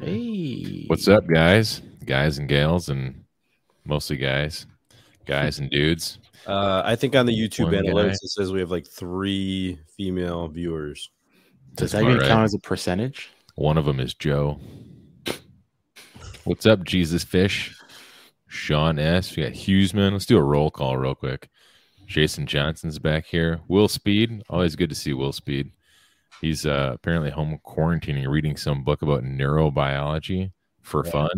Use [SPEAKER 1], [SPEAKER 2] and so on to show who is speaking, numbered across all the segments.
[SPEAKER 1] Hey.
[SPEAKER 2] What's up, guys? Guys and gals, and mostly guys, guys and dudes.
[SPEAKER 3] Uh, I think on the YouTube
[SPEAKER 2] One
[SPEAKER 3] analytics
[SPEAKER 2] guy.
[SPEAKER 3] it says we have like three female viewers.
[SPEAKER 1] Does
[SPEAKER 2] That's
[SPEAKER 1] that even
[SPEAKER 2] about right.
[SPEAKER 1] count as a percentage?
[SPEAKER 2] One of them is Joe. What's up, Jesus Fish? Sean S. We got Hughesman. Let's do a roll call real quick. Jason Johnson's back here. Will Speed. Always good to see Will Speed. He's uh, apparently home quarantining, reading some book about neurobiology for fun.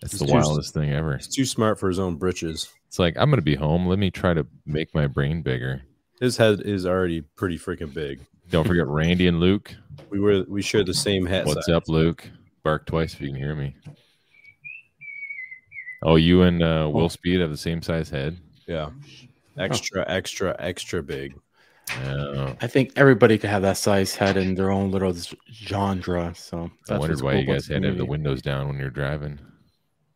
[SPEAKER 2] That's
[SPEAKER 3] He's
[SPEAKER 2] the
[SPEAKER 3] too-
[SPEAKER 2] wildest thing ever.
[SPEAKER 3] He's too smart for his own britches.
[SPEAKER 2] It's like I'm gonna be home. Let me try to make my brain bigger.
[SPEAKER 3] His head is already pretty freaking big.
[SPEAKER 2] Don't forget Randy and Luke.
[SPEAKER 3] We were we share the same hat.
[SPEAKER 2] What's
[SPEAKER 3] size.
[SPEAKER 2] up, Luke? Bark twice if you can hear me. Oh, you and uh, Will Speed have the same size head.
[SPEAKER 3] Yeah. Extra, extra, extra big.
[SPEAKER 2] Oh,
[SPEAKER 1] I think everybody could have that size head in their own little s- genre. So
[SPEAKER 2] I wondered
[SPEAKER 1] what's
[SPEAKER 2] why
[SPEAKER 1] cool
[SPEAKER 2] you
[SPEAKER 1] about
[SPEAKER 2] guys
[SPEAKER 1] this
[SPEAKER 2] had to have the
[SPEAKER 1] movie.
[SPEAKER 2] windows down when you're driving.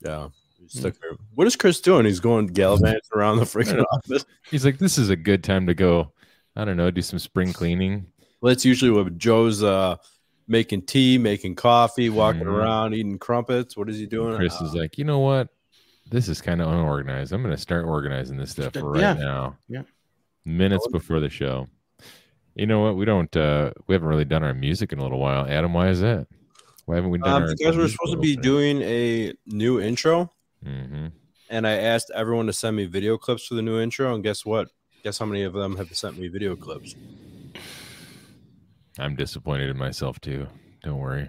[SPEAKER 3] Yeah. Stuck there. What is Chris doing? He's going gallivanting around the
[SPEAKER 2] Hmm. I
[SPEAKER 3] freaking
[SPEAKER 2] don't know.
[SPEAKER 3] office.
[SPEAKER 2] He's like, this is a good time to go. I don't know, do some spring cleaning.
[SPEAKER 3] Well, that's usually what Joe's uh, making tea, making coffee, walking
[SPEAKER 2] Mhm.
[SPEAKER 3] around, eating crumpets. What is he doing?
[SPEAKER 2] Chris is like, you know what? This is kind of unorganized. I'm going to start organizing this stuff
[SPEAKER 1] Yeah.
[SPEAKER 2] right now.
[SPEAKER 1] Yeah.
[SPEAKER 3] Oh.
[SPEAKER 2] Minutes before the show. You know what? We don't. uh We haven't really done our music in a little while. Adam, why is that? Why haven't we done?
[SPEAKER 3] um,
[SPEAKER 2] our
[SPEAKER 3] because we're supposed to be doing a new intro,
[SPEAKER 2] hmm
[SPEAKER 3] and I asked everyone to send me video clips for the new intro, and guess what? Guess how many of them have sent me video clips?
[SPEAKER 2] I'm disappointed in myself too. Don't worry.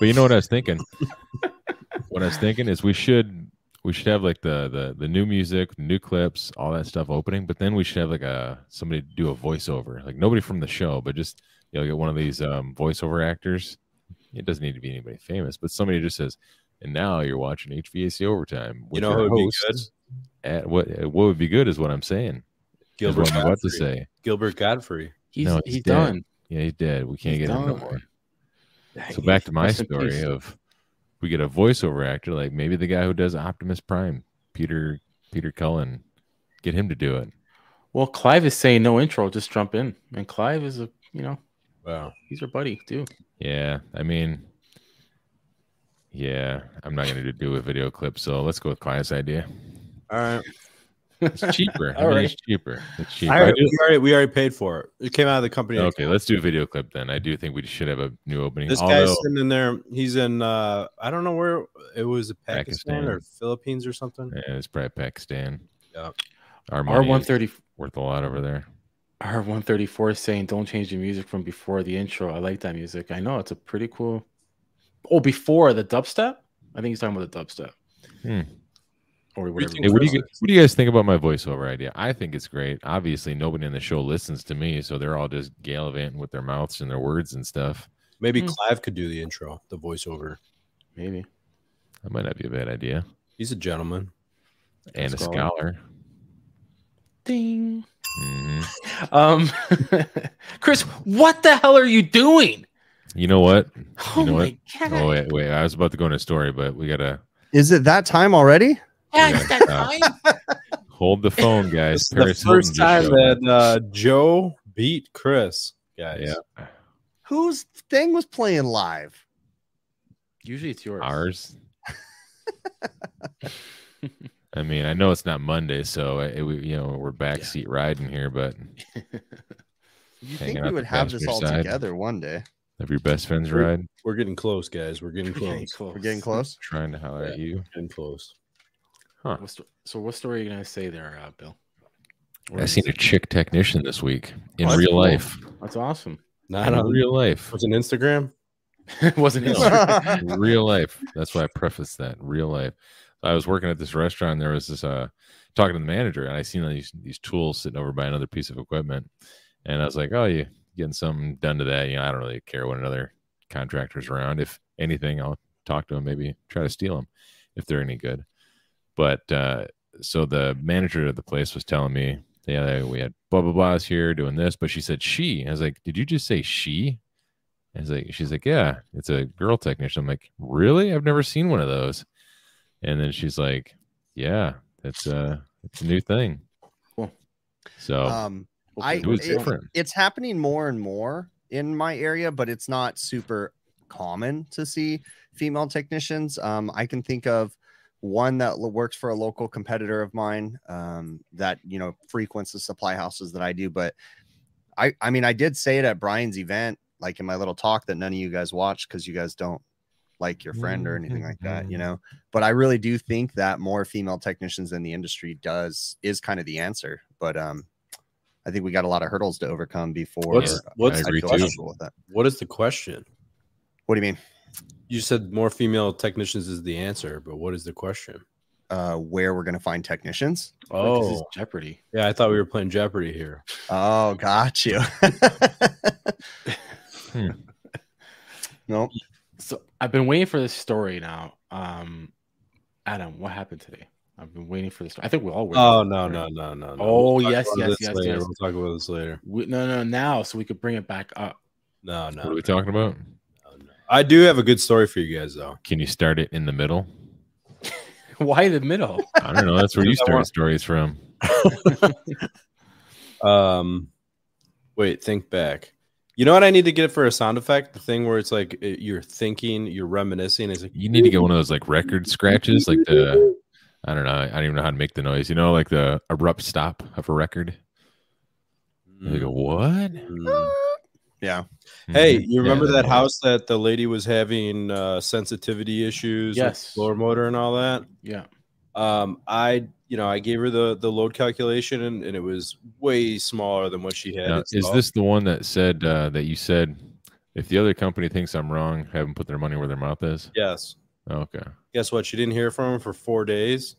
[SPEAKER 2] But you know what I was thinking? what I was thinking is we should we should have like the the the new music, new clips, all that stuff opening, but then we should have like a somebody do a voiceover. Like nobody from the show, but just you know, get one of these um voiceover actors. It doesn't need to be anybody famous, but somebody just says, and now you're watching HVAC overtime.
[SPEAKER 3] You
[SPEAKER 2] with
[SPEAKER 3] know
[SPEAKER 2] your
[SPEAKER 3] who would be
[SPEAKER 2] host
[SPEAKER 3] good?
[SPEAKER 2] At what what would be good is what I'm saying. Is
[SPEAKER 3] Gilbert
[SPEAKER 2] what I'm about to
[SPEAKER 3] Godfrey.
[SPEAKER 2] say.
[SPEAKER 3] Gilbert Godfrey.
[SPEAKER 1] He's,
[SPEAKER 2] No,
[SPEAKER 1] he's,
[SPEAKER 2] he's dead.
[SPEAKER 1] done.
[SPEAKER 2] Yeah, he's dead. We can't
[SPEAKER 1] He's
[SPEAKER 2] get him no
[SPEAKER 1] done.
[SPEAKER 2] more. So back to my
[SPEAKER 1] Rest in peace.
[SPEAKER 2] story of we get a voiceover actor, like maybe the guy who does Optimus Prime, Peter Peter Cullen, get him to do it.
[SPEAKER 1] Well, Clive is saying no intro, just jump in. And Clive is a, you know,
[SPEAKER 3] Wow.
[SPEAKER 1] he's your buddy too.
[SPEAKER 2] Yeah, I mean, yeah, I'm not gonna do a video clip, so let's go with Clive's idea.
[SPEAKER 3] All right.
[SPEAKER 2] It's cheaper. I
[SPEAKER 1] All
[SPEAKER 2] mean,
[SPEAKER 1] right.
[SPEAKER 2] it's cheaper. It's cheaper.
[SPEAKER 3] All
[SPEAKER 2] I
[SPEAKER 3] right.
[SPEAKER 2] do-
[SPEAKER 3] We already, we already paid for it. It came out of the company.
[SPEAKER 2] okay, let's do a video clip then. I do think we should have a new opening.
[SPEAKER 3] This
[SPEAKER 2] Although
[SPEAKER 3] guy's sitting in there. He's in. uh I don't know where it was. Pakistan,
[SPEAKER 2] Pakistan.
[SPEAKER 3] or Philippines or something.
[SPEAKER 2] yeah, it's probably Pakistan.
[SPEAKER 3] Yeah.
[SPEAKER 2] Our
[SPEAKER 1] R
[SPEAKER 2] money
[SPEAKER 1] one
[SPEAKER 2] is
[SPEAKER 1] thirty
[SPEAKER 2] worth a lot over there.
[SPEAKER 1] R one thirty four is saying don't change the music from before the intro. I like that music. I know it's a pretty cool. Oh, before the dubstep. I think he's talking about the dubstep.
[SPEAKER 2] Hmm.
[SPEAKER 1] Or whatever.
[SPEAKER 3] can
[SPEAKER 2] Hey, what do
[SPEAKER 3] Chris
[SPEAKER 2] you what do you guys think about my voiceover idea? I think it's great. Obviously, nobody in the show listens to me, so they're all just gallivanting with their mouths and their words and stuff.
[SPEAKER 3] Maybe
[SPEAKER 1] Hmm.
[SPEAKER 3] Clive could do the intro, the voiceover.
[SPEAKER 1] Maybe.
[SPEAKER 2] That might not be a bad idea.
[SPEAKER 3] He's a gentleman.
[SPEAKER 2] And a
[SPEAKER 1] Scholar.
[SPEAKER 2] scholar.
[SPEAKER 1] Ding.
[SPEAKER 2] Mhm.
[SPEAKER 1] Um, Chris, what the hell are you doing?
[SPEAKER 2] You know what?
[SPEAKER 1] Oh
[SPEAKER 2] know
[SPEAKER 1] my
[SPEAKER 2] what?
[SPEAKER 1] god!
[SPEAKER 2] Oh wait, wait. I was about to go into a story, but we gotta
[SPEAKER 4] Is it that time already?
[SPEAKER 1] yeah, it's that
[SPEAKER 2] uh,
[SPEAKER 1] time.
[SPEAKER 2] hold the phone,
[SPEAKER 3] This
[SPEAKER 2] guys.
[SPEAKER 3] is the
[SPEAKER 2] Paris
[SPEAKER 3] first time
[SPEAKER 2] Hilton just showed up.
[SPEAKER 3] that uh, Joe beat Chris, guys.
[SPEAKER 2] Yeah.
[SPEAKER 4] Whose thing was playing live?
[SPEAKER 1] Usually it's yours.
[SPEAKER 2] Ours. I mean, I know it's not Monday, so uh, it, we, you know we're backseat riding here, but
[SPEAKER 4] You
[SPEAKER 2] Hanging
[SPEAKER 4] think
[SPEAKER 2] out
[SPEAKER 4] we
[SPEAKER 2] the
[SPEAKER 4] would have this all
[SPEAKER 2] passenger side.
[SPEAKER 4] together one day?
[SPEAKER 2] have your best friends
[SPEAKER 3] We're-
[SPEAKER 2] ride.
[SPEAKER 3] We're getting close, guys. We're getting
[SPEAKER 1] Okay,
[SPEAKER 3] close.
[SPEAKER 1] close.
[SPEAKER 4] We're getting close.
[SPEAKER 2] Trying to holler at you.
[SPEAKER 3] Getting close.
[SPEAKER 1] What sto- so, what story are you gonna say there, uh, Bill?
[SPEAKER 2] I seen a chick technician this week in
[SPEAKER 3] Oh, that's
[SPEAKER 2] real
[SPEAKER 3] cool.
[SPEAKER 2] life.
[SPEAKER 1] That's awesome.
[SPEAKER 3] Not
[SPEAKER 2] In
[SPEAKER 3] on
[SPEAKER 2] real life.
[SPEAKER 3] was it Instagram.
[SPEAKER 1] it wasn't his.
[SPEAKER 4] No.
[SPEAKER 2] real life. That's why I prefaced that. Real life. I was working at this restaurant. And there was this uh talking to the manager, and I seen all these these tools sitting over by another piece of equipment, and I was like, "Oh, you getting something done to that?" You know, I don't really care when another contractor's around. If anything, I'll talk to them. Maybe try to steal them if they're any good. But uh, so the manager of the place was telling me, "Yeah, we had blah blah blahs here doing this," but she said she. I was like, "Did you just say she?" I was like, she's like, yeah, it's a girl technician. I'm like, really? I've never seen one of those. And then she's like, yeah, that's uh, it's a new thing.
[SPEAKER 1] Cool.
[SPEAKER 2] So
[SPEAKER 4] Um, I
[SPEAKER 2] it was
[SPEAKER 4] it-
[SPEAKER 2] different.
[SPEAKER 4] it's happening more and more in my area, but it's not super common to see female technicians. Um, I can think of one that l- works for a local competitor of mine um, that you know frequents the supply houses that I do. But I, I mean, I did say it at Brian's event, like in my little talk that none of you guys watch because you guys don't like your friend or anything like that, you know. But I really do think that more female technicians in the industry does is kind of the answer. But um, I think we got a lot of hurdles to overcome before.
[SPEAKER 3] What's- what's
[SPEAKER 4] I
[SPEAKER 2] the
[SPEAKER 4] feel
[SPEAKER 2] question?
[SPEAKER 4] comfortable with that.
[SPEAKER 3] What is the question?
[SPEAKER 4] What do you mean?
[SPEAKER 3] You said more female technicians is the answer, but what is the question?
[SPEAKER 4] Uh, where we're gonna find technicians?
[SPEAKER 1] This is
[SPEAKER 3] Oh,
[SPEAKER 1] Jeopardy.
[SPEAKER 3] yeah, I thought we were playing Jeopardy here.
[SPEAKER 4] Oh, got you.
[SPEAKER 2] Hmm.
[SPEAKER 4] Nope.
[SPEAKER 1] So I've been waiting for this story now. Um, Adam, what happened today? I've been waiting for this. I think we all were.
[SPEAKER 3] Oh no, no, no, no. no.
[SPEAKER 1] Oh,
[SPEAKER 3] talk
[SPEAKER 1] yes,
[SPEAKER 3] about
[SPEAKER 1] yes,
[SPEAKER 3] this
[SPEAKER 1] yes,
[SPEAKER 3] later.
[SPEAKER 1] yes.
[SPEAKER 3] We'll talk about this later.
[SPEAKER 1] We, no, no, now so we could bring it back up.
[SPEAKER 3] No,
[SPEAKER 2] What are
[SPEAKER 3] no,
[SPEAKER 2] we talking about?
[SPEAKER 3] no, no. I do have a good story for you guys though.
[SPEAKER 2] Can you start it in the middle?
[SPEAKER 1] Why the middle?
[SPEAKER 2] I don't know. That's where you
[SPEAKER 3] Because I
[SPEAKER 2] start
[SPEAKER 3] want-
[SPEAKER 2] stories from.
[SPEAKER 3] Um, wait, think back. You know what I need to get for a sound effect? The thing where it's like uh, you're thinking, you're reminiscing. It's like
[SPEAKER 2] You need to get one of those like record scratches, like the I don't know. I don't even know how to make the noise. You know, like the abrupt stop of a record. You go, what?
[SPEAKER 4] Hmm.
[SPEAKER 3] Mm.
[SPEAKER 4] Yeah.
[SPEAKER 3] Hey,
[SPEAKER 2] Mhm.
[SPEAKER 3] you remember
[SPEAKER 2] Yeah,
[SPEAKER 3] that house that the lady was having uh, sensitivity issues with
[SPEAKER 1] Yes.
[SPEAKER 3] the blower motor and all that?
[SPEAKER 1] Yeah.
[SPEAKER 3] Um, I, you know, I gave her the the load calculation and, and it was way smaller than what she had.
[SPEAKER 2] Now, is
[SPEAKER 3] installed.
[SPEAKER 2] this the one that said uh, that you said if the other company thinks I'm wrong, have them put their money where their mouth is?
[SPEAKER 3] Yes.
[SPEAKER 2] Okay.
[SPEAKER 3] guess what? She didn't hear from him for four days.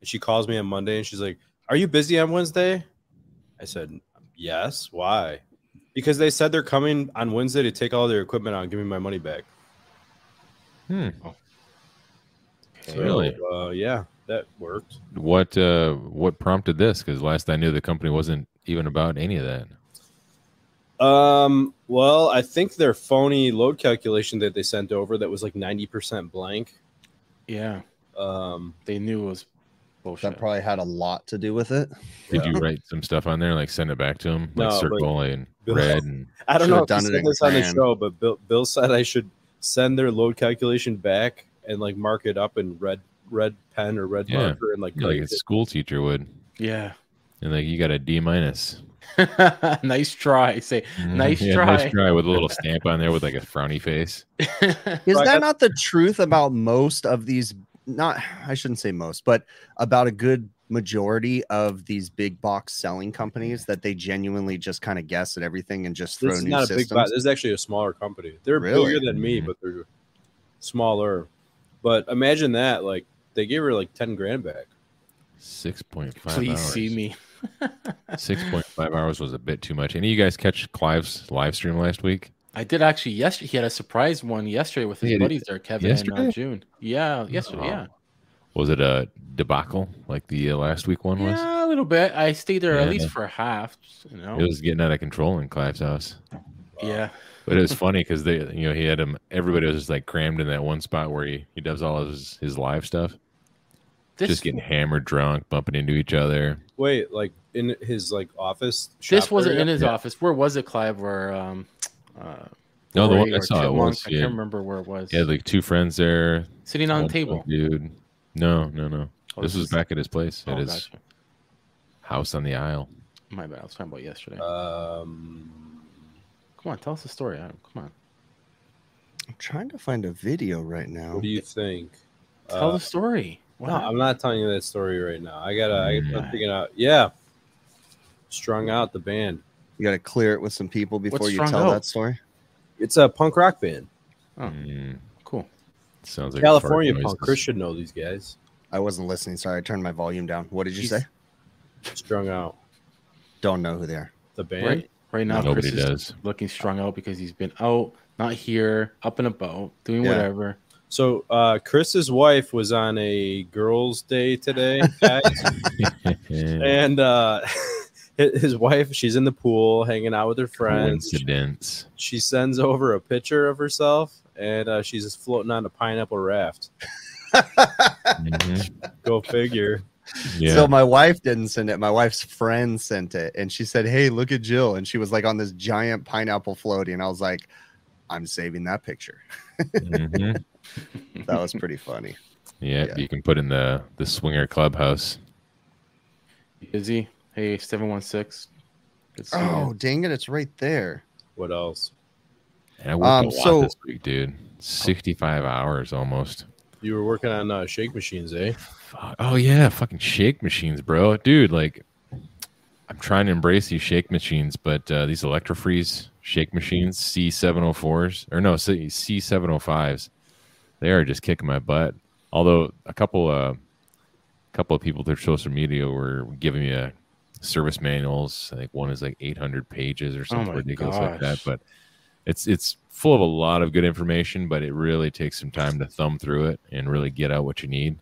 [SPEAKER 3] And she calls me on Monday and she's like, Are you busy on Wednesday? I said, Yes. Why? Because they said they're coming on Wednesday to take all their equipment out and give me my money back.
[SPEAKER 2] Hmm.
[SPEAKER 3] So,
[SPEAKER 2] Really?
[SPEAKER 3] Uh, yeah, that worked.
[SPEAKER 2] What uh, what prompted this? Because last I knew, the company wasn't even about any of that.
[SPEAKER 3] Um, well, I think their phony load calculation that they sent over that was like 90% blank.
[SPEAKER 1] Yeah.
[SPEAKER 3] Um,
[SPEAKER 1] They knew it was bullshit.
[SPEAKER 4] That probably had a lot to do with it.
[SPEAKER 2] Did
[SPEAKER 3] Yeah.
[SPEAKER 2] you write some stuff on there, like send it back to them,
[SPEAKER 3] No,
[SPEAKER 2] like
[SPEAKER 3] like-
[SPEAKER 2] circle and red and
[SPEAKER 3] I don't
[SPEAKER 4] Should've
[SPEAKER 3] know if
[SPEAKER 4] done
[SPEAKER 3] he
[SPEAKER 4] it
[SPEAKER 3] said
[SPEAKER 4] in
[SPEAKER 3] this on the
[SPEAKER 4] Cran.
[SPEAKER 3] show, but Bill, Bill said I should send their load calculation back and like mark it up in red red pen or red
[SPEAKER 2] Yeah.
[SPEAKER 3] marker and like,
[SPEAKER 2] yeah, like a
[SPEAKER 3] correct it.
[SPEAKER 2] school teacher would,
[SPEAKER 1] yeah.
[SPEAKER 2] and like you got a D minus.
[SPEAKER 1] nice try. Say Nice
[SPEAKER 2] Mm-hmm. Yeah, Nice
[SPEAKER 1] try.
[SPEAKER 2] try with a little stamp on there with like a frowny face.
[SPEAKER 4] Is
[SPEAKER 3] Right,
[SPEAKER 4] that
[SPEAKER 3] that's-
[SPEAKER 4] not the truth about most of these? Not, I shouldn't say most, but about a good majority of these big box selling companies that they genuinely just kind of guess at everything and just throw
[SPEAKER 3] this is
[SPEAKER 4] new
[SPEAKER 3] not a big
[SPEAKER 4] systems.
[SPEAKER 3] buy. This is actually a smaller company. They're
[SPEAKER 4] Really? Mm-hmm.
[SPEAKER 3] bigger than me,
[SPEAKER 2] Mhm.
[SPEAKER 3] but they're smaller. But imagine that, like they gave her like ten grand back.
[SPEAKER 2] Six point five.
[SPEAKER 1] please
[SPEAKER 2] hours.
[SPEAKER 1] see me.
[SPEAKER 2] Six point five hours was a bit too much. Any of you guys catch Clive's live stream last week?
[SPEAKER 1] I did actually yesterday. He had a surprise one yesterday with his
[SPEAKER 2] Yeah, did-
[SPEAKER 1] buddies there, Kevin and
[SPEAKER 2] yesterday?
[SPEAKER 1] uh, June. Yeah, yesterday.
[SPEAKER 2] Oh.
[SPEAKER 1] Yeah,
[SPEAKER 2] Was it a debacle like the uh, last week one was?
[SPEAKER 1] yeah, a little bit. I stayed there at
[SPEAKER 2] Yeah.
[SPEAKER 1] least for half. You know.
[SPEAKER 2] It was getting out of control in Clive's house.
[SPEAKER 1] yeah.
[SPEAKER 2] But it was funny because they, you know, he had him. Everybody was just like crammed in that one spot where he, he does all of his, his live stuff,
[SPEAKER 1] This
[SPEAKER 2] just getting hammered, drunk, bumping into each other.
[SPEAKER 3] Wait, like in his like office.
[SPEAKER 1] this
[SPEAKER 3] shop
[SPEAKER 1] wasn't
[SPEAKER 3] area?
[SPEAKER 1] in his
[SPEAKER 2] Yeah.
[SPEAKER 1] office. Where was it, Clive? Where um, uh,
[SPEAKER 2] No, the
[SPEAKER 1] Rory
[SPEAKER 2] one I
[SPEAKER 1] or
[SPEAKER 2] saw it
[SPEAKER 1] Chipmunk?
[SPEAKER 2] was
[SPEAKER 1] I
[SPEAKER 2] yeah,
[SPEAKER 1] can't remember where it was.
[SPEAKER 2] he had like two friends there
[SPEAKER 1] Sitting on
[SPEAKER 2] old
[SPEAKER 1] the table.
[SPEAKER 2] dude. No, no, no.
[SPEAKER 1] Oh,
[SPEAKER 2] this
[SPEAKER 1] this
[SPEAKER 2] was
[SPEAKER 1] is-
[SPEAKER 2] back at his place, at
[SPEAKER 1] Oh,
[SPEAKER 2] his
[SPEAKER 1] gotcha.
[SPEAKER 2] house on the aisle.
[SPEAKER 1] My bad. I was talking about yesterday.
[SPEAKER 3] Uh, Um,
[SPEAKER 1] Come on, tell us the story, Adam. Come on,
[SPEAKER 4] I'm trying to find a video right now.
[SPEAKER 3] what do you think?
[SPEAKER 1] tell
[SPEAKER 3] Uh,
[SPEAKER 1] the story. What
[SPEAKER 3] No, I'm not telling you that story right now. I gotta. I,
[SPEAKER 2] Mm.
[SPEAKER 3] I'm figuring out. Yeah, strung out the band.
[SPEAKER 4] You got to clear it with some people before you
[SPEAKER 1] strung
[SPEAKER 4] tell
[SPEAKER 1] out?
[SPEAKER 4] that story.
[SPEAKER 3] It's a punk rock band,
[SPEAKER 1] Oh.
[SPEAKER 2] Mm,
[SPEAKER 1] cool.
[SPEAKER 2] sounds like fart
[SPEAKER 3] California punk.
[SPEAKER 2] noises.
[SPEAKER 3] Chris should know these guys.
[SPEAKER 4] I wasn't listening. Sorry, I turned my volume down. What did you
[SPEAKER 1] He's-
[SPEAKER 4] say?
[SPEAKER 3] Strung out
[SPEAKER 4] Don't know who they are.
[SPEAKER 3] the band.
[SPEAKER 1] Right, right now,
[SPEAKER 2] Nobody
[SPEAKER 1] Chris is
[SPEAKER 2] does.
[SPEAKER 1] looking strung out because he's been out, not here, up and about, doing
[SPEAKER 4] Yeah.
[SPEAKER 1] whatever.
[SPEAKER 3] So uh, Chris's wife was on a girls' day today, guys, and uh, his wife. She's in the pool hanging out with her friends.
[SPEAKER 2] Coincidence.
[SPEAKER 3] She sends over a picture of herself, and uh, she's just floating on a pineapple raft.
[SPEAKER 2] Mhm.
[SPEAKER 3] Go figure.
[SPEAKER 2] Yeah.
[SPEAKER 4] So my wife didn't send it. My wife's friend sent it, and she said, "Hey, look at Jill," and she was like on this giant pineapple floaty, and I was like, I'm saving that picture.
[SPEAKER 2] Mhm.
[SPEAKER 4] That was pretty funny.
[SPEAKER 2] yeah,
[SPEAKER 4] Yeah.
[SPEAKER 2] you can put in the the swinger clubhouse.
[SPEAKER 1] Izzy, hey, 716. Good seeing you.
[SPEAKER 4] Oh, dang it. It's right there.
[SPEAKER 3] What else?
[SPEAKER 2] And I worked
[SPEAKER 4] Um,
[SPEAKER 2] a lot
[SPEAKER 4] so-
[SPEAKER 2] this week, dude. Sixty-five hours almost.
[SPEAKER 3] You were working on uh, shake machines, eh?
[SPEAKER 2] Fuck. Oh yeah, fucking shake machines, bro, dude. Like, I'm trying to embrace these shake machines, but uh, these electrofreeze shake machines, C704s or no, C- C705s, they are just kicking my butt. Although a couple, uh, couple of people through social media were giving me a service manuals. I think one is like 800 pages or something
[SPEAKER 1] Oh my
[SPEAKER 2] ridiculous like that.
[SPEAKER 1] gosh.
[SPEAKER 2] But it's it's full of a lot of good information, but it really takes some time to thumb through it and really get out what you need.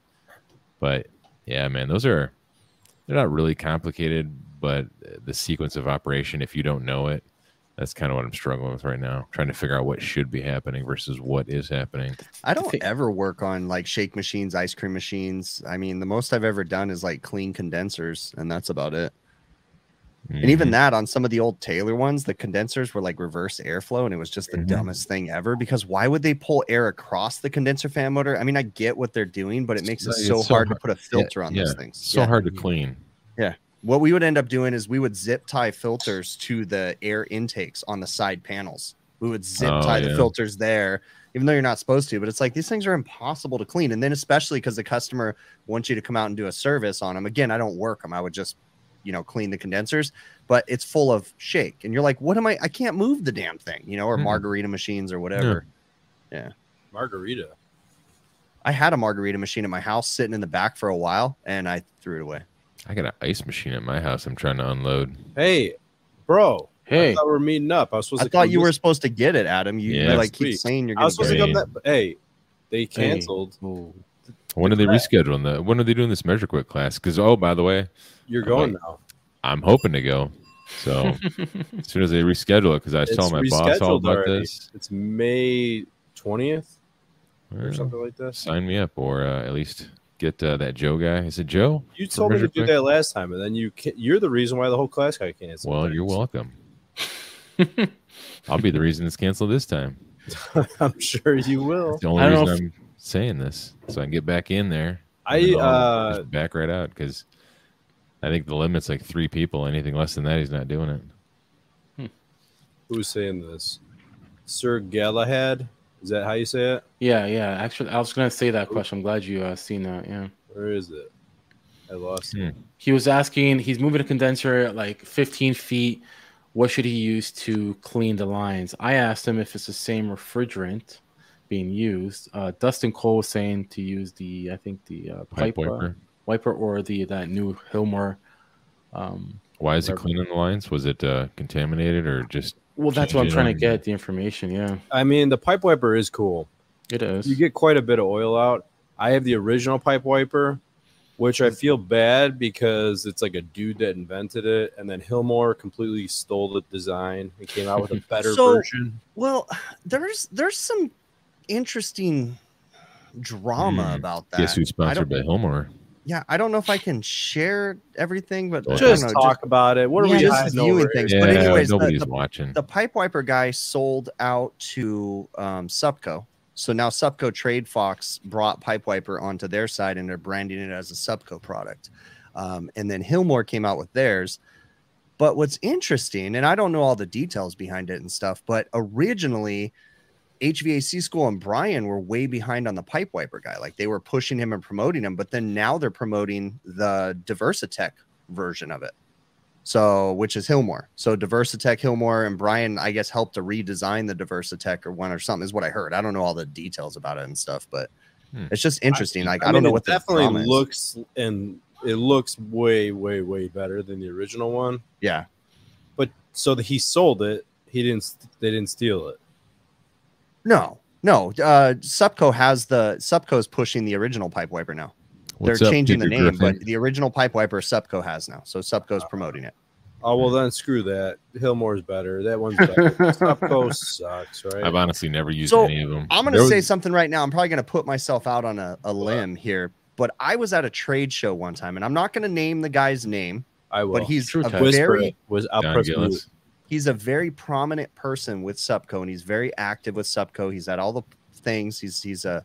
[SPEAKER 2] But yeah, man, those are they're not really complicated, but the sequence of operation, if you don't know it, that's kind of what I'm struggling with right now. Trying to figure out what should be happening versus what is happening.
[SPEAKER 4] I don't
[SPEAKER 1] think-
[SPEAKER 4] ever work on like shake machines, ice cream machines. I mean, the most I've ever done is like clean condensers, and that's about it. And
[SPEAKER 2] Mm. Mm-hmm.
[SPEAKER 4] even that on some of the old Taylor ones, the condensers were like reverse airflow, and it was just the
[SPEAKER 2] Mhm.
[SPEAKER 4] dumbest thing ever. Because why would they pull air across the condenser fan motor? I mean, I get what they're doing, but it makes it
[SPEAKER 2] It's
[SPEAKER 4] so,
[SPEAKER 2] so
[SPEAKER 4] hard,
[SPEAKER 2] hard.
[SPEAKER 4] to put a filter on those
[SPEAKER 2] yeah.
[SPEAKER 4] things.
[SPEAKER 2] so
[SPEAKER 4] Yeah.
[SPEAKER 2] hard to clean.
[SPEAKER 4] What we would end up doing is we would zip tie filters to the air intakes on the side panels. We would zip
[SPEAKER 2] Oh,
[SPEAKER 4] tie
[SPEAKER 2] yeah.
[SPEAKER 4] the filters there, even though you're not supposed to. But it's like these things are impossible to clean. And then, especially because the customer wants you to come out and do a service on them. Again, I don't work them, I would just, you know, clean the condensers, but it's full of shake. And you're like, what am I? I can't move the damn thing, you know, or
[SPEAKER 2] Mm.
[SPEAKER 4] margarita machines or whatever.
[SPEAKER 3] Margarita.
[SPEAKER 4] I had a margarita machine at my house sitting in the back for a while and I threw it away.
[SPEAKER 2] I got an ice machine at my house. I'm trying to unload.
[SPEAKER 3] Hey, bro. I
[SPEAKER 1] Hey,
[SPEAKER 3] thought we were meeting up. I was supposed
[SPEAKER 4] I
[SPEAKER 3] to
[SPEAKER 4] thought
[SPEAKER 3] come
[SPEAKER 4] you
[SPEAKER 3] this-
[SPEAKER 4] were supposed to get it, Adam. You
[SPEAKER 2] Yeah.
[SPEAKER 4] like keep
[SPEAKER 3] Sweet.
[SPEAKER 4] saying you're
[SPEAKER 3] I
[SPEAKER 4] going
[SPEAKER 3] was
[SPEAKER 4] to
[SPEAKER 3] supposed
[SPEAKER 4] get
[SPEAKER 3] to
[SPEAKER 4] it.
[SPEAKER 3] come that. Hey, they
[SPEAKER 1] Hey.
[SPEAKER 3] canceled.
[SPEAKER 1] Oh,
[SPEAKER 2] When are they
[SPEAKER 3] Class.
[SPEAKER 2] rescheduling the? When are they doing this measure quick class? Because oh, by the way,
[SPEAKER 3] You're
[SPEAKER 2] I'm
[SPEAKER 3] going
[SPEAKER 2] like,
[SPEAKER 3] now.
[SPEAKER 2] I'm hoping to go. So as soon as they reschedule it, because I
[SPEAKER 3] It's
[SPEAKER 2] saw my boss all
[SPEAKER 3] rescheduled
[SPEAKER 2] about
[SPEAKER 3] already.
[SPEAKER 2] this.
[SPEAKER 3] It's May twentieth or
[SPEAKER 2] Well,
[SPEAKER 3] something like that.
[SPEAKER 2] sign me up, or uh, at least get uh, that Joe guy. Is it Joe?
[SPEAKER 3] You
[SPEAKER 2] for
[SPEAKER 3] told me to
[SPEAKER 2] measure
[SPEAKER 3] do
[SPEAKER 2] quick?
[SPEAKER 3] that last time, and then you ca- you're the reason why the whole class got canceled.
[SPEAKER 2] Well, you're welcome. I'll be the reason it's canceled this time.
[SPEAKER 3] I'm sure you will.
[SPEAKER 2] It's the only
[SPEAKER 1] I don't
[SPEAKER 2] reason
[SPEAKER 1] know
[SPEAKER 2] I'm saying this, so I can get back in there. and
[SPEAKER 3] I
[SPEAKER 2] then I'll
[SPEAKER 3] uh,
[SPEAKER 2] just back right out because I think the limit's like three people. Anything less than that, he's not doing it.
[SPEAKER 3] who's saying this? Sir Galahad. Is that how you say it?
[SPEAKER 1] yeah, yeah. Actually, I was gonna say that question. I'm glad you uh, seen that. Yeah,
[SPEAKER 3] Where is it? I lost. it.
[SPEAKER 1] he was asking. He's moving a condenser at like 15 feet. What should he use to clean the lines? I asked him if it's the same refrigerant being used. Uh, Dustin Cole was saying to use the, I think the uh,
[SPEAKER 2] Pipe
[SPEAKER 1] pipe, uh,
[SPEAKER 2] wiper.
[SPEAKER 1] wiper or the that new Hillmore. Um,
[SPEAKER 2] Why is it
[SPEAKER 3] Whatever.
[SPEAKER 2] cleaning the lines? Was it uh, contaminated or just?
[SPEAKER 1] well, that's what I'm
[SPEAKER 2] Change it
[SPEAKER 1] trying to
[SPEAKER 2] on.
[SPEAKER 1] get the information. Yeah,
[SPEAKER 3] I mean, the pipe wiper is cool.
[SPEAKER 1] it is.
[SPEAKER 3] You get quite a bit of oil out. I have the original pipe wiper, which I feel bad because it's like a dude that invented it, and then Hillmore completely stole the design and came out with a better
[SPEAKER 4] So-
[SPEAKER 3] version.
[SPEAKER 4] Well, there's there's some interesting drama
[SPEAKER 2] Hmm.
[SPEAKER 4] about that.
[SPEAKER 2] Guess who's sponsored by
[SPEAKER 4] don't-
[SPEAKER 2] Hillmore?
[SPEAKER 4] Yeah, I I don't know if I can share everything, but I don't
[SPEAKER 3] Just
[SPEAKER 4] know,
[SPEAKER 3] talk about it. What are
[SPEAKER 4] Yeah,
[SPEAKER 3] we
[SPEAKER 4] just
[SPEAKER 3] hiding
[SPEAKER 4] viewing
[SPEAKER 3] over?
[SPEAKER 4] things.
[SPEAKER 3] Things.
[SPEAKER 2] Yeah,
[SPEAKER 4] But anyways, the-
[SPEAKER 2] nobody's
[SPEAKER 4] the-
[SPEAKER 2] watching.
[SPEAKER 4] the pipe wiper guy sold out to um, Supco. So now Supco Trade Fox brought pipe wiper onto their side and they're branding it as a Supco product. Um, and then Hillmore came out with theirs. But what's interesting, and I don't know all the details behind it and stuff, but originally HVAC school and Brian were way behind on the pipe wiper guy. Like they were pushing him and promoting him, but then now they're promoting the Diversitech version of it. So, which is Hillmore. So, Diversitech, Hillmore, and Brian, I guess, helped to redesign the Diversitech or one or something is what I heard. I don't know all the details about it and stuff, but
[SPEAKER 2] Hmm.
[SPEAKER 4] it's just interesting. like, I,
[SPEAKER 3] mean,
[SPEAKER 4] don't know
[SPEAKER 3] it
[SPEAKER 4] what the drama
[SPEAKER 3] definitely
[SPEAKER 4] is.
[SPEAKER 3] looks and it looks way, way, way better than the original one.
[SPEAKER 4] Yeah,
[SPEAKER 3] But so that he sold it, he didn't. st- They didn't steal it.
[SPEAKER 4] no, no. Uh, Supco has the Supco is pushing the original pipe wiper now.
[SPEAKER 2] What's
[SPEAKER 4] They're
[SPEAKER 2] up,
[SPEAKER 4] changing the
[SPEAKER 2] Peter
[SPEAKER 4] name,
[SPEAKER 2] Griffin?
[SPEAKER 4] but the original pipe wiper Supco has now. So, Supco's
[SPEAKER 3] Uh-huh.
[SPEAKER 4] promoting it.
[SPEAKER 3] Oh well, then screw that. Hillmore's better. That one's better. Supco sucks, right?
[SPEAKER 2] I've honestly never used
[SPEAKER 4] So,
[SPEAKER 2] any of them.
[SPEAKER 4] I'm
[SPEAKER 2] There
[SPEAKER 4] gonna
[SPEAKER 2] was-
[SPEAKER 4] say something right now. I'm probably gonna put myself out on a, a limb here, but I was at a trade show one time, and I'm not gonna name the guy's name,
[SPEAKER 3] I will.
[SPEAKER 4] but he's
[SPEAKER 1] true
[SPEAKER 4] a
[SPEAKER 1] type.
[SPEAKER 3] whisper
[SPEAKER 4] very
[SPEAKER 3] it. Was I'll
[SPEAKER 2] Don
[SPEAKER 3] press
[SPEAKER 2] Gillis.
[SPEAKER 3] mute.
[SPEAKER 4] he's a very prominent person with Supco, and he's very active with Supco. He's at all the things. He's he's a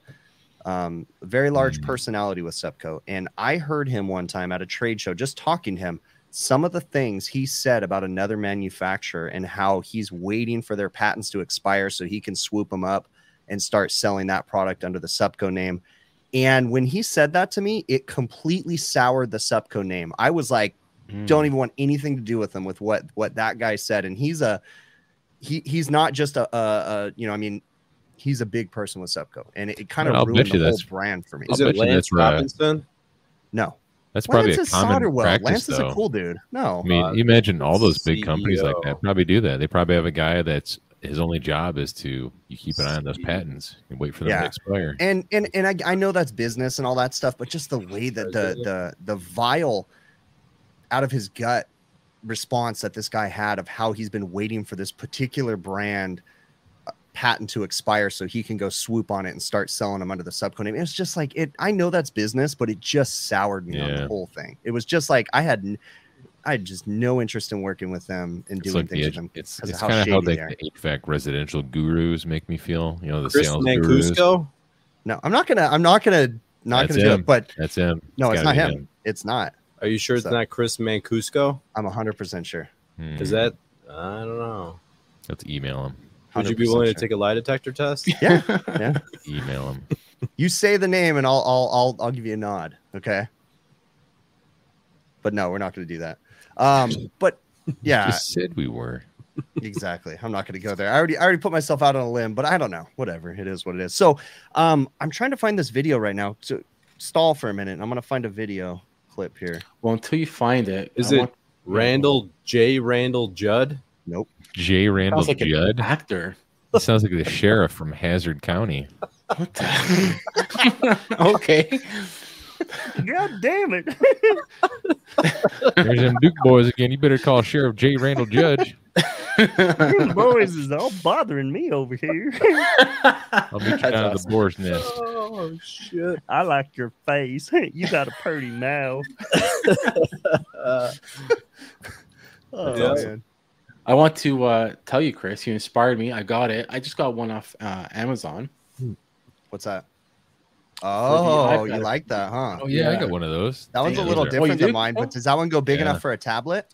[SPEAKER 4] um, very large
[SPEAKER 2] Mhm.
[SPEAKER 4] personality with Supco, and I heard him one time at a trade show, just talking to him. Some of the things he said about another manufacturer and how he's waiting for their patents to expire so he can swoop them up and start selling that product under the Supco name. And when he said that to me, it completely soured the Supco name. I was like
[SPEAKER 2] Mm.
[SPEAKER 4] don't even want anything to do with him with what what that guy said and he's a he he's not just a, a, a you know i mean he's a big person with subco and it, it kind of
[SPEAKER 2] I'll bet
[SPEAKER 4] ruined
[SPEAKER 2] you
[SPEAKER 4] the whole
[SPEAKER 2] that's-
[SPEAKER 4] brand for me
[SPEAKER 3] Is
[SPEAKER 2] I'll bet
[SPEAKER 3] it
[SPEAKER 2] you
[SPEAKER 3] Lance
[SPEAKER 2] that's, uh,
[SPEAKER 3] Robinson?
[SPEAKER 4] no
[SPEAKER 2] That's probably a
[SPEAKER 4] Lance is
[SPEAKER 2] common
[SPEAKER 4] Solderwell.
[SPEAKER 2] practice,
[SPEAKER 4] lance is
[SPEAKER 2] though.
[SPEAKER 4] a E cool dude no
[SPEAKER 2] I mean,
[SPEAKER 3] Uh,
[SPEAKER 2] you imagine all those big companies like
[SPEAKER 3] CEO.
[SPEAKER 2] that probably do that. They probably have a guy that's his only job is to you keep an eye on those
[SPEAKER 3] CEO.
[SPEAKER 2] patents and wait for them
[SPEAKER 4] E Yeah.
[SPEAKER 2] to expire.
[SPEAKER 4] and and and I, I know that's business and all that stuff, but just the way that the the the vile out of his gut response that this guy had of how he's been waiting for this particular brand uh, patent to expire so he can go swoop on it and start selling them under the subco name. It was just like it. I know that's business, but it just soured me on
[SPEAKER 2] Yeah.
[SPEAKER 4] the whole thing. It was just like I had. n- I had just no interest in working with them and
[SPEAKER 2] It's
[SPEAKER 4] doing
[SPEAKER 2] like the
[SPEAKER 4] things with
[SPEAKER 2] edge,
[SPEAKER 4] them.
[SPEAKER 2] it's,
[SPEAKER 4] 'cause of
[SPEAKER 2] it's
[SPEAKER 4] how
[SPEAKER 2] kind of how
[SPEAKER 4] shady
[SPEAKER 2] like
[SPEAKER 4] they are.
[SPEAKER 2] the HVAC residential gurus make me feel. You know, the
[SPEAKER 3] Chris
[SPEAKER 2] sales gurus.
[SPEAKER 3] Mancuso?
[SPEAKER 4] No, I'm not gonna. I'm not gonna. Not
[SPEAKER 2] That's
[SPEAKER 4] gonna do
[SPEAKER 2] him.
[SPEAKER 4] it. But
[SPEAKER 2] That's him.
[SPEAKER 4] no, it's
[SPEAKER 2] gotta
[SPEAKER 4] not
[SPEAKER 2] be
[SPEAKER 4] him. It's not.
[SPEAKER 3] Are you sure it's
[SPEAKER 4] So-
[SPEAKER 3] not Chris Mancuso?
[SPEAKER 4] I'm 100% sure.
[SPEAKER 2] him.
[SPEAKER 3] Is
[SPEAKER 2] Hmm.
[SPEAKER 3] that I don't know.
[SPEAKER 2] Let's email him.
[SPEAKER 3] Would you
[SPEAKER 4] 100%
[SPEAKER 3] be willing
[SPEAKER 4] sure.
[SPEAKER 3] to take a lie detector test?
[SPEAKER 4] Yeah.
[SPEAKER 2] Email him.
[SPEAKER 4] You say the name and I'll I'll I'll, I'll give you a nod, okay? But no, we're not going to do that. Um but yeah,
[SPEAKER 2] Just said we were.
[SPEAKER 4] exactly. I'm not going to go there. I already I already put myself out on a limb, but I don't know. Whatever. It is what it is. So, um I'm trying to find this video right now. So stall for a minute. I'm going to find a video clip here.
[SPEAKER 1] Well, until you find it,
[SPEAKER 3] Is
[SPEAKER 1] I
[SPEAKER 3] it
[SPEAKER 1] want-
[SPEAKER 3] Randall J. Randall Judd.
[SPEAKER 2] J. Randall
[SPEAKER 1] sounds like
[SPEAKER 2] Judd.
[SPEAKER 1] an actor?
[SPEAKER 2] He sounds like the sheriff from Hazard County.
[SPEAKER 1] What the? okay.
[SPEAKER 4] God damn it.
[SPEAKER 2] There's them Duke boys again. You better call Sheriff J. Randall Judge.
[SPEAKER 4] These boys is all bothering me over here.
[SPEAKER 2] I'll meet you
[SPEAKER 1] That's
[SPEAKER 2] down at the
[SPEAKER 1] awesome.
[SPEAKER 2] boar's nest.
[SPEAKER 3] Oh shit!
[SPEAKER 4] I like your face. You got a purty mouth.
[SPEAKER 3] Uh,
[SPEAKER 4] Oh,
[SPEAKER 3] Yeah.
[SPEAKER 4] man.
[SPEAKER 1] I want to uh, tell you, Chris, you inspired me. I got it. I just got one off uh, Amazon.
[SPEAKER 4] What's that? Oh,
[SPEAKER 1] iPad.
[SPEAKER 4] you like that, huh?
[SPEAKER 2] Oh yeah,
[SPEAKER 1] Yeah.
[SPEAKER 2] I got one of those.
[SPEAKER 4] That one's
[SPEAKER 1] Yeah,
[SPEAKER 4] a
[SPEAKER 1] those
[SPEAKER 4] little
[SPEAKER 1] are- Oh, you
[SPEAKER 4] different than
[SPEAKER 1] do?
[SPEAKER 4] mine, but does that one go big
[SPEAKER 2] Yeah.
[SPEAKER 4] enough for a tablet?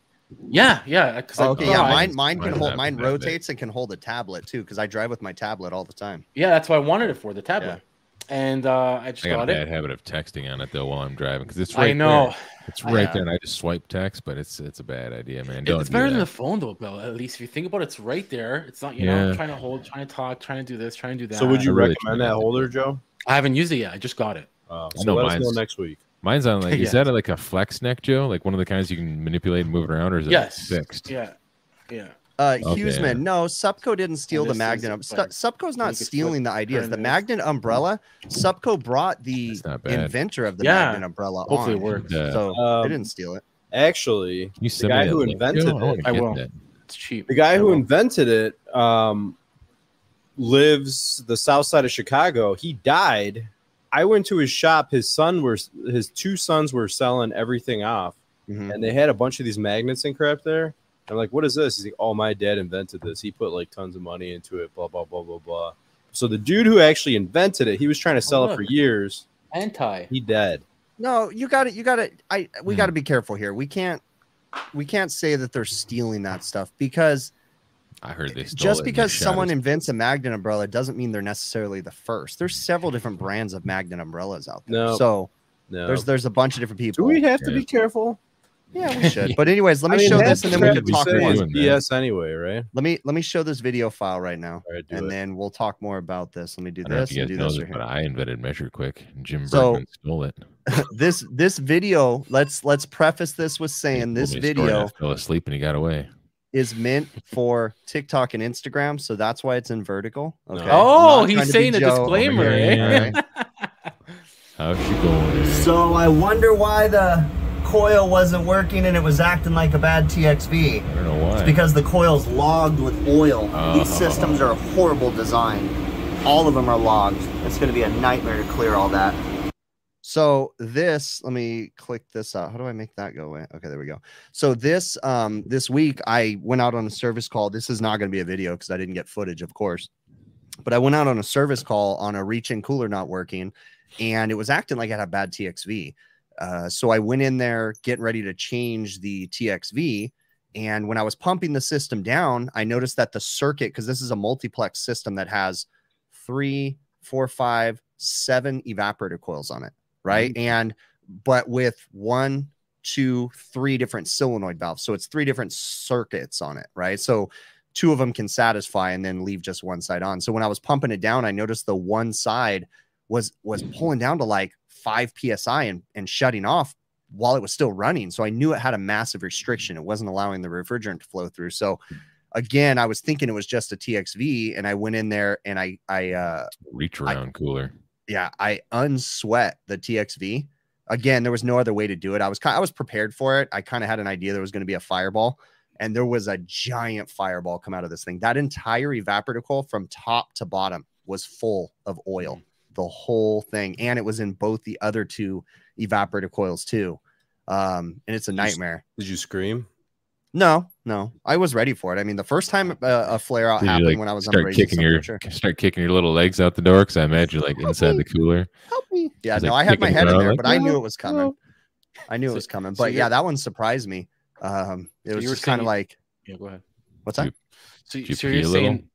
[SPEAKER 1] Yeah, yeah. 'cause I
[SPEAKER 4] Oh, okay, yeah,
[SPEAKER 1] tried.
[SPEAKER 4] mine mine can
[SPEAKER 2] Mine's
[SPEAKER 4] hold
[SPEAKER 2] not
[SPEAKER 4] mine
[SPEAKER 2] that big.
[SPEAKER 4] rotates and can hold a tablet too because I drive with my tablet all the time.
[SPEAKER 1] Yeah, that's what I wanted it for the tablet, and uh, I just
[SPEAKER 2] I got,
[SPEAKER 1] got,
[SPEAKER 2] a
[SPEAKER 1] it.
[SPEAKER 2] bad habit of texting on it though while I'm driving because it's right.
[SPEAKER 1] I know.
[SPEAKER 2] there. it's
[SPEAKER 1] I
[SPEAKER 2] right
[SPEAKER 4] know.
[SPEAKER 2] there, and I just swipe text, but it's it's a bad idea, man.
[SPEAKER 1] It-
[SPEAKER 2] Don't
[SPEAKER 1] it's
[SPEAKER 2] do
[SPEAKER 1] better than
[SPEAKER 2] that.
[SPEAKER 1] the phone, though, Bill. At least if you think about it, it's right there. It's not you know
[SPEAKER 2] Yeah.
[SPEAKER 1] trying to hold, trying to talk, trying to do this, trying to do that.
[SPEAKER 3] so would you
[SPEAKER 2] I really
[SPEAKER 3] recommend
[SPEAKER 2] tried
[SPEAKER 3] that
[SPEAKER 2] to-
[SPEAKER 3] holder, Joe?
[SPEAKER 1] I haven't used it yet. I just got it.
[SPEAKER 3] Uh,
[SPEAKER 2] I
[SPEAKER 3] so
[SPEAKER 2] know
[SPEAKER 3] let us know
[SPEAKER 2] mine's-
[SPEAKER 3] next week.
[SPEAKER 2] Mine's on like
[SPEAKER 1] Yes.
[SPEAKER 2] is that like a flex neck, Joe? Like one of the kinds you can manipulate and move it around, or is it
[SPEAKER 1] yes.
[SPEAKER 2] fixed?
[SPEAKER 1] Yeah. Yeah.
[SPEAKER 4] Uh,
[SPEAKER 2] Okay.
[SPEAKER 4] Hughesman, no, Subco didn't steal
[SPEAKER 1] And
[SPEAKER 4] the
[SPEAKER 1] this is
[SPEAKER 4] Magnum. Stu-
[SPEAKER 1] like-
[SPEAKER 4] Subco's
[SPEAKER 1] you
[SPEAKER 4] not
[SPEAKER 1] could flip
[SPEAKER 4] stealing the ideas.
[SPEAKER 1] turn
[SPEAKER 4] The
[SPEAKER 1] this.
[SPEAKER 4] Magnum umbrella, Subco brought the
[SPEAKER 2] That's not bad.
[SPEAKER 4] inventor of the
[SPEAKER 1] Yeah.
[SPEAKER 4] Magnum umbrella
[SPEAKER 1] Hopefully it
[SPEAKER 4] on.
[SPEAKER 1] works.
[SPEAKER 2] Yeah.
[SPEAKER 4] So
[SPEAKER 3] Um,
[SPEAKER 4] they didn't steal it.
[SPEAKER 3] Actually,
[SPEAKER 2] Can you send
[SPEAKER 3] guy
[SPEAKER 2] me that
[SPEAKER 3] who
[SPEAKER 2] link,
[SPEAKER 3] invented
[SPEAKER 2] Joe? I
[SPEAKER 3] it-
[SPEAKER 2] wanna
[SPEAKER 1] I
[SPEAKER 2] get
[SPEAKER 1] will.
[SPEAKER 2] that.
[SPEAKER 1] It's cheap.
[SPEAKER 3] the guy who
[SPEAKER 1] Well,
[SPEAKER 3] invented it um, lives the south side of Chicago. He died. I went to his shop. His son was his two sons were selling everything off,
[SPEAKER 4] Mhm.
[SPEAKER 3] and they had a bunch of these magnets and crap there. I'm like, what is this? He's like, oh, my dad invented this. He put like tons of money into it. Blah blah blah blah blah. So the dude who actually invented it, he was trying to sell it for
[SPEAKER 1] look.
[SPEAKER 3] years.
[SPEAKER 1] anti.
[SPEAKER 3] He dead.
[SPEAKER 4] No, you got it. You got it. I we
[SPEAKER 2] Hmm.
[SPEAKER 4] got to be careful here. We can't we can't say that they're stealing that stuff because
[SPEAKER 2] I heard they stole it
[SPEAKER 4] just
[SPEAKER 2] and they
[SPEAKER 4] because
[SPEAKER 2] shot
[SPEAKER 4] someone
[SPEAKER 2] his-
[SPEAKER 4] invents a Magnum umbrella doesn't mean they're necessarily the first. There's several different brands of Magnum umbrellas out there.
[SPEAKER 3] No.
[SPEAKER 4] So
[SPEAKER 3] No.
[SPEAKER 4] there's there's a bunch of different people.
[SPEAKER 3] Do we have to
[SPEAKER 2] Yeah.
[SPEAKER 3] be careful?
[SPEAKER 4] yeah, we should. But anyways, let me
[SPEAKER 3] I mean,
[SPEAKER 4] show
[SPEAKER 3] half
[SPEAKER 4] this and
[SPEAKER 3] the
[SPEAKER 4] then we
[SPEAKER 3] crap
[SPEAKER 4] can
[SPEAKER 2] we
[SPEAKER 4] talk
[SPEAKER 3] say
[SPEAKER 4] more.
[SPEAKER 3] is
[SPEAKER 2] Doing that.
[SPEAKER 3] BS anyway, right?
[SPEAKER 4] Let me let me show this video file right now,
[SPEAKER 3] All right, do
[SPEAKER 4] and
[SPEAKER 3] it.
[SPEAKER 4] then we'll talk more about this. Let me do
[SPEAKER 2] I don't know if
[SPEAKER 4] this
[SPEAKER 2] you
[SPEAKER 4] and
[SPEAKER 2] guys
[SPEAKER 4] do
[SPEAKER 2] know
[SPEAKER 4] this
[SPEAKER 2] this,
[SPEAKER 4] right
[SPEAKER 2] but
[SPEAKER 4] here.
[SPEAKER 2] I invented Measure Quick. Jim
[SPEAKER 4] So-
[SPEAKER 2] Bergman stole it.
[SPEAKER 4] This this video. Let's let's preface this with
[SPEAKER 2] He
[SPEAKER 4] saying
[SPEAKER 2] told
[SPEAKER 4] this
[SPEAKER 2] me a story,
[SPEAKER 4] video.
[SPEAKER 2] I fell asleep and he got away.
[SPEAKER 4] is meant for TikTok and Instagram, so that's why it's in vertical.
[SPEAKER 3] No.
[SPEAKER 4] Okay.
[SPEAKER 1] Oh,
[SPEAKER 4] Not
[SPEAKER 1] he's
[SPEAKER 4] trying to be
[SPEAKER 1] saying a
[SPEAKER 4] Joe.
[SPEAKER 1] disclaimer,
[SPEAKER 2] Oh,
[SPEAKER 1] eh?
[SPEAKER 2] yeah. How's she going?
[SPEAKER 4] So I wonder why the coil wasn't working and it was acting like a bad TXV.
[SPEAKER 2] I don't know why.
[SPEAKER 4] It's because the coil's logged with oil.
[SPEAKER 2] Oh.
[SPEAKER 4] These systems are a horrible design. All of them are logged. It's going to be a nightmare to clear all that. So this, let me click this out. How do I make that go away? Okay, there we go. So this um this week I went out on a service call. This is not going to be a video because I didn't get footage, of course. But I went out on a service call on a reach in cooler not working, and it was acting like I had a bad TXV. Uh, so I went in there getting ready to change the TXV. And when I was pumping the system down, I noticed that the circuit, because this is a multiplex system that has three, four, five, seven evaporator coils on it, right? And but with one, two, three different solenoid valves. So it's three different circuits on it, right? So two of them can satisfy and then leave just one side on. So when I was pumping it down, I noticed the one side was was pulling down to like five psi and, and shutting off while it was still running. So I knew it had a massive restriction. It wasn't allowing the refrigerant to flow through. So again, I was thinking it was just a TXV, and I went in there and I I uh
[SPEAKER 2] Reach around cooler.
[SPEAKER 4] yeah, I unsweat the TXV. Again, there was no other way to do it. I was kind I was prepared for it. I kind of had an idea there was going to be a fireball, and there was a giant fireball come out of this thing. That entire evaporator coil from top to bottom was full of oil, the whole thing, and it was in both the other two evaporator coils too. Um, and it's a nightmare.
[SPEAKER 3] Did you scream?
[SPEAKER 4] No, no, I was ready for it. I mean, the first time uh, a flare out
[SPEAKER 2] Did you,
[SPEAKER 4] happened
[SPEAKER 2] like,
[SPEAKER 4] when I was on
[SPEAKER 2] Start
[SPEAKER 4] raising
[SPEAKER 2] kicking your
[SPEAKER 4] temperature.
[SPEAKER 2] start kicking your little legs out the door because I imagine you're like inside the cooler.
[SPEAKER 4] help me. Yeah,
[SPEAKER 2] He's,
[SPEAKER 4] no,
[SPEAKER 2] like,
[SPEAKER 4] I had my
[SPEAKER 2] kicking
[SPEAKER 4] head in
[SPEAKER 2] around,
[SPEAKER 4] there,
[SPEAKER 2] like,
[SPEAKER 4] but I knew
[SPEAKER 2] "No,
[SPEAKER 4] it was coming. I knew it
[SPEAKER 1] So-
[SPEAKER 4] was coming.
[SPEAKER 1] so
[SPEAKER 4] But
[SPEAKER 1] you're-
[SPEAKER 4] yeah, that one surprised me. Um, it
[SPEAKER 1] So
[SPEAKER 4] was
[SPEAKER 1] you were
[SPEAKER 4] just kind
[SPEAKER 1] saying-
[SPEAKER 4] of like,
[SPEAKER 1] Yeah, go ahead.
[SPEAKER 4] what's that?
[SPEAKER 1] So,
[SPEAKER 2] Did you
[SPEAKER 1] so
[SPEAKER 2] pee
[SPEAKER 1] you're
[SPEAKER 2] a little?
[SPEAKER 1] saying,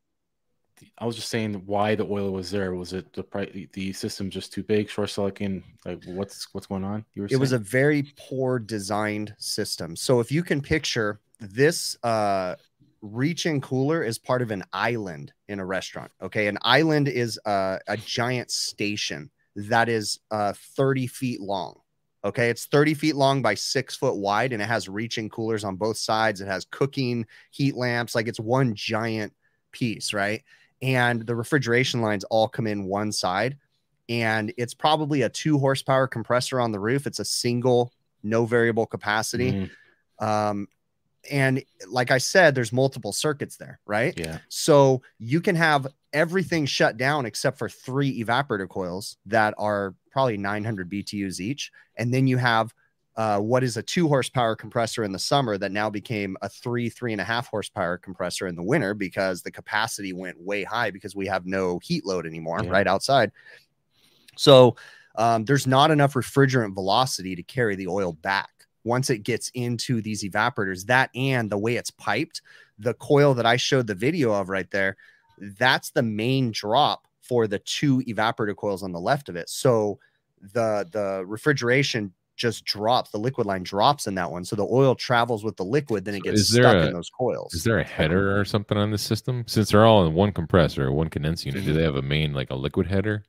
[SPEAKER 1] I was just saying why the oil was there. Was it the pri- the system just too big, short circuiting? Like what's what's going on? You were
[SPEAKER 4] It was a
[SPEAKER 1] saying?
[SPEAKER 4] very poor designed system. So if you can picture this uh reach in cooler is part of an island in a restaurant. Okay. An island is uh, a giant station that is uh 30 feet long. Okay. It's 30 feet long by six foot wide and it has reach in coolers on both sides. It has cooking, heat lamps, like it's one giant piece, right? And the refrigeration lines all come in one side. And it's probably a two horsepower compressor on the roof. It's a single, no variable capacity.
[SPEAKER 1] Mhm,
[SPEAKER 4] Um, and like I said, there's multiple circuits there, right?
[SPEAKER 1] yeah.
[SPEAKER 4] So you can have everything shut down except for three evaporator coils that are probably 900 BTUs each. And then you have uh, what is a two horsepower compressor in the summer that now became a three, three and a half horsepower compressor in the winter because the capacity went way high because we have no heat load anymore
[SPEAKER 1] Yeah.
[SPEAKER 4] right outside. So um, there's not enough refrigerant velocity to carry the oil back once it gets into these evaporators. That and the way it's piped the coil that I showed the video of right there, that's the main drop for the two evaporator coils on the left of it. So the the refrigeration just drops, the liquid line drops in that one. So the oil travels with the liquid, then it
[SPEAKER 2] So
[SPEAKER 4] gets
[SPEAKER 2] is there
[SPEAKER 4] stuck
[SPEAKER 2] a-
[SPEAKER 4] in those coils.
[SPEAKER 2] Is there a header or something on this system? Since they're all in one compressor, one condensing unit,
[SPEAKER 4] Mm-hmm.
[SPEAKER 2] do they have a main like a liquid header?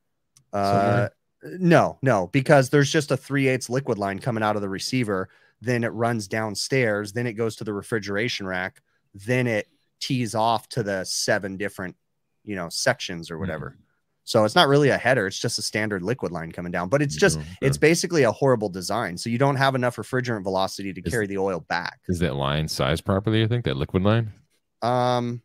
[SPEAKER 4] Uh, no, no, because there's just a 3 eighths liquid line coming out of the receiver. Then it runs downstairs. Then it goes to the refrigeration rack. Then it tees off to the seven different, you know, sections or whatever. So it's not really a header. It's just a standard liquid line coming down. But it's just,
[SPEAKER 2] You know,
[SPEAKER 4] it's
[SPEAKER 2] or-
[SPEAKER 4] basically a horrible design. So you don't have enough refrigerant velocity to
[SPEAKER 2] Is-
[SPEAKER 4] carry the oil back.
[SPEAKER 2] is that line sized properly? You think that liquid line?
[SPEAKER 4] Um,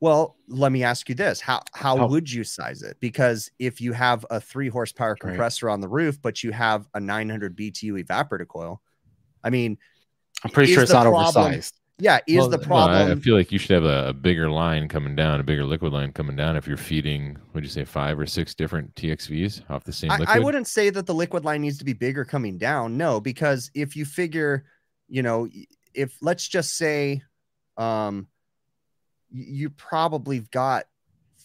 [SPEAKER 4] well, let me ask you this: how how
[SPEAKER 2] Oh.
[SPEAKER 1] How-
[SPEAKER 4] would you size it? Because if you have a three horsepower
[SPEAKER 1] Right.
[SPEAKER 4] compressor on the roof, but you have a 900 BTU evaporator coil, I mean,
[SPEAKER 1] I'm pretty sure
[SPEAKER 4] is
[SPEAKER 1] it's
[SPEAKER 4] the
[SPEAKER 1] not
[SPEAKER 4] problem-
[SPEAKER 1] oversized.
[SPEAKER 4] yeah, is
[SPEAKER 2] Well,
[SPEAKER 4] the
[SPEAKER 2] no, I-
[SPEAKER 4] problem?
[SPEAKER 2] I feel like you should have a, a bigger line coming down, a bigger liquid line coming down. If you're feeding, would you say five or six different TXVs off the same
[SPEAKER 4] I,
[SPEAKER 2] liquid?
[SPEAKER 4] I wouldn't say that the liquid line needs to be bigger coming down. No, because if you figure, you know, y- if let's just say, um, y- you probably got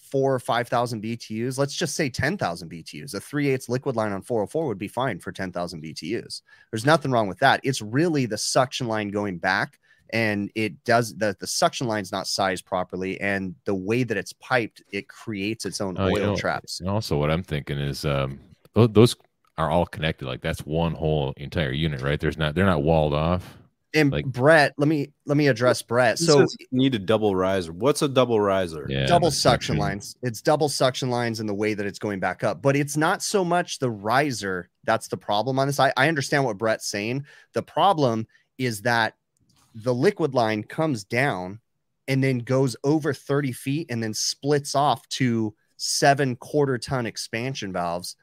[SPEAKER 4] four or five thousand BTUs. Let's just say ten thousand BTUs. A three eighths liquid line on four hundred four would be fine for ten thousand BTUs. There's nothing wrong with that. It's really the suction line going back. And it does the, the suction line's not sized properly, and the way that it's piped, it creates its own
[SPEAKER 2] Oh, you
[SPEAKER 4] oil
[SPEAKER 2] know,
[SPEAKER 4] traps.
[SPEAKER 2] And also, what I'm thinking is, um, tho- those are all connected. Like that's one whole entire unit, right? There's not, they're not walled off.
[SPEAKER 4] and
[SPEAKER 2] Like-
[SPEAKER 4] Brett, let me let me address Brett.
[SPEAKER 3] This
[SPEAKER 4] So
[SPEAKER 3] says need a double riser. What's a double riser?
[SPEAKER 2] Yeah,
[SPEAKER 4] double
[SPEAKER 2] the
[SPEAKER 4] suction lines. It's double suction lines in the way that it's going back up, but it's not so much the riser that's the problem on this. I, I understand what Brett's saying. The problem is that the liquid line comes down and then goes over 30 feet and then splits off to seven quarter ton expansion valves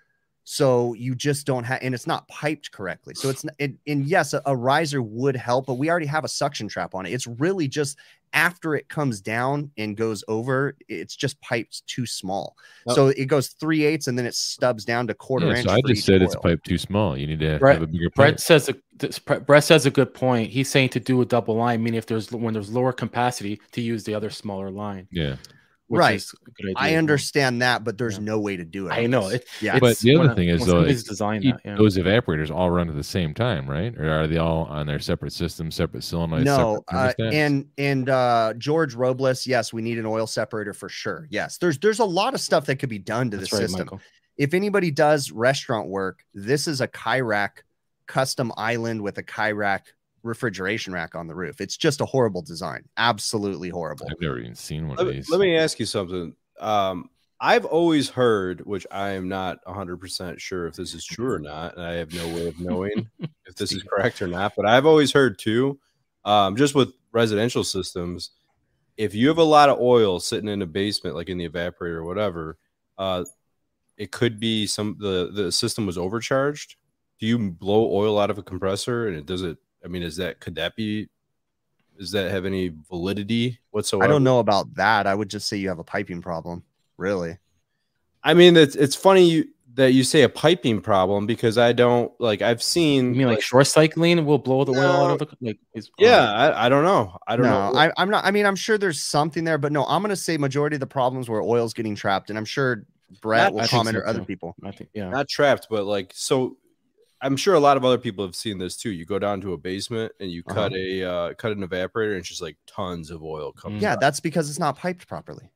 [SPEAKER 4] So you just don't have, and it's not piped correctly. So it's, n- and, and yes, a, a riser would help, but we already have a suction trap on it. It's really just after it comes down and goes over, it's just piped too small.
[SPEAKER 3] Oh.
[SPEAKER 4] So it goes three eighths and then it stubs down to quarter
[SPEAKER 2] Yeah,
[SPEAKER 4] inch.
[SPEAKER 2] so I
[SPEAKER 4] for
[SPEAKER 2] just
[SPEAKER 4] each
[SPEAKER 2] said it's
[SPEAKER 4] coil.
[SPEAKER 2] pipe too small. You need to
[SPEAKER 1] Brett-
[SPEAKER 2] have a bigger pipe.
[SPEAKER 1] Brett says a this, Brett says a good point. He's saying to do a double line, meaning if there's when there's lower capacity to use the other smaller line.
[SPEAKER 2] Yeah,
[SPEAKER 1] which
[SPEAKER 4] Right.
[SPEAKER 1] is a good idea as
[SPEAKER 4] I
[SPEAKER 1] well.
[SPEAKER 4] understand that, but there's
[SPEAKER 1] Yeah.
[SPEAKER 4] no way to do it.
[SPEAKER 1] I know it.
[SPEAKER 4] Yeah.
[SPEAKER 1] it's-
[SPEAKER 2] But the other
[SPEAKER 1] when-
[SPEAKER 2] thing is,
[SPEAKER 1] when
[SPEAKER 2] though,
[SPEAKER 1] somebody's
[SPEAKER 2] it-
[SPEAKER 1] designed
[SPEAKER 2] You-
[SPEAKER 1] that. Yeah.
[SPEAKER 2] those evaporators all run at the same time, right? Or are they all on their separate systems, separate solenoids?
[SPEAKER 4] no, uh,
[SPEAKER 2] separate thermostats?
[SPEAKER 4] and and uh, George Robles, yes, we need an oil separator for sure. Yes, there's there's a lot of stuff that could be done to
[SPEAKER 1] That's
[SPEAKER 4] the
[SPEAKER 1] right,
[SPEAKER 4] system.
[SPEAKER 1] Michael.
[SPEAKER 4] If anybody does restaurant work, this is a Kyrac custom island with a Kyrac refrigeration rack on the roof. It's just a horrible design, absolutely horrible.
[SPEAKER 2] I've never even seen one
[SPEAKER 3] Let
[SPEAKER 2] of
[SPEAKER 3] me,
[SPEAKER 2] these.
[SPEAKER 3] let me ask you something. Um, I've always heard, which I am not 100% sure if this is true or not, and I have no way of knowing if this is correct or not, but I've always heard too, um, just with residential systems, if you have a lot of oil sitting in a basement, like in the evaporator or whatever, uh, it could be some the the system was overcharged. Do you blow oil out of a compressor and it does it? I mean, is that could that be? Does that have any validity whatsoever?
[SPEAKER 4] I don't know about that. I would just say you have a piping problem, really.
[SPEAKER 3] I mean, it's it's funny you, that you say a piping problem because I don't like I've
[SPEAKER 1] You
[SPEAKER 3] seen.
[SPEAKER 1] mean like short cycling will blow the oil out
[SPEAKER 3] No.
[SPEAKER 1] of the like? Is, uh,
[SPEAKER 3] yeah, I, I don't know. I don't
[SPEAKER 4] no,
[SPEAKER 3] know.
[SPEAKER 4] I, I'm not. I mean, I'm sure there's something there, but no, I'm going to say majority of the problems where oil's getting trapped, and I'm sure Brett
[SPEAKER 3] Not-
[SPEAKER 4] will
[SPEAKER 1] I think
[SPEAKER 4] comment
[SPEAKER 1] so,
[SPEAKER 4] or other
[SPEAKER 1] too.
[SPEAKER 4] people.
[SPEAKER 1] I think yeah.
[SPEAKER 3] not trapped, but like so. I'm sure a lot of other people have seen this too. You go down to a basement and you
[SPEAKER 1] Uh-huh.
[SPEAKER 3] cut a uh, cut an evaporator, and it's just like tons of oil coming.
[SPEAKER 2] Mm-hmm.
[SPEAKER 1] Mm.
[SPEAKER 4] Yeah,
[SPEAKER 3] out.
[SPEAKER 4] that's because it's not piped properly.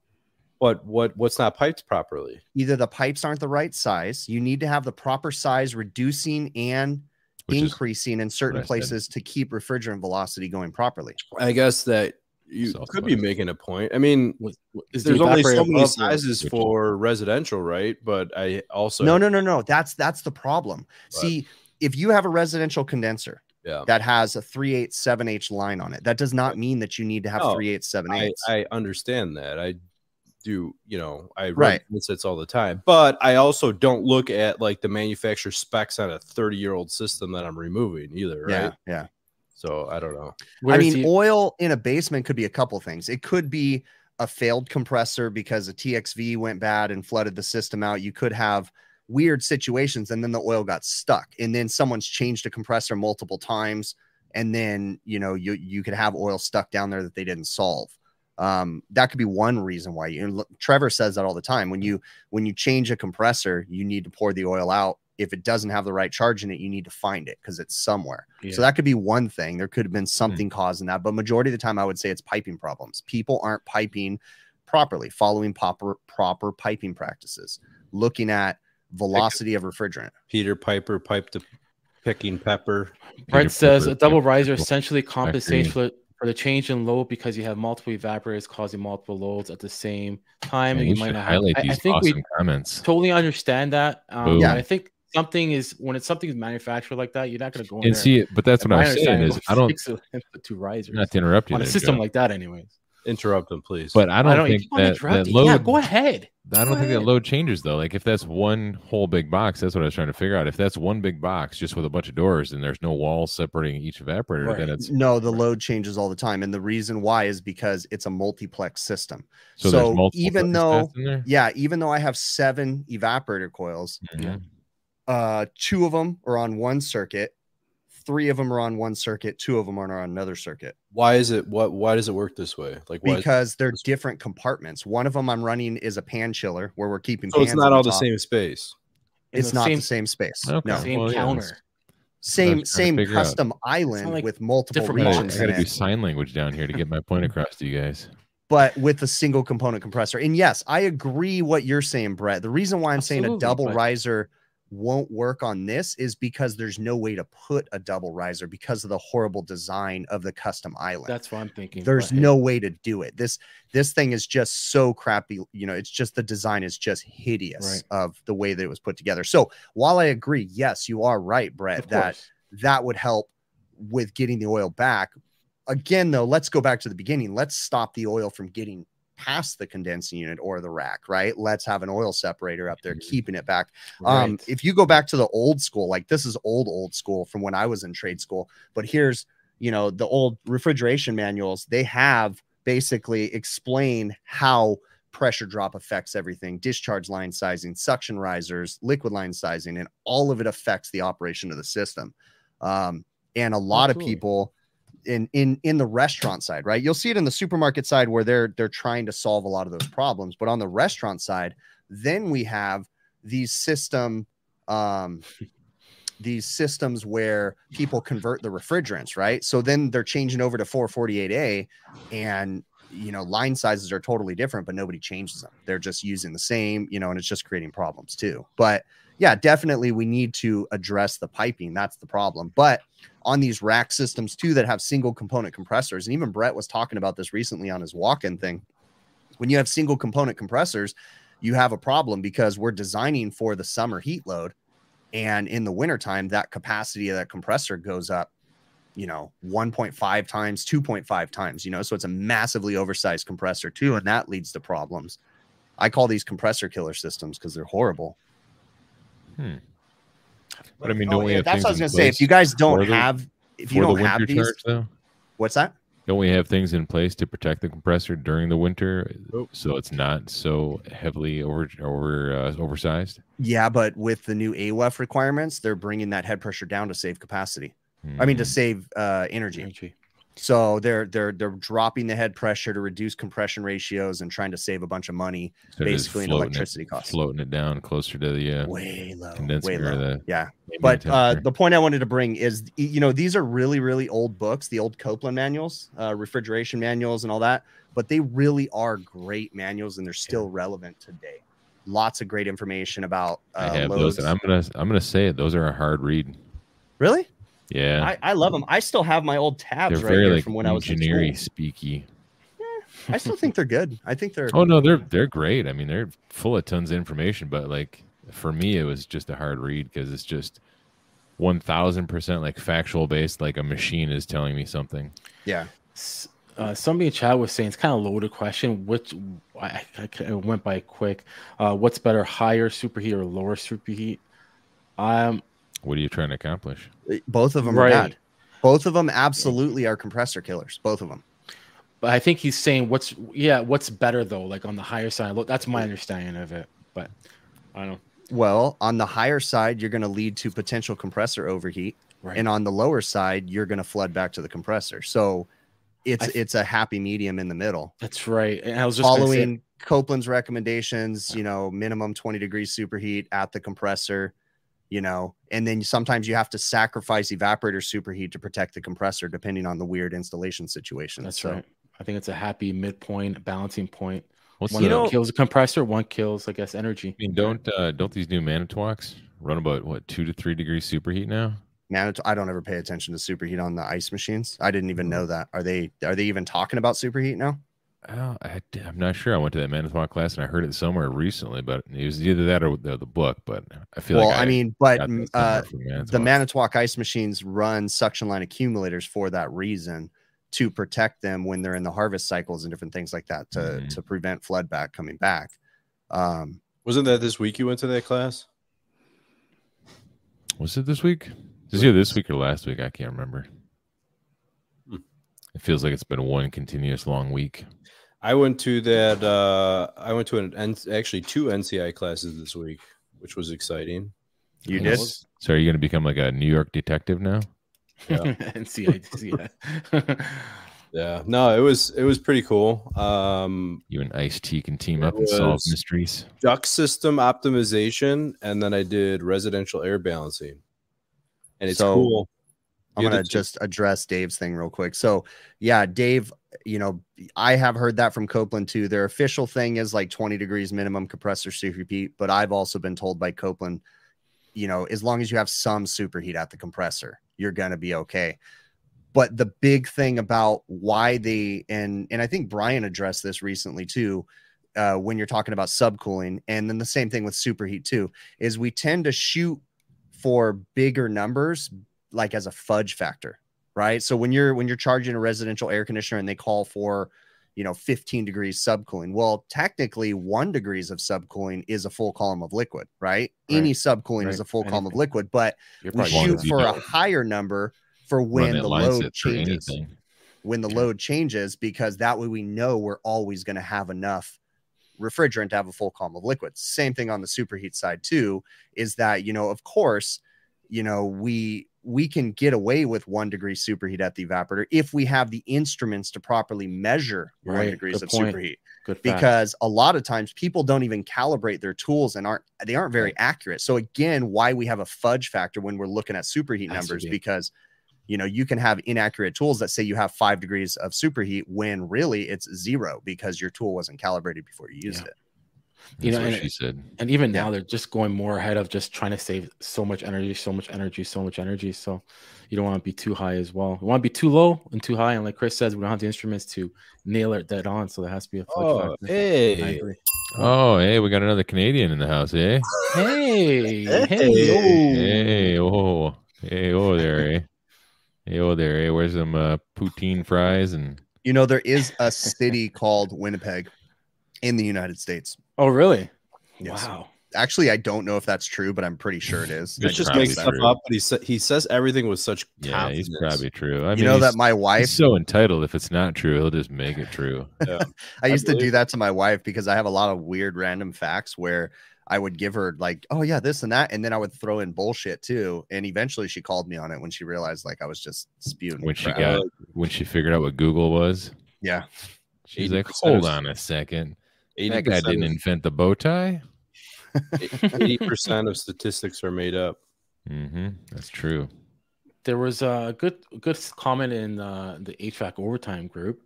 [SPEAKER 3] But what what's not piped properly?
[SPEAKER 4] Either the pipes aren't the right size. You need to have the proper size reducing and
[SPEAKER 2] Which is
[SPEAKER 4] increasing in certain
[SPEAKER 2] what I said.
[SPEAKER 4] places to keep refrigerant velocity going properly.
[SPEAKER 3] I guess that you
[SPEAKER 2] Self
[SPEAKER 3] could be
[SPEAKER 2] pipes.
[SPEAKER 3] making a point. I mean,
[SPEAKER 1] What- what- is the
[SPEAKER 3] there's only so
[SPEAKER 1] evaporator
[SPEAKER 3] many
[SPEAKER 1] above the-
[SPEAKER 3] sizes
[SPEAKER 2] which-
[SPEAKER 3] for residential, right? But I also
[SPEAKER 4] no, no, no, no. That's that's the problem.
[SPEAKER 3] But-
[SPEAKER 4] See, if you have a residential condenser
[SPEAKER 3] Yeah.
[SPEAKER 2] Oh.
[SPEAKER 4] that has a 387H line on it, that does not mean that you need to have
[SPEAKER 2] Oh,
[SPEAKER 3] No,
[SPEAKER 4] 387H.
[SPEAKER 3] I, I understand that. I do, you know, I
[SPEAKER 4] Right.
[SPEAKER 3] read sets all the time, but I also don't look at like the manufacturer specs on a 30 year old system that I'm removing either, right?
[SPEAKER 4] Yeah, yeah.
[SPEAKER 3] So I don't know.
[SPEAKER 1] where's
[SPEAKER 4] I mean,
[SPEAKER 1] the-
[SPEAKER 4] oil in a basement could be a couple things. It could be a failed compressor because a TXV went bad and flooded the system out. You could have weird situations and then the oil got stuck and then someone's changed a compressor multiple times and then, you know, you you could have oil stuck down there that they didn't solve. Um, that could be one reason why you and look, Trevor says that all the time. When you when you change a compressor, you need to pour the oil out. If it doesn't have the right charge in it, you need to find it because it's somewhere. So that could be one thing. There could have been something causing that, but majority of the time, I would say it's piping problems. People aren't piping properly, following proper proper piping practices, looking at velocity of refrigerant.
[SPEAKER 3] Peter Piper piped to picking pepper.
[SPEAKER 1] Brett
[SPEAKER 2] Peter
[SPEAKER 1] says
[SPEAKER 2] Piper-
[SPEAKER 1] a double riser
[SPEAKER 2] Piper-
[SPEAKER 1] essentially compensates for, for the change in load because you have multiple evaporators causing multiple loads at the same time.
[SPEAKER 2] Man,
[SPEAKER 1] and
[SPEAKER 2] we
[SPEAKER 1] you might
[SPEAKER 2] should
[SPEAKER 1] not have-
[SPEAKER 2] highlight
[SPEAKER 1] I- I,
[SPEAKER 2] these
[SPEAKER 1] think
[SPEAKER 2] awesome
[SPEAKER 1] we
[SPEAKER 2] comments.
[SPEAKER 1] totally understand that. Um,
[SPEAKER 2] Yeah.
[SPEAKER 1] I think something is when it's something is manufactured like that, you're not going to go in
[SPEAKER 2] And
[SPEAKER 1] there.
[SPEAKER 2] see, it, but that's what
[SPEAKER 1] My
[SPEAKER 2] I'm saying
[SPEAKER 1] understanding
[SPEAKER 2] is I don't.
[SPEAKER 1] fix it with the two risers
[SPEAKER 2] Not to interrupt you,
[SPEAKER 1] on a
[SPEAKER 2] there,
[SPEAKER 1] system
[SPEAKER 2] Joe,
[SPEAKER 1] like that, anyways.
[SPEAKER 3] Interrupt him, please.
[SPEAKER 2] but I don't,
[SPEAKER 1] you
[SPEAKER 2] think
[SPEAKER 1] keep on
[SPEAKER 2] that, that
[SPEAKER 1] interrupting.
[SPEAKER 2] load.
[SPEAKER 1] Yeah, go ahead.
[SPEAKER 2] I
[SPEAKER 1] Go
[SPEAKER 2] don't think that
[SPEAKER 1] ahead.
[SPEAKER 2] load changes though. Like if that's one whole big box, that's what I was trying to figure out. If that's one big box just with a bunch of doors and there's no wall separating each evaporator,
[SPEAKER 1] Right.
[SPEAKER 2] then it's
[SPEAKER 4] No, the load changes all the time, and the reason why is because it's a multiplex system.
[SPEAKER 2] so,
[SPEAKER 4] so
[SPEAKER 2] there's multiple
[SPEAKER 4] even
[SPEAKER 2] thermostats
[SPEAKER 4] though-
[SPEAKER 2] in there?
[SPEAKER 4] Yeah, even though I have seven evaporator coils,
[SPEAKER 1] Yeah.
[SPEAKER 4] uh, two of them are on one circuit, three of them are on one circuit, two of them are on another circuit.
[SPEAKER 3] why is it what why does it work this way? Like why is-
[SPEAKER 4] because they're different compartments. One of them I'm running is a pan chiller where we're keeping.
[SPEAKER 3] so it's
[SPEAKER 4] pans
[SPEAKER 3] not
[SPEAKER 4] on
[SPEAKER 3] all the
[SPEAKER 4] top.
[SPEAKER 3] same space.
[SPEAKER 1] In
[SPEAKER 4] It's
[SPEAKER 1] the
[SPEAKER 4] not
[SPEAKER 1] same,
[SPEAKER 4] the same space.
[SPEAKER 2] Okay.
[SPEAKER 4] No,
[SPEAKER 1] same
[SPEAKER 2] Well, yeah,
[SPEAKER 1] counter.
[SPEAKER 2] it's-
[SPEAKER 4] same
[SPEAKER 2] trying to
[SPEAKER 4] same
[SPEAKER 2] figure out.
[SPEAKER 4] custom island
[SPEAKER 1] like
[SPEAKER 4] with multiple
[SPEAKER 1] different
[SPEAKER 2] I gotta-
[SPEAKER 1] box
[SPEAKER 4] regions
[SPEAKER 2] I
[SPEAKER 4] in
[SPEAKER 2] gotta do
[SPEAKER 4] it,
[SPEAKER 2] sign language down here to get my point across to you guys.
[SPEAKER 4] but with a single component compressor. And yes, I agree what you're saying, Brett. The reason why I'm saying a
[SPEAKER 1] Absolutely,
[SPEAKER 4] double
[SPEAKER 1] but-
[SPEAKER 4] riser won't work on this is because there's no way to put a double riser because of the horrible design of the custom island.
[SPEAKER 1] That's what I'm thinking.
[SPEAKER 4] there's
[SPEAKER 1] Go ahead.
[SPEAKER 4] no way to do it this this thing is just so crappy you know it's just the design is just hideous of the way that it was put together so while i agree yes you are right brett
[SPEAKER 1] Of
[SPEAKER 4] that
[SPEAKER 1] course.
[SPEAKER 4] that would help with getting the oil back again though let's go back to the beginning let's stop the oil from getting past the condensing unit or the rack, right? Let's have an oil separator up there
[SPEAKER 1] Mm-hmm.
[SPEAKER 4] keeping it back. Um,
[SPEAKER 1] Right.
[SPEAKER 4] if you go back to the old school, like this is old, old school from when I was in trade school, but here's, you know, the old refrigeration manuals, they have basically explain how pressure drop affects everything discharge line sizing, suction risers, liquid line sizing, and all of it affects the operation of the system. Um, and a lot
[SPEAKER 1] Absolutely.
[SPEAKER 4] of people, in in in the restaurant side, right? You'll see it in the supermarket side where they're they're trying to solve a lot of those problems, but on the restaurant side, then we have these system um these systems where people convert the refrigerants, right? So then they're changing over to 448A and you know, line sizes are totally different, but nobody changes them. They're just using the same, you know, and it's just creating problems too. But yeah, definitely we need to address the piping. That's the problem. But on these rack systems too that have single component compressors. And even Brett was talking about this recently on his walk in thing. When you have single component compressors, you have a problem because we're designing for the summer heat load. And in the wintertime, that capacity of that compressor goes up, you know, 1.5 times, 2.5 times, you know, so it's a massively oversized compressor too. And that leads to problems. I call these compressor killer systems because they're horrible.
[SPEAKER 2] But I mean, don't
[SPEAKER 4] Oh,
[SPEAKER 2] we
[SPEAKER 4] yeah,
[SPEAKER 2] have
[SPEAKER 4] that's
[SPEAKER 2] things
[SPEAKER 4] what I was
[SPEAKER 2] in
[SPEAKER 4] gonna say.
[SPEAKER 2] place
[SPEAKER 4] If you guys don't
[SPEAKER 2] for the-
[SPEAKER 4] have, if you
[SPEAKER 2] for the
[SPEAKER 4] don't have
[SPEAKER 2] winter
[SPEAKER 4] these,
[SPEAKER 2] charge, though?
[SPEAKER 4] what's that?
[SPEAKER 2] Don't we have things in place to protect the compressor during the winter,
[SPEAKER 1] Oh.
[SPEAKER 2] so it's not so heavily over over uh, oversized?
[SPEAKER 4] Yeah, but with the new AWEF requirements, they're bringing that head pressure down to save capacity. I mean, to
[SPEAKER 2] Mm.
[SPEAKER 4] save uh, energy.
[SPEAKER 1] Energy.
[SPEAKER 4] So they're they're they're dropping the head pressure to reduce compression ratios and trying to save a bunch of money,
[SPEAKER 2] So just
[SPEAKER 4] basically in
[SPEAKER 2] floating it-
[SPEAKER 4] electricity costs.
[SPEAKER 2] floating it down closer to the uh,
[SPEAKER 4] Way low,
[SPEAKER 2] condenser
[SPEAKER 4] way
[SPEAKER 2] or
[SPEAKER 4] low.
[SPEAKER 2] the
[SPEAKER 4] Yeah,
[SPEAKER 2] ambient
[SPEAKER 4] but uh,
[SPEAKER 2] temperature.
[SPEAKER 4] the point I wanted to bring is, y- you know, these are really, really old books, the old Copeland manuals, uh, refrigeration manuals, and all that. But they really are great manuals, and they're still relevant today. Lots of great information about uh,
[SPEAKER 2] I have
[SPEAKER 4] loads.
[SPEAKER 2] those, and I'm gonna I'm gonna say it. Those are a hard read.
[SPEAKER 4] really,
[SPEAKER 2] Yeah,
[SPEAKER 4] I, I love them. I still have my old tabs
[SPEAKER 2] they're
[SPEAKER 4] right
[SPEAKER 2] very
[SPEAKER 4] here
[SPEAKER 2] like
[SPEAKER 4] from when I was in
[SPEAKER 2] engineering
[SPEAKER 4] school.
[SPEAKER 2] speaky.
[SPEAKER 4] I still think they're good. I think they're.
[SPEAKER 2] Oh no, they're they're great. I mean, they're full of tons of information, but like for me, it was just a hard read because it's just one thousand percent like factual based. Like a machine is telling me something.
[SPEAKER 4] yeah,
[SPEAKER 1] S- Uh, somebody in chat was saying it's kind of a loaded question. Which I, I, I went by quick. Uh, what's better, higher superheat or lower superheat? Um,
[SPEAKER 2] What are you trying to accomplish?
[SPEAKER 4] both of them
[SPEAKER 1] Right.
[SPEAKER 4] are bad. Both of them absolutely are compressor killers. Both of them.
[SPEAKER 1] but I think he's saying what's yeah, what's better though, like on the higher side. Look, that's my understanding of it. But I don't know.
[SPEAKER 4] Well, on the higher side, you're going to lead to potential compressor overheat,
[SPEAKER 1] Right.
[SPEAKER 4] and on the lower side, you're going to flood back to the compressor. So, it's
[SPEAKER 1] I-
[SPEAKER 4] it's a happy medium in the middle,
[SPEAKER 1] That's right. And I was just gonna say-
[SPEAKER 4] following Copeland's recommendations. You know, minimum 20 degrees superheat at the compressor. You know, and then sometimes you have to sacrifice evaporator superheat to protect the compressor, depending on the weird installation situation.
[SPEAKER 1] That's
[SPEAKER 4] so,
[SPEAKER 1] right. I think it's a happy midpoint, balancing point.
[SPEAKER 2] What's
[SPEAKER 1] One
[SPEAKER 2] the,
[SPEAKER 3] know-
[SPEAKER 1] kills the compressor, one kills, I guess, energy.
[SPEAKER 2] I mean, don't uh, don't these new Manitowocs run about what two to three degrees superheat now?
[SPEAKER 4] Man, it's- I don't ever pay attention to superheat on the ice machines. I didn't
[SPEAKER 1] Mm-hmm.
[SPEAKER 4] even know that. Are they are they even talking about superheat now?
[SPEAKER 2] Oh, I, am not sure. I went to that Manitowoc class and I heard it somewhere recently, but it was either that or the, the book. But I feel
[SPEAKER 4] well,
[SPEAKER 2] like
[SPEAKER 4] I, mean,
[SPEAKER 2] got
[SPEAKER 4] but
[SPEAKER 2] that
[SPEAKER 4] mm,
[SPEAKER 2] somewhere
[SPEAKER 4] uh,
[SPEAKER 2] from
[SPEAKER 4] the
[SPEAKER 2] Manitowoc.
[SPEAKER 4] Manitowoc ice machines run suction line accumulators for that reason to protect them when they're in the harvest cycles and different things like that to
[SPEAKER 2] Mhm.
[SPEAKER 4] to prevent flood back coming back. Um,
[SPEAKER 3] Wasn't that this week you went to that class?
[SPEAKER 2] Was it this week? Is it this week or last week? I can't remember.
[SPEAKER 3] Hmm.
[SPEAKER 2] It feels like it's been one continuous long week.
[SPEAKER 3] I went to that. Uh, I went to an N- actually two NCI classes this week, which was exciting.
[SPEAKER 4] you
[SPEAKER 2] Yeah.
[SPEAKER 4] did.
[SPEAKER 2] So are you going to become like a New York detective now?
[SPEAKER 3] Yeah.
[SPEAKER 1] and see, I see that.
[SPEAKER 3] Yeah, no, it was it was pretty cool. Um,
[SPEAKER 2] You and Ice T can team
[SPEAKER 3] It
[SPEAKER 2] up and solve
[SPEAKER 3] was-
[SPEAKER 2] mysteries.
[SPEAKER 3] duct system optimization, and then I did residential air balancing, and it's
[SPEAKER 4] So,
[SPEAKER 3] cool.
[SPEAKER 4] I'm
[SPEAKER 3] The
[SPEAKER 4] gonna
[SPEAKER 3] other two-
[SPEAKER 4] just address Dave's thing real quick. So, yeah, Dave, you know, I have heard that from Copeland too. Their official thing is like 20 degrees minimum compressor superheat, but I've also been told by Copeland, you know, as long as you have some superheat at the compressor, you're gonna be okay. But the big thing about why they and and I think Brian addressed this recently too, uh, when you're talking about subcooling, and then the same thing with superheat too, is we tend to shoot for bigger numbers like as a fudge factor right so when you're when you're charging a residential air conditioner and they call for you know 15 degrees subcooling well technically one degrees of subcooling is a full column of liquid right,
[SPEAKER 1] Right.
[SPEAKER 4] any subcooling is
[SPEAKER 1] Right.
[SPEAKER 4] a full column of
[SPEAKER 1] Anything.
[SPEAKER 4] liquid but
[SPEAKER 1] You're
[SPEAKER 4] we
[SPEAKER 2] Right.
[SPEAKER 1] probably
[SPEAKER 4] shoot
[SPEAKER 2] As you
[SPEAKER 4] for a
[SPEAKER 2] know.
[SPEAKER 4] higher number for
[SPEAKER 2] Run
[SPEAKER 4] when
[SPEAKER 2] that
[SPEAKER 4] the
[SPEAKER 2] line
[SPEAKER 4] load
[SPEAKER 2] set through
[SPEAKER 4] changes
[SPEAKER 2] anything.
[SPEAKER 4] when the
[SPEAKER 2] Yeah.
[SPEAKER 4] load changes because that way we know we're always going to have enough refrigerant to have a full column of liquids. Same thing on the superheat side too is that you know of course you know we we can get away with one degree superheat at the evaporator if we have the instruments to properly measure one
[SPEAKER 1] Right,
[SPEAKER 4] degrees
[SPEAKER 1] good
[SPEAKER 4] of
[SPEAKER 1] point.
[SPEAKER 4] superheat
[SPEAKER 1] good fact.
[SPEAKER 4] because a lot of times people don't even calibrate their tools and aren't they aren't very accurate. So again, why we have a fudge factor when we're looking at superheat
[SPEAKER 1] I see
[SPEAKER 4] numbers
[SPEAKER 1] that.
[SPEAKER 4] because you know you can have inaccurate tools that say you have five degrees of superheat when really it's zero because your tool wasn't calibrated before you used
[SPEAKER 1] Yeah.
[SPEAKER 4] it.
[SPEAKER 1] You
[SPEAKER 2] That's
[SPEAKER 1] know,
[SPEAKER 2] what
[SPEAKER 1] and-
[SPEAKER 2] she said.
[SPEAKER 1] and even
[SPEAKER 4] Yeah.
[SPEAKER 1] now they're just going more ahead of just trying to save so much energy, so much energy, so much energy. So you don't want to be too high as well. You want to be too low and too high. And like Chris says, we don't have the instruments to nail it dead on. So there has to be a fudge
[SPEAKER 3] Oh,
[SPEAKER 1] factor. I
[SPEAKER 3] hey.
[SPEAKER 1] agree.
[SPEAKER 2] Oh, hey, we got another Canadian in the house, eh?
[SPEAKER 1] Hey, hey,
[SPEAKER 3] Hey.
[SPEAKER 1] hey.
[SPEAKER 2] Hey, oh, hey, oh there, eh? Hey, oh there, eh? Where's some uh, poutine fries and
[SPEAKER 4] You know there is a city called Winnipeg in the United States.
[SPEAKER 1] Oh, really?
[SPEAKER 4] Yes.
[SPEAKER 1] Wow.
[SPEAKER 4] Actually, I don't know if that's true, but I'm pretty sure it is.
[SPEAKER 2] Good
[SPEAKER 3] This just
[SPEAKER 2] Probably
[SPEAKER 3] makes stuff
[SPEAKER 2] true.
[SPEAKER 3] up, but he sa- he says everything with such
[SPEAKER 2] yeah,
[SPEAKER 3] confidence.
[SPEAKER 2] he's probably true. I mean,
[SPEAKER 4] you know that
[SPEAKER 2] he's,
[SPEAKER 4] my wife
[SPEAKER 2] he's so entitled. If it's not true, he'll just make it true.
[SPEAKER 4] I
[SPEAKER 3] I
[SPEAKER 4] used to do
[SPEAKER 3] believe-
[SPEAKER 4] that to my wife because I have a lot of weird random facts where I would give her like, oh yeah, this and that, and then I would throw in bullshit too. And eventually, she called me on it when she realized like I was just spewing.
[SPEAKER 2] When she
[SPEAKER 4] crap.
[SPEAKER 2] got when she figured out what Google was,
[SPEAKER 4] yeah,
[SPEAKER 2] she's like,
[SPEAKER 3] 80%
[SPEAKER 2] "Hold
[SPEAKER 3] of-
[SPEAKER 2] on a second, that guy didn't invent the bow tie."
[SPEAKER 3] Eighty percent of statistics are made up.
[SPEAKER 2] Mm-hmm. That's true.
[SPEAKER 1] There was a good good comment in uh, the HVAC overtime group.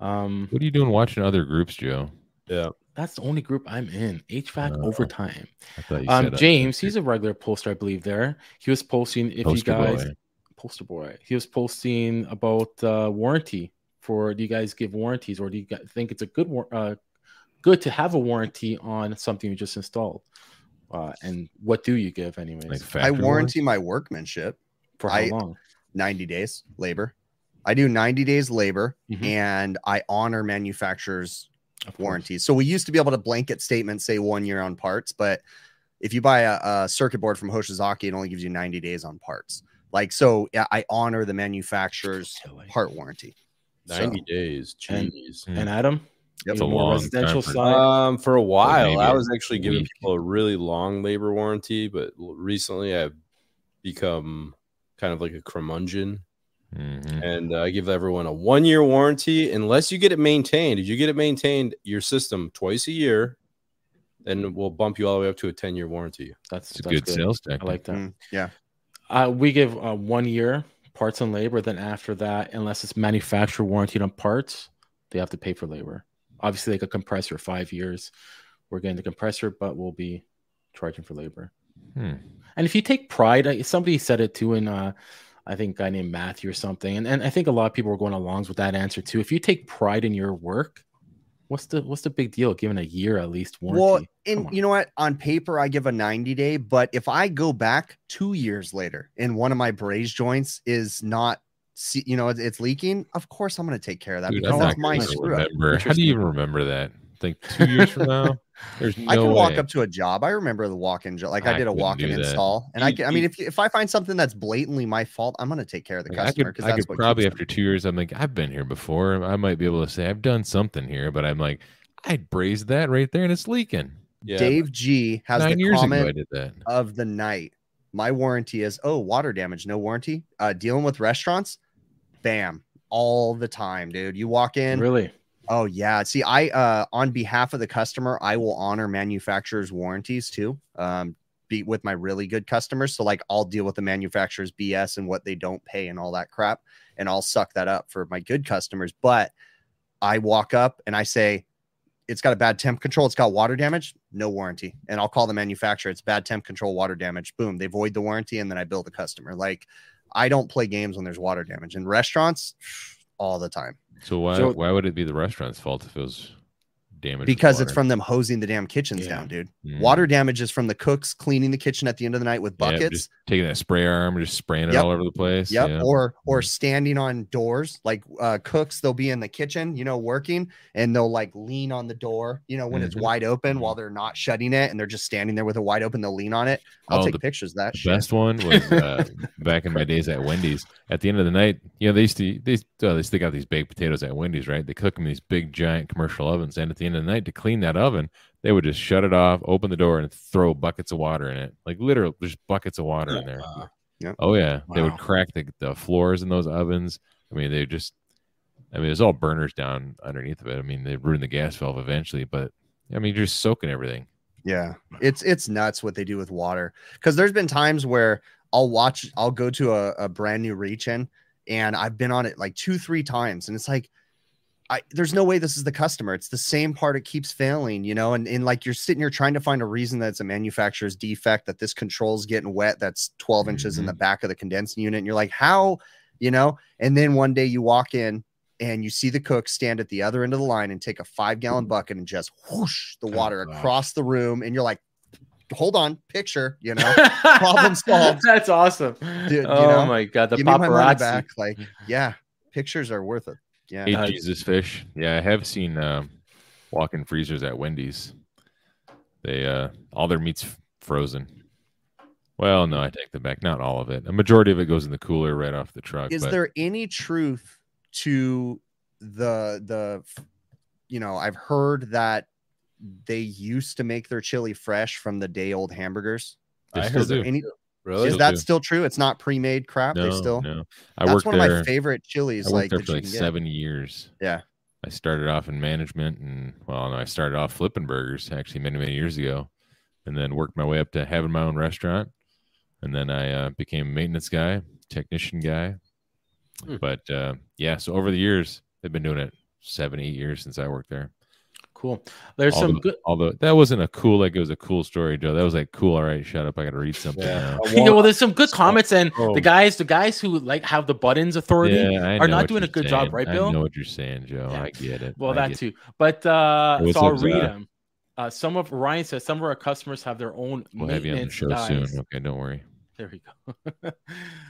[SPEAKER 1] Um,
[SPEAKER 2] What are you doing watching other groups, Joe?
[SPEAKER 3] Yeah,
[SPEAKER 1] that's the only group I'm in. HVAC
[SPEAKER 2] Oh.
[SPEAKER 1] overtime.
[SPEAKER 2] I thought you
[SPEAKER 1] Um,
[SPEAKER 2] said uh,
[SPEAKER 1] James, he's a regular poster, I believe. There, he was posting if
[SPEAKER 2] Poster
[SPEAKER 1] you guys
[SPEAKER 2] boy.
[SPEAKER 1] poster boy. He was posting about uh, warranty for do you guys give warranties or do you guys think it's a good war- uh, good to have a warranty on something you just installed? Uh, and what do you give anyways?
[SPEAKER 2] like
[SPEAKER 4] I
[SPEAKER 2] factory
[SPEAKER 4] warranty my workmanship
[SPEAKER 1] for how
[SPEAKER 4] I-
[SPEAKER 1] long?
[SPEAKER 4] ninety days labor. I do ninety days labor,
[SPEAKER 2] Mm-hmm.
[SPEAKER 1] Mhm.
[SPEAKER 4] and I honor manufacturers'
[SPEAKER 1] Of course.
[SPEAKER 4] warranties. So we used to be able to blanket statement say one year on parts, but if you buy a, a circuit board from Hoshizaki, it only gives you ninety days on parts. Like so, yeah, I honor the manufacturer's
[SPEAKER 1] Really?
[SPEAKER 4] part warranty. So-
[SPEAKER 3] ninety days.
[SPEAKER 1] And-
[SPEAKER 3] Jeez.
[SPEAKER 2] Hmm.
[SPEAKER 1] And Adam,
[SPEAKER 4] Yep.
[SPEAKER 1] you
[SPEAKER 2] a
[SPEAKER 1] more
[SPEAKER 2] long
[SPEAKER 1] residential
[SPEAKER 2] time for-
[SPEAKER 1] side.
[SPEAKER 3] Um, for a while,
[SPEAKER 2] maybe
[SPEAKER 3] I
[SPEAKER 2] a
[SPEAKER 3] was actually giving
[SPEAKER 2] week.
[SPEAKER 3] people a really long labor warranty, but l- recently I've become kind of like a curmudgeon,
[SPEAKER 2] Mhm.
[SPEAKER 3] and uh, I give everyone a one-year warranty unless you get it maintained. If you get it maintained, your system twice a year, then we'll bump you all the way up to a ten-year warranty.
[SPEAKER 1] that's
[SPEAKER 2] It's a
[SPEAKER 1] that's
[SPEAKER 2] good, sales
[SPEAKER 1] I
[SPEAKER 2] tactic.
[SPEAKER 1] like that.
[SPEAKER 4] Mm, yeah.
[SPEAKER 1] Uh, we give uh, one year parts and labor. Then after that, unless it's manufacturer warranty on parts, they have to pay for labor. Obviously, like a compressor, five years. We're getting the compressor, but we'll be charging for labor.
[SPEAKER 2] Hmm.
[SPEAKER 1] And if you take pride, I- somebody said it too, in uh, I think a guy named Matthew or something, and, and I think a lot of people were going along with that answer too. If you take pride in your work, what's the what's the big deal? Given a year at least warranty.
[SPEAKER 4] Well,
[SPEAKER 1] Come
[SPEAKER 4] and
[SPEAKER 1] on.
[SPEAKER 4] you know what? On paper, I give a 90 day, but if I go back two years later and one of my braze joints is not, see, you know, it's, it's leaking, of course I'm going to take care of that
[SPEAKER 2] Dude,
[SPEAKER 4] because
[SPEAKER 2] I'm
[SPEAKER 4] that's
[SPEAKER 2] not
[SPEAKER 4] my
[SPEAKER 2] gonna
[SPEAKER 4] screw up.
[SPEAKER 2] remember. How do you
[SPEAKER 1] Interesting.
[SPEAKER 2] even remember that? Like two years from now, there's no
[SPEAKER 4] I can walk
[SPEAKER 2] way.
[SPEAKER 4] up to a job. I remember the walk in, like
[SPEAKER 2] I
[SPEAKER 4] I did a
[SPEAKER 2] couldn't
[SPEAKER 4] walk in
[SPEAKER 2] do that.
[SPEAKER 4] install, and I
[SPEAKER 3] You-
[SPEAKER 4] can, I mean, if if I find something that's blatantly my fault, I'm going to take care of the
[SPEAKER 2] Like, I
[SPEAKER 4] customer
[SPEAKER 2] could,
[SPEAKER 4] because
[SPEAKER 2] I
[SPEAKER 4] that's
[SPEAKER 2] could
[SPEAKER 4] what
[SPEAKER 2] probably
[SPEAKER 4] keeps them.
[SPEAKER 2] after two years, I'm like, I've been here before. I might be able to say I've done something here, but I'm like, I braised that right there and it's leaking.
[SPEAKER 3] Yeah,
[SPEAKER 4] Dave G has
[SPEAKER 2] Nine
[SPEAKER 4] the
[SPEAKER 2] years ago, I
[SPEAKER 4] comment
[SPEAKER 2] did that.
[SPEAKER 4] of the night. My warranty is oh water damage, no warranty. Uh, dealing with restaurants, bam, all the time, dude. You walk in,
[SPEAKER 1] really,
[SPEAKER 4] oh yeah. See, I uh, on behalf of the customer, I will honor manufacturers' warranties too. Um, be with my really good customers, so like I'll deal with the manufacturer's BS and what they don't pay and all that crap, and I'll suck that up for my good customers. But I walk up and I say, it's got a bad temp control. It's got water damage, no warranty. And I'll call the manufacturer. It's bad temp control, water damage. Boom, they void the warranty, and then I bill the customer. Like, I don't play games when there's water damage in restaurants all the time.
[SPEAKER 2] So why
[SPEAKER 1] Joe-
[SPEAKER 2] why would it be the restaurant's fault if it was damage with
[SPEAKER 4] because it's
[SPEAKER 2] water.
[SPEAKER 4] from them hosing the damn kitchens
[SPEAKER 1] Yeah.
[SPEAKER 4] down, dude.
[SPEAKER 2] Mhm.
[SPEAKER 4] Water damage is from the cooks cleaning the kitchen at the end of the night with
[SPEAKER 2] Yeah,
[SPEAKER 4] buckets.
[SPEAKER 2] just taking that spray arm, just spraying it
[SPEAKER 4] Yep.
[SPEAKER 2] all over the place.
[SPEAKER 4] Yep.
[SPEAKER 2] Yeah. Mm-hmm.
[SPEAKER 4] Or or standing on doors like uh, cooks, they'll be in the kitchen, you know, working, and they'll like lean on the door, you know, when it's
[SPEAKER 2] Mhm.
[SPEAKER 4] wide open
[SPEAKER 2] Mhm.
[SPEAKER 4] while they're not shutting it, and they're just standing there with it wide open. They'll lean on it. I'll
[SPEAKER 2] Oh,
[SPEAKER 4] take
[SPEAKER 2] the-
[SPEAKER 4] pictures of that
[SPEAKER 2] The
[SPEAKER 4] shit.
[SPEAKER 2] best one was uh, back in my days at Wendy's. At the end of the night, you know, they used to they oh, they stick out these baked potatoes at Wendy's, right? They cook them in these big giant commercial ovens, and at the end of the night, to clean that oven, they would just shut it off, open the door, and throw buckets of water in it, like literal just buckets of water in there.
[SPEAKER 3] Wow.
[SPEAKER 4] Yep.
[SPEAKER 2] Oh yeah, they
[SPEAKER 1] Wow.
[SPEAKER 2] would crack the, the floors in those ovens. I mean, they just, I mean, it's all burners down underneath of it. I mean, they ruin the gas valve eventually, but I mean, you're just soaking everything.
[SPEAKER 4] Yeah, it's it's nuts what they do with water. Because there's been times where I'll watch, I'll go to a, a brand new reach in, and I've been on it like two, three times, and it's like, I there's no way this is the customer. It's the same part. It keeps failing, you know. And and like you're sitting here trying to find a reason that it's a manufacturer's defect that this control's getting wet. That's 12 inches in
[SPEAKER 2] Mhm.
[SPEAKER 4] the back of the condensing unit, and you're like, how, you know? And then one day you walk in. And you see the cook stand at the other end of the line and take a five gallon bucket and just whoosh the
[SPEAKER 2] Oh,
[SPEAKER 4] water
[SPEAKER 1] gosh.
[SPEAKER 4] across the room. And you're like, hold on, picture, you know, Problem solved.
[SPEAKER 1] That's awesome.
[SPEAKER 4] you
[SPEAKER 1] oh
[SPEAKER 4] know,
[SPEAKER 1] my god, the
[SPEAKER 4] give me my money
[SPEAKER 1] paparazzi.
[SPEAKER 4] back. Like, yeah, pictures are worth it. Yeah.
[SPEAKER 2] Hey,
[SPEAKER 1] Uh,
[SPEAKER 2] Jesus fish. Yeah, I have seen um, walk-in freezers at Wendy's. They uh, all their meats f- frozen. Well, no, I take that back. Not all of it. A majority of it goes in the cooler right off the truck.
[SPEAKER 4] Is
[SPEAKER 2] but
[SPEAKER 4] there any truth to the the you know, I've heard that they used to make their chili fresh from the day old hamburgers.
[SPEAKER 2] they
[SPEAKER 3] I
[SPEAKER 2] still
[SPEAKER 3] heard
[SPEAKER 4] Is there
[SPEAKER 2] do.
[SPEAKER 4] any
[SPEAKER 3] Really?
[SPEAKER 4] is
[SPEAKER 2] Still
[SPEAKER 4] that
[SPEAKER 2] do.
[SPEAKER 4] still true? It's not pre-made crap.
[SPEAKER 2] no,
[SPEAKER 4] they still
[SPEAKER 2] no. I
[SPEAKER 4] that's
[SPEAKER 2] worked
[SPEAKER 4] one
[SPEAKER 2] there.
[SPEAKER 4] of my favorite chilies.
[SPEAKER 2] I
[SPEAKER 4] Like,
[SPEAKER 2] worked there
[SPEAKER 4] that
[SPEAKER 2] for
[SPEAKER 4] you
[SPEAKER 2] like
[SPEAKER 4] can get.
[SPEAKER 2] seven years.
[SPEAKER 4] Yeah.
[SPEAKER 2] I started off in management and well, no, I started off flipping burgers actually many, many years ago and then worked my way up to having my own restaurant. And then I uh, became maintenance guy, technician guy.
[SPEAKER 1] Hmm.
[SPEAKER 2] But uh, yeah, so over the years, they've been doing it seven, eight years since I worked there.
[SPEAKER 1] Cool. There's
[SPEAKER 2] although,
[SPEAKER 1] some good.
[SPEAKER 2] although that wasn't a cool, like it was a cool story, Joe. That was like, cool. All right, shut up. I got to read something.
[SPEAKER 3] Yeah.
[SPEAKER 2] now.
[SPEAKER 3] I
[SPEAKER 1] Yeah,
[SPEAKER 3] want-
[SPEAKER 1] well, there's some good comments, and
[SPEAKER 3] Oh.
[SPEAKER 1] the guys, the guys who like have the buttons authority.
[SPEAKER 2] Yeah, I
[SPEAKER 1] are
[SPEAKER 2] know
[SPEAKER 1] not
[SPEAKER 2] what
[SPEAKER 1] doing a
[SPEAKER 2] you're
[SPEAKER 1] good job,
[SPEAKER 2] saying.
[SPEAKER 1] right,
[SPEAKER 2] I
[SPEAKER 1] Bill?
[SPEAKER 2] know what you're saying, Joe.
[SPEAKER 1] Yeah.
[SPEAKER 2] I get it.
[SPEAKER 1] Well,
[SPEAKER 2] I
[SPEAKER 1] that
[SPEAKER 2] get
[SPEAKER 1] too. But uh,
[SPEAKER 2] What's
[SPEAKER 1] so I'll
[SPEAKER 2] up,
[SPEAKER 1] read
[SPEAKER 2] Zach?
[SPEAKER 1] them. Uh, some of Ryan says some of our customers have their own
[SPEAKER 2] it. We'll have you on the
[SPEAKER 1] maintenance
[SPEAKER 2] show
[SPEAKER 1] guys.
[SPEAKER 2] soon. Okay, don't worry.
[SPEAKER 1] There we go.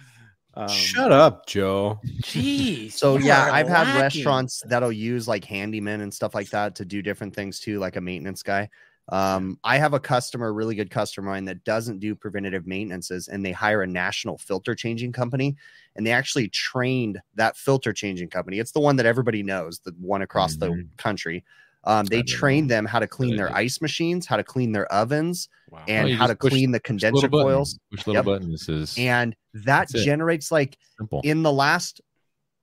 [SPEAKER 1] um,
[SPEAKER 3] Shut up, Joe.
[SPEAKER 1] Jeez.
[SPEAKER 4] So
[SPEAKER 1] you
[SPEAKER 4] yeah,
[SPEAKER 1] are
[SPEAKER 4] I've had
[SPEAKER 1] lacking.
[SPEAKER 4] restaurants that'll use like handymen and stuff like that to do different things too, like a maintenance guy. Um, I have a customer, really good customer of mine that doesn't do preventative maintenances, and they hire a national filter changing company, and they actually trained that filter changing company. It's the one that everybody knows, the one across the country. Um,
[SPEAKER 2] Mm-hmm. I
[SPEAKER 4] they
[SPEAKER 2] don't know.
[SPEAKER 4] trained them how to clean
[SPEAKER 2] Good
[SPEAKER 4] their
[SPEAKER 2] idea.
[SPEAKER 4] ice machines, how to clean their ovens,
[SPEAKER 1] Wow.
[SPEAKER 4] and
[SPEAKER 2] you
[SPEAKER 4] how
[SPEAKER 2] just
[SPEAKER 4] to
[SPEAKER 2] push-
[SPEAKER 4] clean the
[SPEAKER 2] Which little
[SPEAKER 4] condenser
[SPEAKER 2] button?
[SPEAKER 4] coils.
[SPEAKER 2] Which little
[SPEAKER 4] Yep.
[SPEAKER 2] button this is?
[SPEAKER 4] And that
[SPEAKER 2] That's it.
[SPEAKER 4] generates like
[SPEAKER 2] simple.
[SPEAKER 4] in the last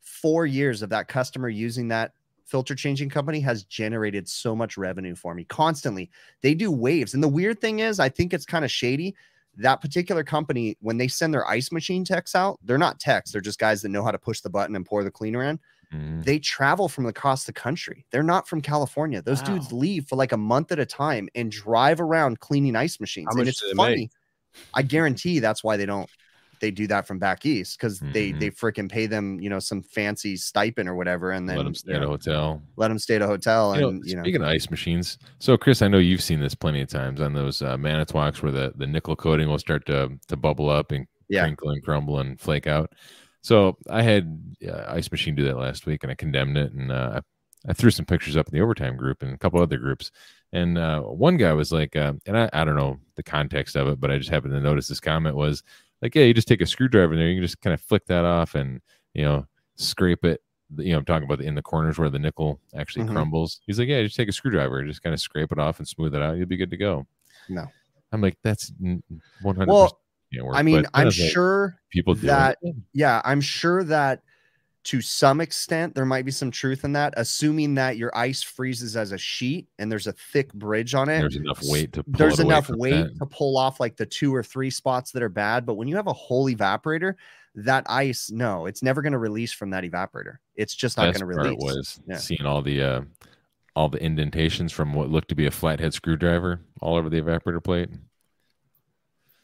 [SPEAKER 4] four years of that customer using that filter changing company has generated so much revenue for me constantly. They do waves. And the weird thing is, I think it's kind of shady. That particular company, when they send their ice machine techs out, they're not techs, they're just guys that know how to push the button and pour the cleaner in.
[SPEAKER 2] Mhm.
[SPEAKER 4] They travel from across the country. They're not from California. Those
[SPEAKER 1] Wow.
[SPEAKER 4] dudes leave for like a month at a time and drive around cleaning ice machines.
[SPEAKER 3] How
[SPEAKER 4] and
[SPEAKER 3] much
[SPEAKER 4] it's
[SPEAKER 3] do they
[SPEAKER 4] funny.
[SPEAKER 3] make?
[SPEAKER 4] I guarantee that's why they don't they do that from back east because they
[SPEAKER 2] Mhm.
[SPEAKER 4] they freaking pay them you know some fancy stipend or whatever and then
[SPEAKER 2] Let them stay
[SPEAKER 4] you
[SPEAKER 2] at a
[SPEAKER 4] know,
[SPEAKER 2] hotel.
[SPEAKER 4] let them stay at a hotel
[SPEAKER 2] You know,
[SPEAKER 4] and you know
[SPEAKER 2] speaking of ice machines, so Chris, I know you've seen this plenty of times on those uh, Manitowocs where the, the nickel coating will start to, to bubble up and
[SPEAKER 4] Yeah.
[SPEAKER 2] crinkle and crumble and flake out. So I had uh, ice machine do that last week, and I condemned it, and uh, I, I threw some pictures up in the overtime group and a couple other groups. And uh, one guy was like, uh, and I, I don't know the context of it, but I just happened to notice this comment was like, yeah, you just take a screwdriver in there, you can just kind of flick that off and you know scrape it. You know, I'm talking about the, in the corners where the nickel actually
[SPEAKER 4] Mhm.
[SPEAKER 2] crumbles. He's like, yeah, just take a screwdriver, and just kind of scrape it off and smooth it out. You'll be good to go.
[SPEAKER 4] No.
[SPEAKER 2] I'm like, that's 100.
[SPEAKER 4] well
[SPEAKER 2] percent
[SPEAKER 4] i mean i'm sure
[SPEAKER 2] people do it.
[SPEAKER 4] that- yeah i'm sure that to some extent there might be some truth in that assuming that your ice freezes as a sheet and there's a thick bridge on it
[SPEAKER 2] there's enough weight to pull
[SPEAKER 4] eh, there's
[SPEAKER 2] it away
[SPEAKER 4] enough
[SPEAKER 2] from
[SPEAKER 4] weight
[SPEAKER 2] that.
[SPEAKER 4] to pull off like the two or three spots that are bad. But when you have a whole evaporator, that ice, no, it's never going to release from that evaporator. It's just not
[SPEAKER 2] Best
[SPEAKER 4] going to
[SPEAKER 2] part
[SPEAKER 4] release.
[SPEAKER 2] was
[SPEAKER 4] Yeah.
[SPEAKER 2] seeing all the uh, all the indentations from what looked to be a flathead screwdriver all over the evaporator plate.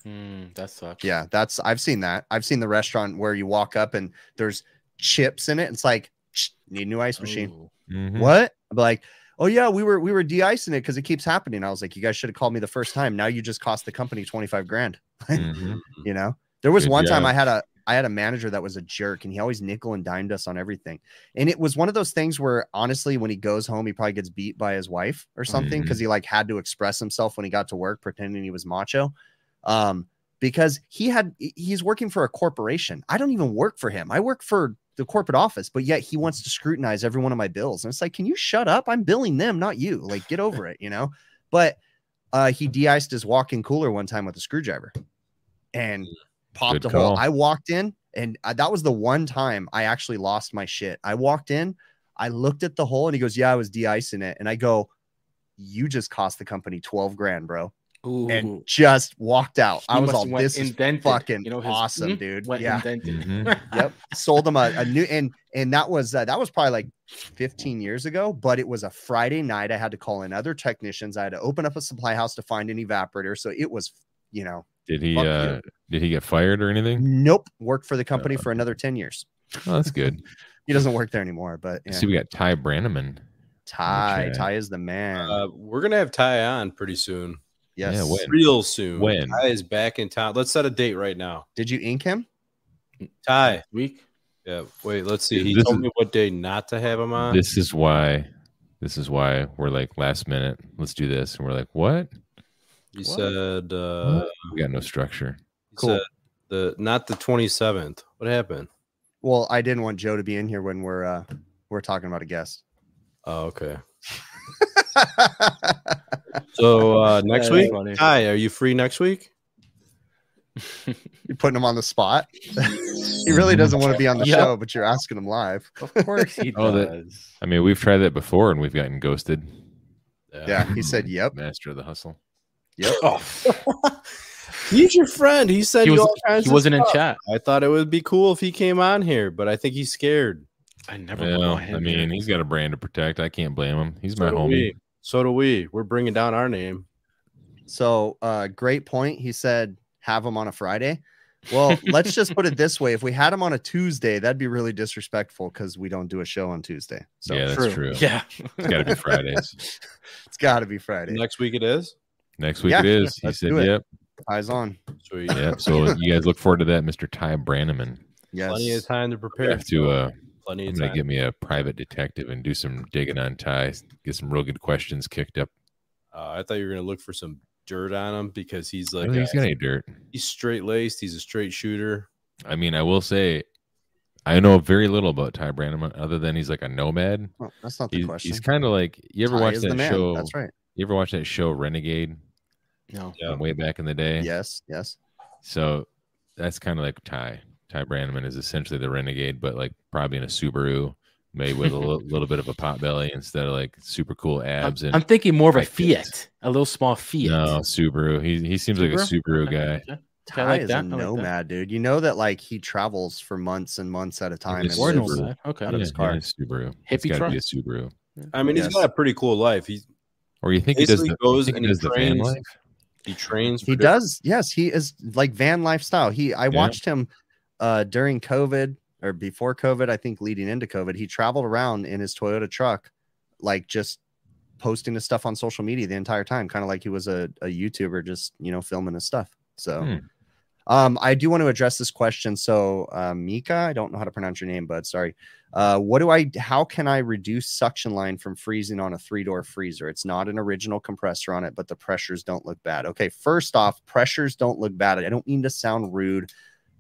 [SPEAKER 1] Mm, that sucks.
[SPEAKER 4] Yeah, that's I've seen that. I've seen the restaurant where you walk up and
[SPEAKER 1] Oh.
[SPEAKER 4] there's chips in it. It's like "Shh, need a new ice machine.
[SPEAKER 1] Ooh.
[SPEAKER 2] Mhm.
[SPEAKER 4] What? I'm like, "Oh yeah, we were we were de-icing it because it keeps happening." I was like, "You guys should have called me the first time. Now you just cost the company twenty five grand."
[SPEAKER 2] Mhm.
[SPEAKER 4] You know, there was
[SPEAKER 2] Good
[SPEAKER 4] one time
[SPEAKER 2] job.
[SPEAKER 4] I had a I had a manager that was a jerk, and he always nickel and dimed us on everything. And it was one of those things where honestly, when he goes home, he probably gets beat by his wife or something
[SPEAKER 2] Mhm.
[SPEAKER 4] because he like had to express himself when he got to work, pretending he was macho. Um, because he had he- he's working for a corporation. I don't even work for him. I work for the corporate office, but yet he wants to scrutinize every one of my bills. And it's like, can you shut up? I'm billing them, not you. Like, get over it, you know. But uh, he de-iced his walk-in cooler one time with a screwdriver, and
[SPEAKER 1] Mm.
[SPEAKER 4] popped
[SPEAKER 2] Good
[SPEAKER 4] a hole.
[SPEAKER 2] call.
[SPEAKER 4] I walked in, and I, that was the one time I actually lost my shit. I walked in, I looked at the hole, and he goes, "Yeah, I was de-icing it," and I go. You just cost the company 12 grand, bro,
[SPEAKER 1] Ooh,
[SPEAKER 4] and just walked out. I
[SPEAKER 1] He
[SPEAKER 4] was
[SPEAKER 1] must
[SPEAKER 4] all
[SPEAKER 1] have went
[SPEAKER 4] this is
[SPEAKER 1] indented.
[SPEAKER 4] fucking
[SPEAKER 1] his
[SPEAKER 4] awesome,
[SPEAKER 1] mm
[SPEAKER 4] dude.
[SPEAKER 1] Went
[SPEAKER 4] Yeah.
[SPEAKER 1] indented.
[SPEAKER 2] Mhm.
[SPEAKER 4] yep sold them a, a new and and that was uh, that was probably like 15 years ago but it was a friday night i had to call in other technicians i had to open up a supply house to find an evaporator so it was you know
[SPEAKER 2] Did he?
[SPEAKER 4] Fuck
[SPEAKER 2] Uh, did he get fired or anything?
[SPEAKER 4] nope worked for the company for another 10 years
[SPEAKER 2] Oh, that's good.
[SPEAKER 4] he doesn't work there anymore but
[SPEAKER 2] I
[SPEAKER 4] yeah.
[SPEAKER 2] See, we got Ty Brannaman.
[SPEAKER 4] ty
[SPEAKER 2] Okay.
[SPEAKER 4] ty is the man
[SPEAKER 3] Uh, we're gonna have Ty on pretty soon,
[SPEAKER 4] yes
[SPEAKER 2] yeah, what- When?
[SPEAKER 3] real soon.
[SPEAKER 2] When?
[SPEAKER 3] Ty is back in town. Let's set a date right now.
[SPEAKER 4] did you ink him
[SPEAKER 3] Ty.
[SPEAKER 1] Week.
[SPEAKER 3] Yeah. Wait. Let's see. He
[SPEAKER 2] This
[SPEAKER 3] told
[SPEAKER 2] is-
[SPEAKER 3] me what day not to have him on.
[SPEAKER 2] This is why. This is why we're like last minute. Let's do this, and we're like, what?
[SPEAKER 3] he
[SPEAKER 4] What?
[SPEAKER 3] said. Uh,
[SPEAKER 2] We got no structure.
[SPEAKER 3] he
[SPEAKER 4] Cool.
[SPEAKER 3] said the not the twenty seventh. What happened?
[SPEAKER 4] well i didn't want joe to be in here when we're uh we're talking about a guest
[SPEAKER 3] Oh, okay. So uh, next
[SPEAKER 1] Yeah,
[SPEAKER 3] week,
[SPEAKER 1] that's funny.
[SPEAKER 3] Ty, are you free next week?
[SPEAKER 4] you're putting him on the spot he really doesn't want to be on the
[SPEAKER 1] Yep.
[SPEAKER 4] show but you're asking him live
[SPEAKER 1] Of course he
[SPEAKER 2] Oh, that-
[SPEAKER 1] does.
[SPEAKER 2] I mean, we've tried that before, and we've gotten ghosted.
[SPEAKER 4] yeah he said yep
[SPEAKER 2] Master of the hustle.
[SPEAKER 4] yep
[SPEAKER 2] Oh.
[SPEAKER 3] He's your friend. He said
[SPEAKER 1] He,
[SPEAKER 3] you
[SPEAKER 1] was,
[SPEAKER 3] all kinds
[SPEAKER 1] he
[SPEAKER 3] of
[SPEAKER 1] wasn't in
[SPEAKER 3] stuff.
[SPEAKER 1] chat.
[SPEAKER 3] I thought it would be cool if he came on here, but I think he's scared.
[SPEAKER 1] I never
[SPEAKER 2] Yeah,
[SPEAKER 1] know him.
[SPEAKER 2] I mean, he's got a brand to protect. I can't blame him. He's my
[SPEAKER 3] So do
[SPEAKER 2] homie.
[SPEAKER 3] we. So do we. We're bringing down our name.
[SPEAKER 4] So, uh, great point. He said, have him on a Friday. Well, let's just put it this way. If we had him on a Tuesday, that'd be really disrespectful because we don't do a show on Tuesday. So
[SPEAKER 2] yeah, that's
[SPEAKER 1] true.
[SPEAKER 2] true.
[SPEAKER 1] Yeah.
[SPEAKER 2] It's got to be Fridays.
[SPEAKER 4] it's got to be Friday.
[SPEAKER 3] Next week it is.
[SPEAKER 2] Next week
[SPEAKER 4] Yeah,
[SPEAKER 2] it is. He
[SPEAKER 4] let's
[SPEAKER 2] said,
[SPEAKER 4] do it.
[SPEAKER 2] "Yep,
[SPEAKER 4] Eyes on.
[SPEAKER 3] Sweet.
[SPEAKER 2] yep." So you guys look forward to that, Mr. Ty Brannaman.
[SPEAKER 4] Yes.
[SPEAKER 3] Plenty of time to
[SPEAKER 2] I
[SPEAKER 3] prepare.
[SPEAKER 2] have to. Uh,
[SPEAKER 3] Plenty
[SPEAKER 2] I'm
[SPEAKER 3] of
[SPEAKER 2] gonna
[SPEAKER 3] time.
[SPEAKER 2] get me a private detective and do some digging on Ty. Get some real good questions kicked up.
[SPEAKER 3] Uh, I thought you were gonna look for some dirt on him because he's
[SPEAKER 2] I
[SPEAKER 3] like
[SPEAKER 2] don't think he's
[SPEAKER 3] uh,
[SPEAKER 2] got any dirt.
[SPEAKER 3] he's straight laced. He's a straight shooter.
[SPEAKER 2] I mean, I will say, I know very little about Ty Brannaman other than he's like a nomad.
[SPEAKER 4] Well, that's not the
[SPEAKER 2] He's,
[SPEAKER 4] question.
[SPEAKER 2] he's kind of like you ever
[SPEAKER 4] Ty
[SPEAKER 2] watch
[SPEAKER 4] is
[SPEAKER 2] that show?
[SPEAKER 4] That's right.
[SPEAKER 2] You ever watch that show Renegade
[SPEAKER 1] No.
[SPEAKER 3] Yeah.
[SPEAKER 2] from way back in the day?
[SPEAKER 4] Yes. Yes.
[SPEAKER 2] So that's kind of like Ty. Ty Brandman is essentially the renegade, but like probably in a Subaru, maybe with a little, little bit of a pot belly instead of like super cool
[SPEAKER 1] I'm,
[SPEAKER 2] abs. and
[SPEAKER 1] I'm thinking more of a
[SPEAKER 2] I get-
[SPEAKER 1] Fiat, a little small Fiat.
[SPEAKER 2] no Subaru. He he seems like a Subaru guy.
[SPEAKER 1] Okay.
[SPEAKER 4] Ty
[SPEAKER 1] like
[SPEAKER 4] is
[SPEAKER 1] that. I
[SPEAKER 4] a
[SPEAKER 1] like that.
[SPEAKER 4] nomad, dude. You know that like he travels for months and months at a time.
[SPEAKER 2] is
[SPEAKER 4] and
[SPEAKER 1] Or
[SPEAKER 2] Subaru.
[SPEAKER 4] lives-
[SPEAKER 1] nomad. Okay.
[SPEAKER 4] Out of his car.
[SPEAKER 2] it's Subaru. it's
[SPEAKER 1] Hippie
[SPEAKER 2] got to
[SPEAKER 1] truck.
[SPEAKER 2] be a Subaru.
[SPEAKER 3] I mean,
[SPEAKER 4] Yes.
[SPEAKER 3] he's got a pretty cool life. He
[SPEAKER 2] Or you think
[SPEAKER 3] basically
[SPEAKER 2] he does the,
[SPEAKER 3] goes
[SPEAKER 2] you think
[SPEAKER 3] and
[SPEAKER 2] he
[SPEAKER 3] he
[SPEAKER 2] does the van
[SPEAKER 3] trains.
[SPEAKER 2] life?
[SPEAKER 3] He trains.
[SPEAKER 4] He
[SPEAKER 3] for different-
[SPEAKER 4] does. Yes, he is like van lifestyle. He I
[SPEAKER 2] Yeah.
[SPEAKER 4] watched him uh during COVID or before COVID, I think leading into COVID, he traveled around in his Toyota truck, like just posting his stuff on social media the entire time, kind of like he was a, a YouTuber just you know filming his stuff. So
[SPEAKER 2] Hmm.
[SPEAKER 4] um I do want to address this question. So uh, Mika, I don't know how to pronounce your name, bud. Sorry. Uh, what do I how can I reduce suction line from freezing on a three door freezer? It's not an original compressor on it, but the pressures don't look bad. Okay, first off, pressures don't look bad. I don't mean to sound rude,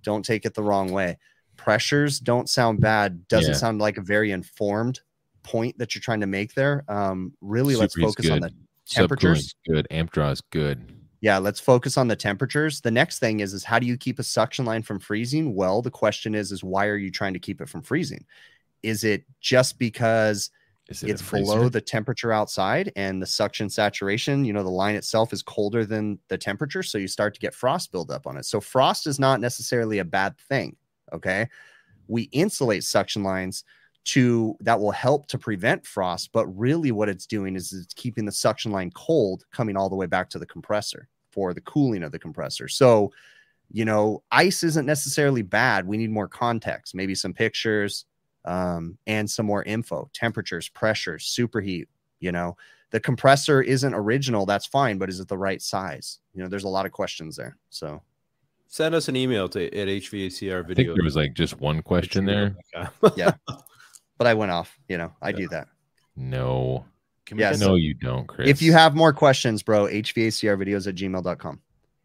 [SPEAKER 4] don't take it the wrong way. Pressures don't sound bad, doesn't
[SPEAKER 2] Yeah.
[SPEAKER 4] sound like a very informed point that you're trying to make there. Um, really, let's
[SPEAKER 2] Superheat's
[SPEAKER 4] focus on
[SPEAKER 2] good.
[SPEAKER 4] the
[SPEAKER 2] Subcooling's
[SPEAKER 4] temperatures?
[SPEAKER 2] good. Amp draw is good.
[SPEAKER 4] yeah, let's focus on the temperatures. The next thing is is how do you keep a suction line from freezing? Well, the question is is why are you trying to keep it from freezing? Is it just because
[SPEAKER 2] Is it a
[SPEAKER 4] it's below
[SPEAKER 2] freezer?
[SPEAKER 4] the temperature outside and the suction saturation you know the line itself is colder than the temperature so you start to get frost buildup on it so frost is not necessarily a bad thing okay we insulate suction lines to that will help to prevent frost but really what it's doing is it's keeping the suction line cold coming all the way back to the compressor for the cooling of the compressor so you know ice isn't necessarily bad we need more context maybe some pictures um, and some more info temperatures pressures superheat You know, the compressor isn't original. That's fine, but is it the right size? You know, there's a lot of questions there. So
[SPEAKER 3] Send us an email to at HVACR
[SPEAKER 2] I think
[SPEAKER 3] video.
[SPEAKER 2] there was like just one question there.
[SPEAKER 4] but I went off. You know, I
[SPEAKER 3] Yeah.
[SPEAKER 4] do that.
[SPEAKER 2] No,
[SPEAKER 1] Can we
[SPEAKER 4] Yes.
[SPEAKER 2] no, you don't, Chris.
[SPEAKER 4] If you have more questions, bro, hvacrvideos at gmail.com.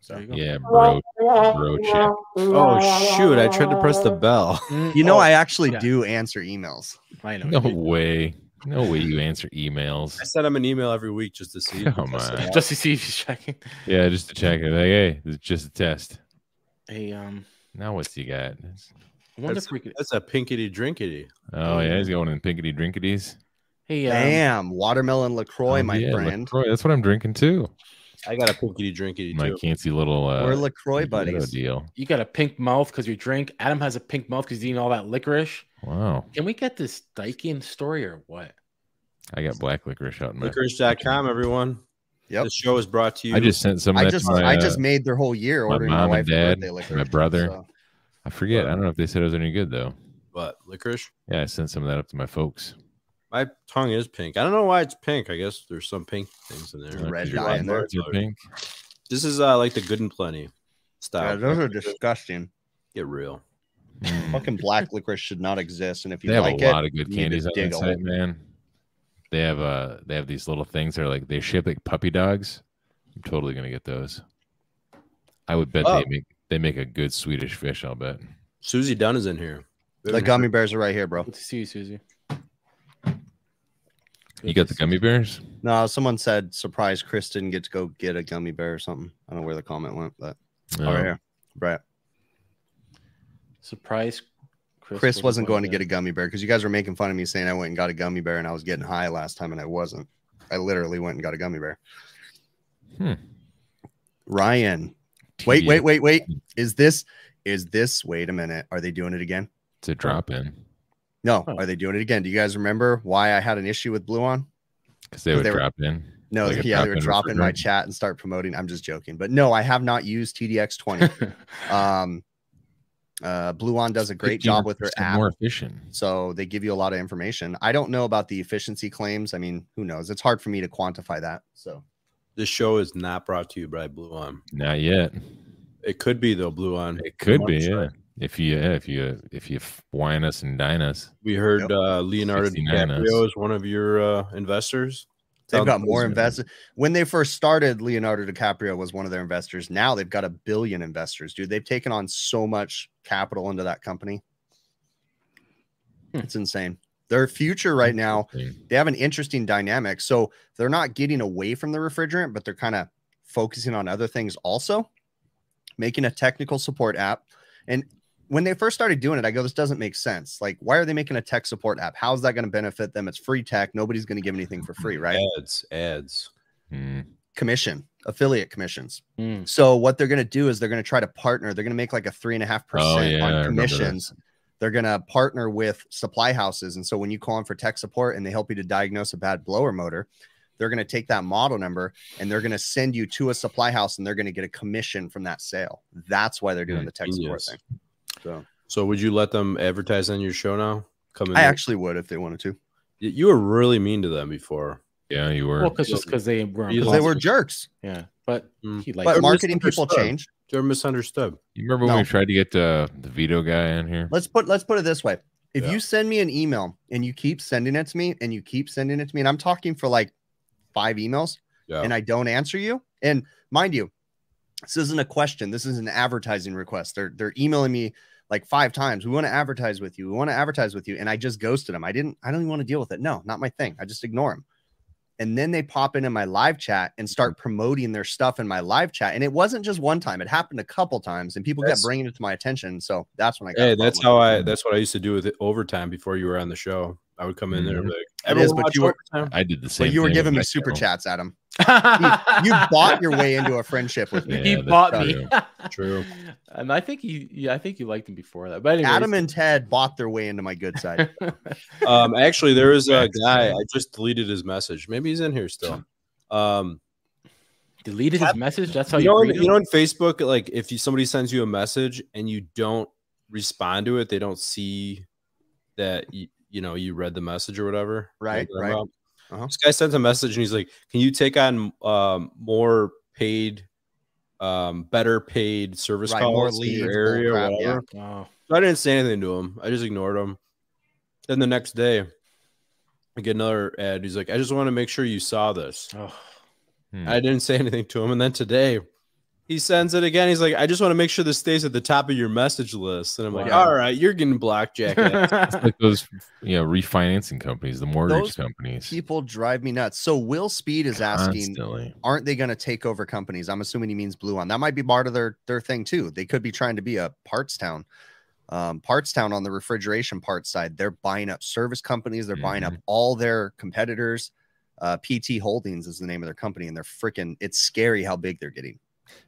[SPEAKER 1] There you go.
[SPEAKER 2] yeah, bro, bro, check.
[SPEAKER 3] oh shoot! I tried to press the bell.
[SPEAKER 1] Mm,
[SPEAKER 4] You know,
[SPEAKER 1] oh,
[SPEAKER 4] I actually
[SPEAKER 1] yeah.
[SPEAKER 4] do answer emails.
[SPEAKER 1] I know.
[SPEAKER 2] No way, no way you answer emails.
[SPEAKER 3] I send him an email every week just to see.
[SPEAKER 2] Come on.
[SPEAKER 1] Just to see if he's checking.
[SPEAKER 2] Yeah, just to check it. Like, hey, it's just a test.
[SPEAKER 1] Hey, um,
[SPEAKER 2] Now what's he got? It's-
[SPEAKER 1] I wonder if we could.
[SPEAKER 3] That's a pinkity drinkity.
[SPEAKER 2] Oh yeah, he's going in pinkety drinkities.
[SPEAKER 1] Hey, um,
[SPEAKER 4] Damn, watermelon LaCroix,
[SPEAKER 2] Oh,
[SPEAKER 4] my
[SPEAKER 2] yeah,
[SPEAKER 4] friend.
[SPEAKER 2] LaCroix. That's what I'm drinking too.
[SPEAKER 3] I got a pinkity drinkity
[SPEAKER 2] My
[SPEAKER 3] too.
[SPEAKER 2] fancy little uh,
[SPEAKER 4] We're LaCroix
[SPEAKER 2] Mojito
[SPEAKER 4] buddies.
[SPEAKER 2] deal.
[SPEAKER 1] you got a pink mouth because you drink. Adam has a pink mouth because he's eating all that licorice.
[SPEAKER 2] Wow,
[SPEAKER 1] Can we get this Dykean story or what?
[SPEAKER 2] I got black licorice out in my.
[SPEAKER 3] Licorice.com, everyone.
[SPEAKER 4] Yep.
[SPEAKER 3] The show is brought to you.
[SPEAKER 2] I just sent some of
[SPEAKER 4] I
[SPEAKER 2] that
[SPEAKER 4] just
[SPEAKER 2] to my,
[SPEAKER 4] I
[SPEAKER 2] uh,
[SPEAKER 4] just made their whole year
[SPEAKER 2] my
[SPEAKER 4] ordering my,
[SPEAKER 2] mom and
[SPEAKER 4] wife
[SPEAKER 2] dad,
[SPEAKER 4] birthday
[SPEAKER 2] my
[SPEAKER 4] liquor.
[SPEAKER 2] brother.
[SPEAKER 4] So,
[SPEAKER 2] I forget. I don't know if they said it was any good though.
[SPEAKER 3] but licorice.
[SPEAKER 2] Yeah, I sent some of that up to my folks.
[SPEAKER 3] My tongue is pink. I don't know why it's pink. I guess there's some pink things
[SPEAKER 2] I
[SPEAKER 3] in there.
[SPEAKER 2] don't know if
[SPEAKER 4] Red
[SPEAKER 2] your
[SPEAKER 4] dye in there.
[SPEAKER 2] lights are pink.
[SPEAKER 3] This is uh, like the good and plenty
[SPEAKER 4] yeah,
[SPEAKER 3] style.
[SPEAKER 4] those are disgusting.
[SPEAKER 3] Get real.
[SPEAKER 2] Mm.
[SPEAKER 4] Fucking black licorice should not exist. And if you
[SPEAKER 2] They have
[SPEAKER 4] like
[SPEAKER 2] a lot
[SPEAKER 4] it,
[SPEAKER 2] of good
[SPEAKER 4] you need to
[SPEAKER 2] candies on
[SPEAKER 4] dig
[SPEAKER 2] that
[SPEAKER 4] a
[SPEAKER 2] site,
[SPEAKER 4] hole.
[SPEAKER 2] man. They have uh they have these little things that are like they ship like puppy dogs. I'm totally gonna get those. I would bet
[SPEAKER 3] Oh.
[SPEAKER 2] they make they make a good Swedish fish, I'll bet.
[SPEAKER 3] Susie Dunn is in here.
[SPEAKER 4] the gummy bears are right here, bro.
[SPEAKER 1] Good to see you, Susie.
[SPEAKER 2] You got the gummy bears?
[SPEAKER 4] No, someone said surprise Chris didn't get to go get a gummy bear or something. I don't know where the comment went, but oh, right here. Right.
[SPEAKER 1] Surprise, Chris.
[SPEAKER 4] Chris wasn't going to get a gummy bear because you guys were making fun of me saying I went and got a gummy bear and I was getting high last time and I wasn't. I literally went and got a gummy bear.
[SPEAKER 2] Hmm.
[SPEAKER 4] Ryan, wait, wait, wait, wait. Is this is this wait a minute. Are they doing it again?
[SPEAKER 2] It's a drop in.
[SPEAKER 4] No,
[SPEAKER 1] Oh.
[SPEAKER 4] are they doing it again? Do you guys remember why I had an issue with Blue on?
[SPEAKER 2] Because they
[SPEAKER 4] 'Cause
[SPEAKER 2] would
[SPEAKER 4] they were-
[SPEAKER 2] drop in.
[SPEAKER 4] No,
[SPEAKER 2] Like a
[SPEAKER 4] yeah, they were
[SPEAKER 2] drop-in
[SPEAKER 4] dropping my
[SPEAKER 2] refrigerant?
[SPEAKER 4] chat and start promoting. I'm just joking, but no, I have not used TDX 20. um, uh, Blue on does a great job with their
[SPEAKER 2] 15%
[SPEAKER 4] app.
[SPEAKER 2] More efficient.
[SPEAKER 4] So they give you a lot of information. I don't know about the efficiency claims. I mean, who knows? It's hard for me to quantify that. So
[SPEAKER 3] This show is not brought to you by Blue On.
[SPEAKER 2] Not yet.
[SPEAKER 3] It could be though, Blue On.
[SPEAKER 2] It could
[SPEAKER 3] I'm
[SPEAKER 2] be,
[SPEAKER 3] not sure.
[SPEAKER 2] yeah. If you yeah, if you if you f- wine us and dine us.
[SPEAKER 3] We heard
[SPEAKER 4] Yep.
[SPEAKER 3] uh, Leonardo
[SPEAKER 2] 69 us.
[SPEAKER 3] DiCaprio is one of your uh, investors.
[SPEAKER 4] they've
[SPEAKER 3] Sounds
[SPEAKER 4] got more
[SPEAKER 2] amazing.
[SPEAKER 4] investors. When they first started, Leonardo DiCaprio was one of their investors. Now they've got a billion investors, dude. They've taken on so much capital into that company.
[SPEAKER 1] Hmm.
[SPEAKER 4] It's insane. Their future right now, they have an interesting dynamic. So they're not getting away from the refrigerant, but they're kind of focusing on other things also, making a technical support app. And when they first started doing it, I go, this doesn't make sense. Like, why are they making a tech support app? How's that going to benefit them? It's free tech. Nobody's going to give anything for free, right?
[SPEAKER 3] Ads, ads.
[SPEAKER 2] Mm.
[SPEAKER 4] Commission, affiliate commissions.
[SPEAKER 1] Mm.
[SPEAKER 4] Mm-hmm. So what they're going to do is they're going to try to partner. They're going to make like a three and a half
[SPEAKER 2] Oh,
[SPEAKER 4] percent
[SPEAKER 2] yeah, I
[SPEAKER 4] on
[SPEAKER 2] remember that.
[SPEAKER 4] commissions. They're going to partner with supply houses, and so when you call in for tech support and they help you to diagnose a bad blower motor, they're going to take that model number and they're going to send you to a supply house, and they're going to get a commission from that sale. That's why they're doing
[SPEAKER 2] Yeah,
[SPEAKER 4] the tech
[SPEAKER 3] genius.
[SPEAKER 4] support thing. So
[SPEAKER 3] So would you let them advertise on your show now? Come in.
[SPEAKER 4] I
[SPEAKER 3] here.
[SPEAKER 4] actually would if they wanted to,
[SPEAKER 3] You- you were really mean to them before.
[SPEAKER 2] Yeah, you were.
[SPEAKER 1] Well, because just because they were
[SPEAKER 4] 'Cause they were
[SPEAKER 1] imposters.
[SPEAKER 4] jerks.
[SPEAKER 1] yeah, but
[SPEAKER 3] Mm.
[SPEAKER 1] he liked
[SPEAKER 4] But
[SPEAKER 1] it.
[SPEAKER 4] marketing people
[SPEAKER 3] misunderstood.
[SPEAKER 4] change.
[SPEAKER 3] They're misunderstood.
[SPEAKER 2] You remember when
[SPEAKER 4] No.
[SPEAKER 2] we tried to get uh, the veto guy in here?
[SPEAKER 4] Let's put let's put it this way. If
[SPEAKER 3] Yeah.
[SPEAKER 4] you send me an email and you keep sending it to me and you keep sending it to me, and I'm talking for like five emails
[SPEAKER 3] Yeah.
[SPEAKER 4] and I don't answer you, and mind you, this isn't a question. This is an advertising request. They're they're emailing me like five times. We want to advertise with you. We want to advertise with you, and I just ghosted them. I didn't. I don't even want to deal with it. No, not my thing. I just ignore them. And then they pop into my live chat and start promoting their stuff in my live chat. And it wasn't just one time; it happened a couple times, and people
[SPEAKER 3] That's-
[SPEAKER 4] kept bringing it to my attention. So that's when I got. a
[SPEAKER 3] Hey,
[SPEAKER 4] problem
[SPEAKER 3] that's
[SPEAKER 4] with it.
[SPEAKER 3] how I. That's what I used to do with it overtime before you were on the show. I would come in there and be like,
[SPEAKER 4] Mm-hmm. It is,
[SPEAKER 3] "Everyone
[SPEAKER 4] but
[SPEAKER 3] watch
[SPEAKER 4] you were-
[SPEAKER 3] overtime."
[SPEAKER 2] I did the
[SPEAKER 4] But
[SPEAKER 2] same.
[SPEAKER 4] you were
[SPEAKER 2] thing with
[SPEAKER 4] giving me
[SPEAKER 2] my
[SPEAKER 4] super
[SPEAKER 2] channel.
[SPEAKER 4] chats, Adam. You bought your way into a friendship with me.
[SPEAKER 2] Yeah,
[SPEAKER 1] he
[SPEAKER 2] that's
[SPEAKER 1] bought me.
[SPEAKER 2] true.
[SPEAKER 3] True.
[SPEAKER 1] and I think he, yeah, I think you liked him before that. But anyway,
[SPEAKER 4] Adam and Ted bought their way into my good side.
[SPEAKER 3] Um, actually, there is a
[SPEAKER 2] Facts,
[SPEAKER 3] guy.
[SPEAKER 2] man.
[SPEAKER 3] I just deleted his message. Maybe he's in here still. Um,
[SPEAKER 1] deleted his message. That's how
[SPEAKER 3] you
[SPEAKER 1] you.
[SPEAKER 3] know,
[SPEAKER 1] greet
[SPEAKER 3] you
[SPEAKER 1] him?
[SPEAKER 3] know, on Facebook, like if you somebody sends you a message and you don't respond to it, they don't see that you, you know you read the message or whatever. You know
[SPEAKER 4] Right,
[SPEAKER 3] what I'm
[SPEAKER 4] right.
[SPEAKER 3] about?
[SPEAKER 4] Uh-huh.
[SPEAKER 3] This guy sent a message and he's like, "Can you take on um, more paid, um, better paid service
[SPEAKER 4] Right, more
[SPEAKER 3] calls in your
[SPEAKER 4] leads,
[SPEAKER 3] area or
[SPEAKER 4] bullcrap, yeah.
[SPEAKER 3] whatever?"
[SPEAKER 1] Wow.
[SPEAKER 3] So I didn't say anything to him. I just ignored him. Then the next day, I get another ad. He's like, "I just want to make sure you saw this."
[SPEAKER 1] Oh,
[SPEAKER 2] Hmm.
[SPEAKER 3] I didn't say anything to him. And then today he sends it again. He's like, I just want to make sure this stays at the top of your message list. And I'm like,
[SPEAKER 1] Wow.
[SPEAKER 3] all right, you're getting blackjack. ass."
[SPEAKER 2] like those you know refinancing companies the mortgage
[SPEAKER 4] Those
[SPEAKER 2] companies
[SPEAKER 4] People drive me nuts. So Will Speed is asking,
[SPEAKER 2] constantly
[SPEAKER 4] aren't they going to take over companies? I'm assuming he means Blue On. That might be part of their their thing too. They could be trying to be a parts town. Um, parts town on the refrigeration parts side, they're buying up service companies. They're buying
[SPEAKER 3] Mm-hmm.
[SPEAKER 4] up all their competitors. Uh, PT Holdings is the name of their company, and they're freaking. It's scary how big they're getting.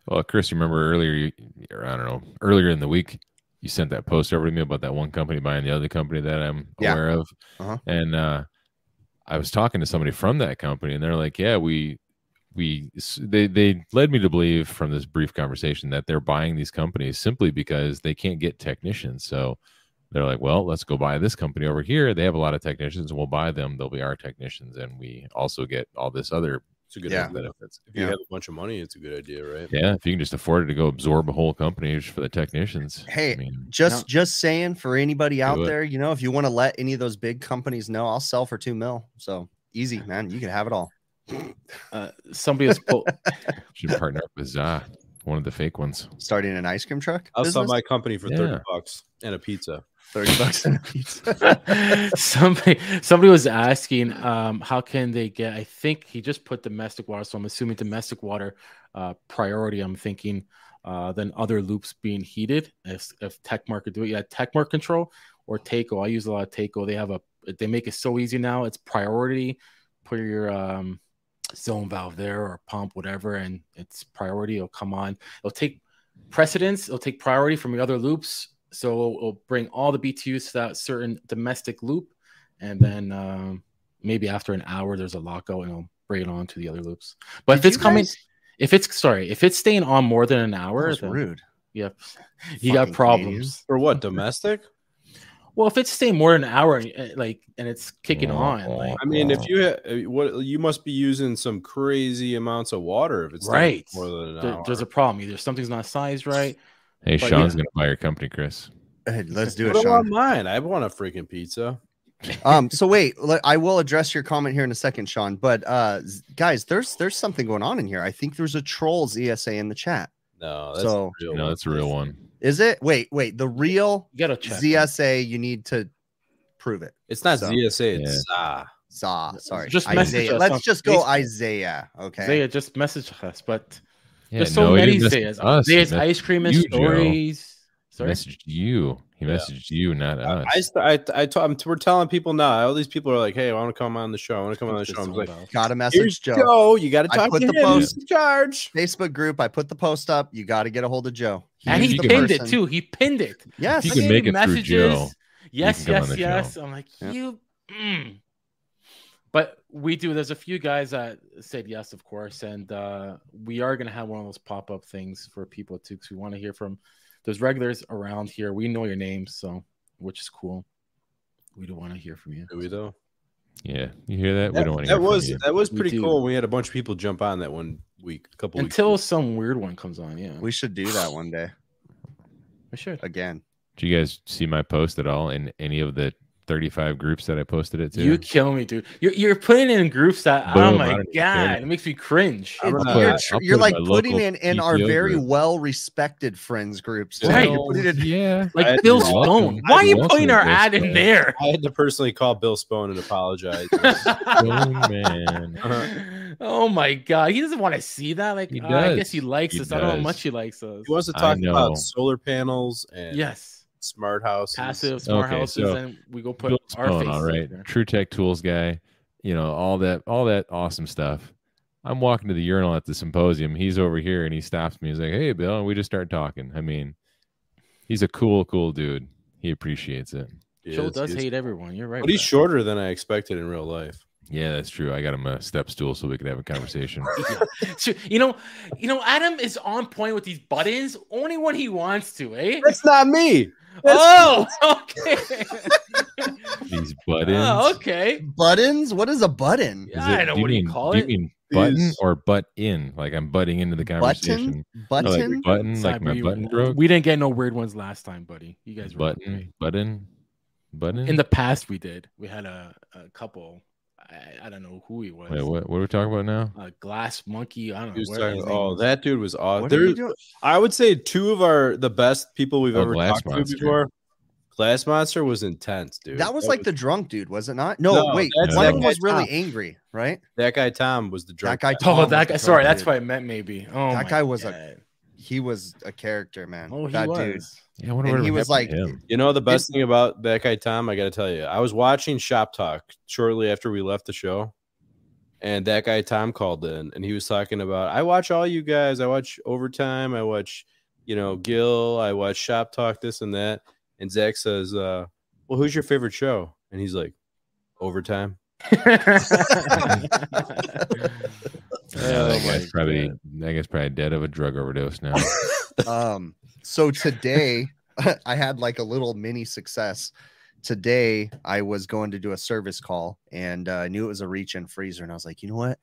[SPEAKER 2] well chris you remember earlier you, or i don't know earlier in the week you sent that post over to me about that one company buying the other company that i'm
[SPEAKER 4] Yeah.
[SPEAKER 2] aware of
[SPEAKER 4] Uh-huh.
[SPEAKER 2] and uh i was talking to somebody from that company and they're like yeah we we s- they they led me to believe from this brief conversation that they're buying these companies simply because they can't get technicians so they're like well let's go buy this company over here they have a lot of technicians and we'll buy them they'll be our technicians and we also get all this other
[SPEAKER 3] It's a good
[SPEAKER 4] Yeah.
[SPEAKER 3] idea.
[SPEAKER 2] benefits
[SPEAKER 3] If you
[SPEAKER 4] Yeah.
[SPEAKER 3] have a bunch of money, it's a good idea, right?
[SPEAKER 2] yeah if you can just afford it to go absorb a whole company just for the technicians
[SPEAKER 4] Hey,
[SPEAKER 2] I mean,
[SPEAKER 4] Just
[SPEAKER 1] No.
[SPEAKER 4] just saying for anybody out
[SPEAKER 2] it.
[SPEAKER 4] there, you know, if you want to let any of those big companies know, I'll sell for two mil. So easy, man. You can have it all.
[SPEAKER 1] uh, somebody was po-
[SPEAKER 2] should partner up with za one of the fake ones
[SPEAKER 4] Starting an ice cream truck.
[SPEAKER 3] I'll sell
[SPEAKER 4] business?
[SPEAKER 3] my company for 30
[SPEAKER 2] Yeah.
[SPEAKER 3] bucks and a pizza.
[SPEAKER 4] thirty bucks. and a pizza.
[SPEAKER 1] somebody somebody was asking um how can they get i think he just put domestic water so i'm assuming domestic water uh priority i'm thinking uh than other loops being heated if if techmark could do it yeah techmark control or Takeo. i use a lot of Takeo. they have a they make it so easy now it's priority put your um zone valve there or pump whatever and it's priority it'll come on it'll take precedence it'll take priority from the other loops so it'll, it'll bring all the btus to that certain domestic loop and then um, maybe after an hour there's a lockout and it'll bring it on to the other loops but if
[SPEAKER 4] Did
[SPEAKER 1] it's
[SPEAKER 4] you
[SPEAKER 1] coming
[SPEAKER 4] guys-
[SPEAKER 1] if it's sorry if it's staying on more than an hour
[SPEAKER 4] That's
[SPEAKER 1] then,
[SPEAKER 4] rude.
[SPEAKER 1] yep you got
[SPEAKER 4] Fucking
[SPEAKER 1] problems
[SPEAKER 4] Canadians.
[SPEAKER 3] For what? Domestic?
[SPEAKER 1] well if it's staying more than an hour and, uh, like and it's kicking on like
[SPEAKER 3] I mean, if you ha- eh, what you must be using some crazy amounts of water if it's taking
[SPEAKER 1] Right.
[SPEAKER 3] more than an
[SPEAKER 1] there-
[SPEAKER 3] hour.
[SPEAKER 1] there's a problem either something's not sized right
[SPEAKER 2] hey
[SPEAKER 1] but
[SPEAKER 2] sean's
[SPEAKER 1] yeah.
[SPEAKER 2] gonna buy your company chris
[SPEAKER 4] Hey, let's do
[SPEAKER 3] What
[SPEAKER 4] it,
[SPEAKER 3] do I want
[SPEAKER 4] Sean.
[SPEAKER 3] mine? I want a freaking pizza.
[SPEAKER 4] Um, so wait, let- I will address your comment here in a second, Sean. But uh, z- guys, there's there's something going on in here. I think there's a trolls ESA in the chat.
[SPEAKER 3] No, that's
[SPEAKER 4] So-
[SPEAKER 3] the real
[SPEAKER 2] no
[SPEAKER 3] one.
[SPEAKER 2] that's a real one
[SPEAKER 4] Is it? Wait, wait. The real
[SPEAKER 1] you gotta check
[SPEAKER 4] ZSA. You need to prove it.
[SPEAKER 3] It's not
[SPEAKER 4] So-
[SPEAKER 3] ZSA. It's ah.
[SPEAKER 4] Saw. Sorry.
[SPEAKER 1] Just message
[SPEAKER 4] Isaiah.
[SPEAKER 1] us on
[SPEAKER 4] Let's just go
[SPEAKER 1] Facebook.
[SPEAKER 4] Isaiah. Okay.
[SPEAKER 1] Zaya just message us but
[SPEAKER 2] yeah,
[SPEAKER 1] there's so
[SPEAKER 2] no, he
[SPEAKER 1] many
[SPEAKER 2] didn't
[SPEAKER 1] Zayas.
[SPEAKER 2] message us. He
[SPEAKER 1] Zaya's
[SPEAKER 2] mess-
[SPEAKER 1] ice cream and
[SPEAKER 2] you, Joe.
[SPEAKER 1] stories sorry
[SPEAKER 2] messaged you he
[SPEAKER 3] Yeah.
[SPEAKER 2] messaged you not us
[SPEAKER 3] I, st- I, I t- I'm, we're telling people now. All these people are like, "Hey, I want to come on the show. I want to come on the show." I'm like,
[SPEAKER 4] Got a message,
[SPEAKER 3] "Here's
[SPEAKER 4] Joe.
[SPEAKER 3] Joe. You got to
[SPEAKER 4] I
[SPEAKER 3] talk
[SPEAKER 4] put
[SPEAKER 3] to
[SPEAKER 4] the
[SPEAKER 3] him. He's
[SPEAKER 4] post.
[SPEAKER 3] in charge."
[SPEAKER 4] Facebook group. I put the post up. You got to get a hold of Joe.
[SPEAKER 1] and
[SPEAKER 4] He's
[SPEAKER 1] he
[SPEAKER 2] You
[SPEAKER 4] the
[SPEAKER 2] can-
[SPEAKER 1] pinned it
[SPEAKER 4] person.
[SPEAKER 1] too. He pinned it.
[SPEAKER 4] Yes.
[SPEAKER 2] You
[SPEAKER 1] I
[SPEAKER 2] can
[SPEAKER 1] gave
[SPEAKER 2] make
[SPEAKER 1] you
[SPEAKER 2] it through Joe.
[SPEAKER 1] Yes,
[SPEAKER 2] can come on
[SPEAKER 1] yes,
[SPEAKER 2] the
[SPEAKER 1] yes.
[SPEAKER 2] show.
[SPEAKER 1] I'm like,
[SPEAKER 4] Yeah.
[SPEAKER 1] you. mm." But we do. There's a few guys that said yes, of course, and uh, we are going to have one of those pop up things for people too, because we want to hear from. There's regulars around here. We know your names, so which is cool. We do want to hear from you.
[SPEAKER 3] Do we though?
[SPEAKER 2] yeah you hear that, we don't want to
[SPEAKER 3] that was that was
[SPEAKER 1] We
[SPEAKER 3] pretty
[SPEAKER 1] do.
[SPEAKER 3] cool. We had a bunch of people jump on that one week, a couple
[SPEAKER 1] Until
[SPEAKER 3] weeks.
[SPEAKER 1] some weird one comes on, yeah, we,
[SPEAKER 4] We should do that one day
[SPEAKER 1] should.
[SPEAKER 4] again.
[SPEAKER 2] do you guys see my post at all in any of the 35 groups that i posted it to
[SPEAKER 1] You kill me, dude. You're, you're putting in groups that oh
[SPEAKER 2] Boom, I
[SPEAKER 1] my
[SPEAKER 2] don't care.
[SPEAKER 1] god, it makes me cringe.
[SPEAKER 3] I'm
[SPEAKER 4] It's-
[SPEAKER 3] gonna-
[SPEAKER 4] you're
[SPEAKER 3] I'll
[SPEAKER 4] tr-
[SPEAKER 2] put
[SPEAKER 4] you're
[SPEAKER 2] it in
[SPEAKER 4] like
[SPEAKER 2] my
[SPEAKER 4] putting
[SPEAKER 2] local
[SPEAKER 4] in, in our
[SPEAKER 2] PTO
[SPEAKER 4] very
[SPEAKER 2] group.
[SPEAKER 4] well respected friends groups. too.
[SPEAKER 1] Right.
[SPEAKER 4] You're putting it-
[SPEAKER 2] yeah
[SPEAKER 3] I had
[SPEAKER 1] Like
[SPEAKER 3] to
[SPEAKER 1] Bill
[SPEAKER 2] be welcome.
[SPEAKER 1] Stone.
[SPEAKER 2] I
[SPEAKER 1] Why are you
[SPEAKER 2] welcome
[SPEAKER 1] putting our
[SPEAKER 2] Bill
[SPEAKER 1] ad in
[SPEAKER 2] Stone.
[SPEAKER 1] there?
[SPEAKER 3] I had to personally call Bill Spone and apologize.
[SPEAKER 2] oh man
[SPEAKER 1] oh my god, he doesn't want to see that. Like,
[SPEAKER 2] He
[SPEAKER 1] uh, I guess
[SPEAKER 2] does.
[SPEAKER 1] he likes
[SPEAKER 2] He
[SPEAKER 1] us. I don't know how
[SPEAKER 2] does.
[SPEAKER 1] much he likes us.
[SPEAKER 3] he wants to
[SPEAKER 2] I
[SPEAKER 3] talk
[SPEAKER 2] know.
[SPEAKER 3] about solar panels and
[SPEAKER 1] Yes,
[SPEAKER 3] smart houses.
[SPEAKER 1] passive smart
[SPEAKER 2] Okay,
[SPEAKER 1] houses,
[SPEAKER 2] so
[SPEAKER 1] and we go put
[SPEAKER 2] Bill's
[SPEAKER 1] our
[SPEAKER 2] phone,
[SPEAKER 1] faces.
[SPEAKER 2] all right.
[SPEAKER 1] there.
[SPEAKER 2] True Tech Tools guy, you know, all that all that awesome stuff. I'm walking to the urinal at the symposium. He's over here and he stops me. He's like, Hey Bill, and we just start talking. I mean, he's a cool, cool dude. He appreciates it.
[SPEAKER 3] He
[SPEAKER 1] Joe
[SPEAKER 3] is,
[SPEAKER 1] does
[SPEAKER 3] he is.
[SPEAKER 1] hate everyone. You're right.
[SPEAKER 3] but he's
[SPEAKER 1] Brad.
[SPEAKER 3] shorter than I expected in real life.
[SPEAKER 2] Yeah, that's true. I got him a step stool so we could have a conversation.
[SPEAKER 1] Sure, You know, you know, Adam is on point with these buttons only when he wants to, eh?
[SPEAKER 3] That's not me.
[SPEAKER 1] Oh, okay.
[SPEAKER 2] These buttons.
[SPEAKER 1] Oh, okay.
[SPEAKER 4] Buttons? What is a button?
[SPEAKER 2] Is
[SPEAKER 1] Yeah, I
[SPEAKER 2] it-
[SPEAKER 1] know
[SPEAKER 2] do
[SPEAKER 1] what do you
[SPEAKER 2] mean-
[SPEAKER 1] call
[SPEAKER 2] do
[SPEAKER 1] it.
[SPEAKER 2] you mean button
[SPEAKER 3] Is-
[SPEAKER 2] or butt in? Like I'm butting into the conversation.
[SPEAKER 4] Button? Button?
[SPEAKER 2] Oh, like button,
[SPEAKER 1] Cyber,
[SPEAKER 2] like my
[SPEAKER 1] you-
[SPEAKER 2] button broke.
[SPEAKER 1] We didn't get no weird ones last time, buddy. You guys were
[SPEAKER 2] Button, button, button.
[SPEAKER 1] in the past. We did. We had a, a couple. I, I don't know who he was.
[SPEAKER 2] Wait, what? What are we talking about now?
[SPEAKER 1] A glass monkey. I don't
[SPEAKER 3] He
[SPEAKER 1] know.
[SPEAKER 3] was
[SPEAKER 1] where
[SPEAKER 3] talking-
[SPEAKER 1] his name
[SPEAKER 3] oh,
[SPEAKER 1] was.
[SPEAKER 3] that dude was awesome.
[SPEAKER 4] What are you doing?
[SPEAKER 3] I would say two of our the best people we've
[SPEAKER 2] Oh,
[SPEAKER 3] ever
[SPEAKER 2] Glass
[SPEAKER 3] talked
[SPEAKER 2] Monster.
[SPEAKER 3] to before. Glass Monster was intense, dude.
[SPEAKER 4] That was like the drunk dude, was it not? No,
[SPEAKER 3] No,
[SPEAKER 4] wait.
[SPEAKER 3] that's
[SPEAKER 4] One
[SPEAKER 2] that
[SPEAKER 4] of them was
[SPEAKER 3] guy's
[SPEAKER 4] really
[SPEAKER 3] top.
[SPEAKER 4] angry, right?
[SPEAKER 3] that guy Tom was the drunk.
[SPEAKER 4] guy
[SPEAKER 3] guy.
[SPEAKER 4] Tom.
[SPEAKER 1] Oh,
[SPEAKER 4] was
[SPEAKER 1] that guy.
[SPEAKER 4] the
[SPEAKER 1] Sorry,
[SPEAKER 4] drunk
[SPEAKER 1] that's
[SPEAKER 4] dude.
[SPEAKER 1] what I meant. Maybe. Oh,
[SPEAKER 4] That
[SPEAKER 1] my
[SPEAKER 4] guy was a-
[SPEAKER 1] God.
[SPEAKER 4] He was a character, man.
[SPEAKER 1] Oh, he
[SPEAKER 4] that
[SPEAKER 1] was.
[SPEAKER 4] dude.
[SPEAKER 2] Yeah, I wonder
[SPEAKER 4] And
[SPEAKER 2] what
[SPEAKER 4] he was
[SPEAKER 2] happened to
[SPEAKER 4] like-
[SPEAKER 2] him.
[SPEAKER 3] You know the best thing about that guy Tom, I got to tell you, I was watching Shop Talk shortly after we left the show, and that guy Tom called in, and he was talking about I watch all you guys, I watch Overtime, I watch, you know, Gil, I watch Shop Talk, this and that, and Zach says, uh, "Well, who's your favorite show?" And he's like, "Overtime."
[SPEAKER 2] Yeah,
[SPEAKER 1] Oh
[SPEAKER 2] that
[SPEAKER 1] my
[SPEAKER 2] guy's probably that guy's probably dead of a drug overdose now.
[SPEAKER 4] um so today i had like a little mini success today i was going to do a service call and uh, i knew it was a reach in freezer and i was like you know what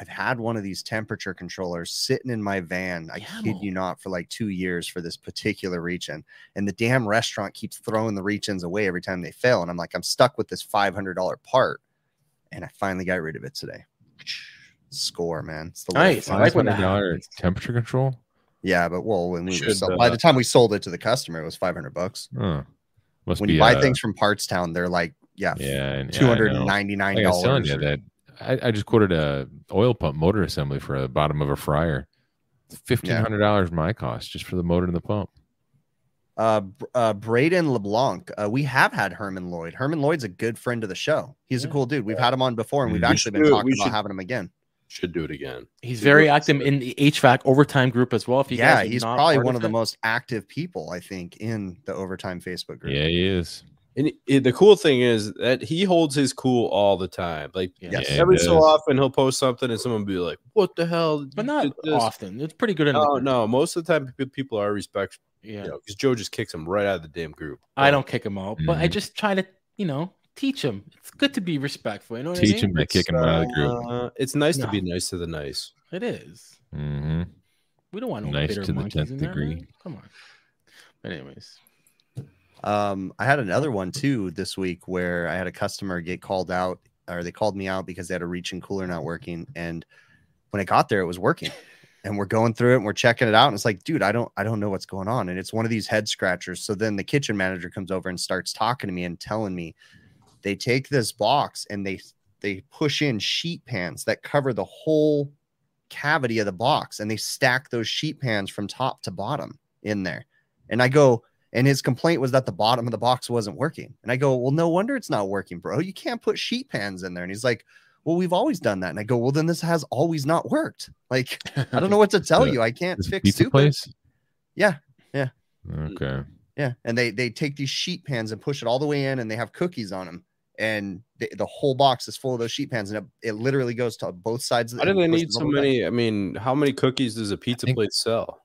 [SPEAKER 4] i've had one of these temperature controllers sitting in my van i kid
[SPEAKER 1] Yaml.
[SPEAKER 4] you not for like two years for this particular region and the damn restaurant keeps throwing the regions away every time they fail and i'm like i'm stuck with this $500 part and i finally got rid of it today score man it's the
[SPEAKER 1] Nice. I
[SPEAKER 4] fun.
[SPEAKER 1] like when that
[SPEAKER 2] $500
[SPEAKER 1] happens.
[SPEAKER 2] temperature control.
[SPEAKER 4] Yeah, but well, when we were
[SPEAKER 3] Should,
[SPEAKER 4] sell-
[SPEAKER 3] uh,
[SPEAKER 4] by the time we sold it to the customer, it was five hundred bucks.
[SPEAKER 2] Huh. Must
[SPEAKER 4] When
[SPEAKER 2] be
[SPEAKER 4] you buy
[SPEAKER 2] uh,
[SPEAKER 4] things from Parts Town, they're like, yeah,
[SPEAKER 2] Yeah, and-
[SPEAKER 4] two
[SPEAKER 2] yeah, I know.
[SPEAKER 4] hundred ninety nine
[SPEAKER 2] Like I was telling
[SPEAKER 4] dollars.
[SPEAKER 2] you that I, I just quoted a oil pump motor assembly for the bottom of a fryer. Fifteen hundred dollars my cost just for the motor and the pump.
[SPEAKER 4] Uh, Br- uh, Braden LeBlanc. Uh, we have had Herman Lloyd. Herman Lloyd's a good friend of the show. He's a
[SPEAKER 1] Yeah.
[SPEAKER 4] cool dude. We've had him on before, and we've
[SPEAKER 2] We
[SPEAKER 4] actually been
[SPEAKER 3] should-
[SPEAKER 4] talking
[SPEAKER 3] we
[SPEAKER 4] about
[SPEAKER 3] should-
[SPEAKER 4] having him again.
[SPEAKER 3] Should do it again.
[SPEAKER 1] He's very active in the HVAC overtime group as well. If you
[SPEAKER 4] Yeah,
[SPEAKER 1] guys are
[SPEAKER 4] he's
[SPEAKER 1] not
[SPEAKER 4] probably
[SPEAKER 1] part
[SPEAKER 4] one of the
[SPEAKER 1] it.
[SPEAKER 4] most active people I think in the overtime Facebook group.
[SPEAKER 2] Yeah, he is.
[SPEAKER 3] And it- the cool thing is that he holds his cool all the time. Like
[SPEAKER 1] Yeah.
[SPEAKER 4] Yes.
[SPEAKER 2] Yeah,
[SPEAKER 3] every
[SPEAKER 2] he
[SPEAKER 3] so
[SPEAKER 2] does.
[SPEAKER 3] often, he'll post something and someone will be like, "What the hell?"
[SPEAKER 1] but
[SPEAKER 3] You
[SPEAKER 1] not
[SPEAKER 3] did this?"
[SPEAKER 1] often. It's pretty good. In the
[SPEAKER 4] Oh,
[SPEAKER 3] No,
[SPEAKER 1] group.
[SPEAKER 3] no. Most of the time, pe- people are respectful.
[SPEAKER 1] Yeah.
[SPEAKER 3] You know, because Joe just kicks him right out of the damn group.
[SPEAKER 1] I don't kick him out, but I
[SPEAKER 2] Mhm.
[SPEAKER 1] just try to, you know, teach him. It's good to be respectful. You know what I
[SPEAKER 2] Teach
[SPEAKER 1] mean?
[SPEAKER 2] him by kicking him out of the group.
[SPEAKER 3] Uh, it's nice
[SPEAKER 1] No.
[SPEAKER 3] to be nice to the nice.
[SPEAKER 1] It is.
[SPEAKER 2] hmm
[SPEAKER 1] We don't want no
[SPEAKER 2] Nice
[SPEAKER 1] bitter
[SPEAKER 2] to the
[SPEAKER 1] monkeys
[SPEAKER 2] 10th
[SPEAKER 1] in there,
[SPEAKER 2] degree.
[SPEAKER 1] man. Come on. But anyways,
[SPEAKER 4] Um, I had another one too this week where I had a customer get called out, or they called me out because they had a reach and cooler not working. And when I got there, it was working. And we're going through it and we're checking it out. And it's like, dude, I don't I don't know what's going on. And it's one of these head scratchers. So then the kitchen manager comes over and starts talking to me and telling me they take this box and they they push in sheet pans that cover the whole cavity of the box and they stack those sheet pans from top to bottom in there. And I go, and his complaint was that the bottom of the box wasn't working. And I go, Well, no wonder it's not working, bro. You can't put sheet pans in there. And he's like, Well, we've always done that. And I go, Well, then this has always not worked. Like, I don't know what to tell you. I can't
[SPEAKER 2] This
[SPEAKER 4] fix
[SPEAKER 2] pizza
[SPEAKER 4] stupid.
[SPEAKER 2] place.
[SPEAKER 4] Yeah, yeah.
[SPEAKER 2] Okay.
[SPEAKER 4] Yeah. And they they take these sheet pans and push it all the way in and they have cookies on them. And the, the whole box is full of those sheet pans and it, it literally goes to both sides. of
[SPEAKER 3] Why do
[SPEAKER 4] and
[SPEAKER 3] they
[SPEAKER 4] pushes
[SPEAKER 3] need
[SPEAKER 4] them
[SPEAKER 3] so
[SPEAKER 4] all the way back.
[SPEAKER 3] many? I mean, how many cookies does a pizza
[SPEAKER 2] think-
[SPEAKER 3] place sell?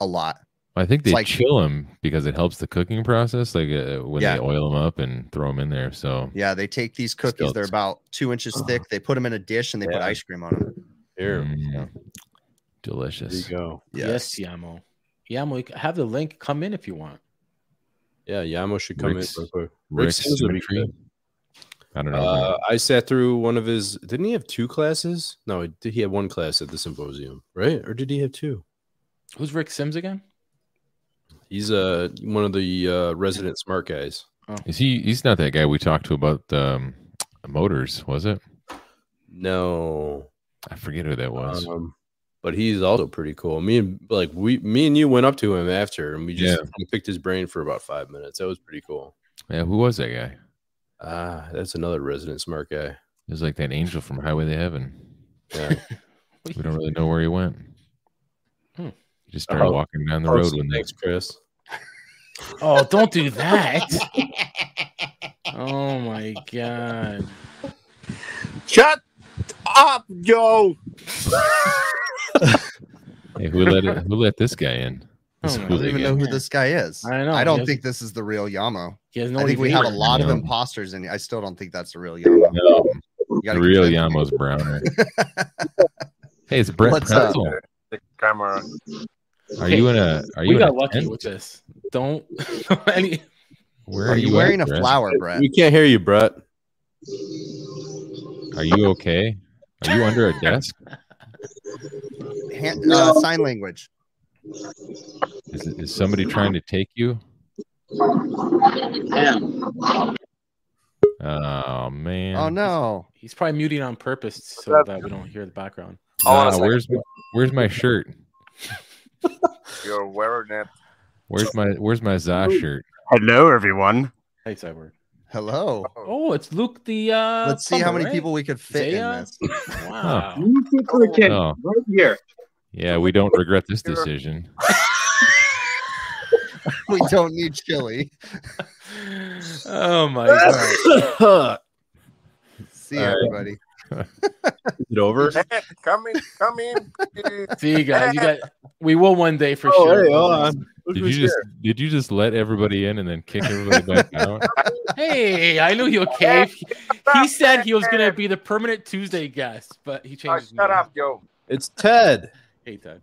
[SPEAKER 4] A lot.
[SPEAKER 2] I think they
[SPEAKER 4] like-
[SPEAKER 2] chill him because it helps the cooking process. Like uh, when
[SPEAKER 4] Yeah.
[SPEAKER 2] they oil them up and throw them in there. So
[SPEAKER 4] Yeah. They take these cookies. They're
[SPEAKER 2] Stilts.
[SPEAKER 4] about two inches
[SPEAKER 3] Uh-huh.
[SPEAKER 4] thick. They put them in a dish and they put
[SPEAKER 3] Yeah.
[SPEAKER 4] ice cream on them.
[SPEAKER 3] Here,
[SPEAKER 2] mm,
[SPEAKER 4] Yeah.
[SPEAKER 3] there you
[SPEAKER 2] delicious.
[SPEAKER 3] go.
[SPEAKER 1] yes, Yamo. Yamo, you c- have the link come in if you want.
[SPEAKER 3] Yeah, Yamo should come
[SPEAKER 2] Rick's-
[SPEAKER 3] in. Real quick. Rick
[SPEAKER 2] Rick's
[SPEAKER 3] Sims would be
[SPEAKER 2] Symmetry. I don't know.
[SPEAKER 3] Uh, I sat through one of his. Didn't he have two classes? No, he- did he have one class at the symposium, right? Or did he have two?
[SPEAKER 1] Who's Rick Sims again?
[SPEAKER 3] He's uh one of the uh, resident smart guys.
[SPEAKER 2] Is he? He's not that guy we talked to about um, motors, was it?
[SPEAKER 3] No,
[SPEAKER 2] I forget who that was.
[SPEAKER 3] Um, but he's also pretty cool. Me and like we, me and you went up to him after, and we just picked his brain for about five minutes. That was pretty cool.
[SPEAKER 2] yeah, who was that guy?
[SPEAKER 3] Ah, that's another resident smart guy.
[SPEAKER 2] It was like that angel from Highway to Heaven.
[SPEAKER 3] Yeah.
[SPEAKER 1] What
[SPEAKER 2] We
[SPEAKER 1] do
[SPEAKER 2] don't
[SPEAKER 1] you-
[SPEAKER 2] really know where he went.
[SPEAKER 1] Hmm.
[SPEAKER 2] He just started
[SPEAKER 3] Oh.
[SPEAKER 2] walking down the road when they.
[SPEAKER 3] Thanks, Chris.
[SPEAKER 1] Oh, don't do that. oh my god.
[SPEAKER 5] Shut up, Joe.
[SPEAKER 2] Hey, who let it, who let this guy in?
[SPEAKER 4] I
[SPEAKER 2] This
[SPEAKER 1] don't
[SPEAKER 4] don't even know who
[SPEAKER 1] Yeah.
[SPEAKER 4] this guy is.
[SPEAKER 1] I know,
[SPEAKER 4] I don't
[SPEAKER 1] yes.
[SPEAKER 4] think this is the real Yamo.
[SPEAKER 1] He has no
[SPEAKER 4] I think we
[SPEAKER 1] idea.
[SPEAKER 4] have a lot of
[SPEAKER 2] Yamo.
[SPEAKER 4] imposters, and I still don't think that's the real
[SPEAKER 2] No,
[SPEAKER 4] Yamo. You
[SPEAKER 2] the
[SPEAKER 4] gotta
[SPEAKER 2] real
[SPEAKER 4] keep that-
[SPEAKER 2] Yamo's brown. hey, it's Brett
[SPEAKER 4] What's up?
[SPEAKER 2] Pretzel.
[SPEAKER 5] The camera.
[SPEAKER 2] Are you in a? Are you
[SPEAKER 1] we
[SPEAKER 2] in a
[SPEAKER 1] got lucky
[SPEAKER 2] tent?
[SPEAKER 1] with this. Don't any
[SPEAKER 2] Where
[SPEAKER 4] Are you
[SPEAKER 2] at,
[SPEAKER 4] wearing a
[SPEAKER 2] Brett?
[SPEAKER 4] flower, Brett?
[SPEAKER 3] We can't hear you, Brett.
[SPEAKER 2] Are you okay? Are you under a desk?
[SPEAKER 4] Hand, uh, sign language.
[SPEAKER 2] Is, it, is somebody trying to take you? Oh man!
[SPEAKER 4] Oh no!
[SPEAKER 1] he's probably muting on purpose so that we don't hear the background.
[SPEAKER 5] Hold on a
[SPEAKER 2] Nah,
[SPEAKER 5] second.
[SPEAKER 2] where's my- where's my shirt?
[SPEAKER 5] You're wearing it.
[SPEAKER 2] Where's my where's my Za shirt?
[SPEAKER 6] Hello, everyone.
[SPEAKER 1] Hey Cyborg.
[SPEAKER 4] Hello.
[SPEAKER 1] Oh, it's Luke the uh
[SPEAKER 4] Let's see how
[SPEAKER 1] plumber,
[SPEAKER 4] many
[SPEAKER 1] right?
[SPEAKER 4] people we could fit in
[SPEAKER 1] Zaya?
[SPEAKER 4] this.
[SPEAKER 1] Wow.
[SPEAKER 7] You people can
[SPEAKER 2] Oh
[SPEAKER 7] right here.
[SPEAKER 2] yeah, we don't regret this decision.
[SPEAKER 4] We don't need chili.
[SPEAKER 1] oh my god.
[SPEAKER 4] See
[SPEAKER 2] All right.
[SPEAKER 4] everybody.
[SPEAKER 3] Is it over?
[SPEAKER 5] Hey, come in, come in. please.
[SPEAKER 1] See you guys. You got we will one day for
[SPEAKER 3] Oh,
[SPEAKER 1] sure.
[SPEAKER 3] hey, hold on. Look
[SPEAKER 2] Did
[SPEAKER 3] who's
[SPEAKER 2] you just
[SPEAKER 3] here.
[SPEAKER 2] did you just let everybody in and then kick everybody back out?
[SPEAKER 1] Hey, I knew you okay. He said he was gonna be the permanent Tuesday guest, but he
[SPEAKER 5] Oh,
[SPEAKER 1] changed his
[SPEAKER 5] shut
[SPEAKER 1] mind.
[SPEAKER 5] up, Joe.
[SPEAKER 3] It's Ted.
[SPEAKER 1] Hey Ted.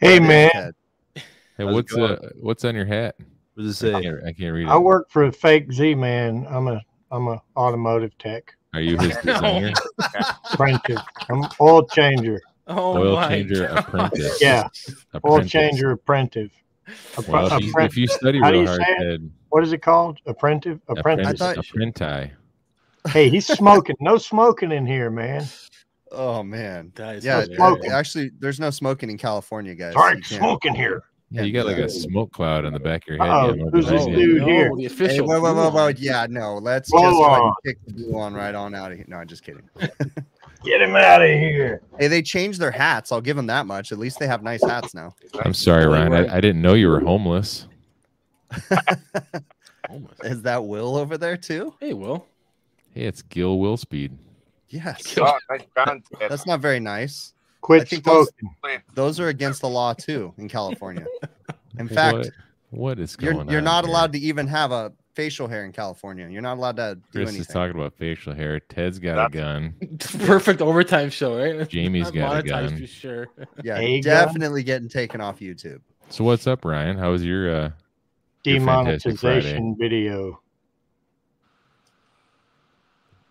[SPEAKER 6] Hey, man.
[SPEAKER 4] Ted.
[SPEAKER 2] Hey,
[SPEAKER 3] How's it
[SPEAKER 2] what's uh, what's on your hat?
[SPEAKER 3] What does
[SPEAKER 2] I
[SPEAKER 3] it say?
[SPEAKER 2] can't, I can't read
[SPEAKER 6] I
[SPEAKER 2] it.
[SPEAKER 6] work for a fake Z Man. I'm a I'm a automotive tech.
[SPEAKER 2] Are you
[SPEAKER 6] Oh
[SPEAKER 2] his
[SPEAKER 1] No.
[SPEAKER 2] designer,
[SPEAKER 6] Apprentice. I'm an oil changer.
[SPEAKER 1] Oh
[SPEAKER 2] oil
[SPEAKER 1] my
[SPEAKER 2] changer
[SPEAKER 1] God.
[SPEAKER 2] apprentice?
[SPEAKER 6] Yeah. Oil
[SPEAKER 2] Apprentice.
[SPEAKER 6] changer apprentice.
[SPEAKER 2] Well, if,
[SPEAKER 6] Appre-
[SPEAKER 2] you,
[SPEAKER 6] appren-
[SPEAKER 2] if you study
[SPEAKER 6] How do
[SPEAKER 2] real
[SPEAKER 6] you
[SPEAKER 2] hard,
[SPEAKER 6] say it?
[SPEAKER 2] Ted,
[SPEAKER 6] what is it called? Apprentice?
[SPEAKER 2] apprentice,
[SPEAKER 6] Apprentice.
[SPEAKER 4] I thought-
[SPEAKER 2] apprenti.
[SPEAKER 6] Hey, he's smoking. No smoking in here, man.
[SPEAKER 4] Oh man.
[SPEAKER 1] That is
[SPEAKER 4] Yeah,
[SPEAKER 1] hilarious.
[SPEAKER 6] smoke.
[SPEAKER 4] Ted, actually, there's no smoking in California, guys.
[SPEAKER 6] Sorry,
[SPEAKER 4] You can't.
[SPEAKER 6] smoking here.
[SPEAKER 2] Yeah, you got like a smoke cloud on the back of your head.
[SPEAKER 6] Uh-oh,
[SPEAKER 2] yeah,
[SPEAKER 6] who's this
[SPEAKER 1] Oh,
[SPEAKER 2] yeah.
[SPEAKER 6] dude
[SPEAKER 1] no,
[SPEAKER 6] here?
[SPEAKER 1] The
[SPEAKER 4] Hey,
[SPEAKER 1] official.
[SPEAKER 4] whoa, whoa, whoa, whoa.
[SPEAKER 1] Mulan.
[SPEAKER 4] Yeah, no. Let's
[SPEAKER 6] Blow
[SPEAKER 4] just go ahead and
[SPEAKER 6] on.
[SPEAKER 4] kick the blue on right on out of here. No, I'm just kidding.
[SPEAKER 6] Get him out of here.
[SPEAKER 4] Hey, they changed their hats. I'll give them that much. At least they have nice hats now.
[SPEAKER 2] I'm sorry, Ryan. I, I didn't know you were homeless.
[SPEAKER 1] Almost.
[SPEAKER 4] Is that Will over there too?
[SPEAKER 1] Hey Will.
[SPEAKER 2] Hey, it's Gil Willspeed.
[SPEAKER 4] Yes.
[SPEAKER 5] Oh, nice pants.
[SPEAKER 4] That's not very nice. I
[SPEAKER 6] Quit
[SPEAKER 4] think those-
[SPEAKER 6] smoking.
[SPEAKER 4] Those are against the law too in California. In fact,
[SPEAKER 2] what, what is going
[SPEAKER 4] you're
[SPEAKER 2] on?
[SPEAKER 4] you're not
[SPEAKER 2] here?
[SPEAKER 4] allowed to even have a facial hair in California. You're not allowed to do
[SPEAKER 2] Chris is
[SPEAKER 4] anything.
[SPEAKER 2] talking about facial hair. Ted's got
[SPEAKER 5] That's-
[SPEAKER 2] a gun.
[SPEAKER 1] Perfect overtime show, right? Not
[SPEAKER 2] Jamie's got a
[SPEAKER 1] monetized
[SPEAKER 2] gun.
[SPEAKER 1] for sure.
[SPEAKER 4] Yeah,
[SPEAKER 6] Hey, guy.
[SPEAKER 4] definitely getting taken off YouTube.
[SPEAKER 2] So what's up, Ryan? How was your uh Your Fantastic Uh,
[SPEAKER 6] Demonetization video.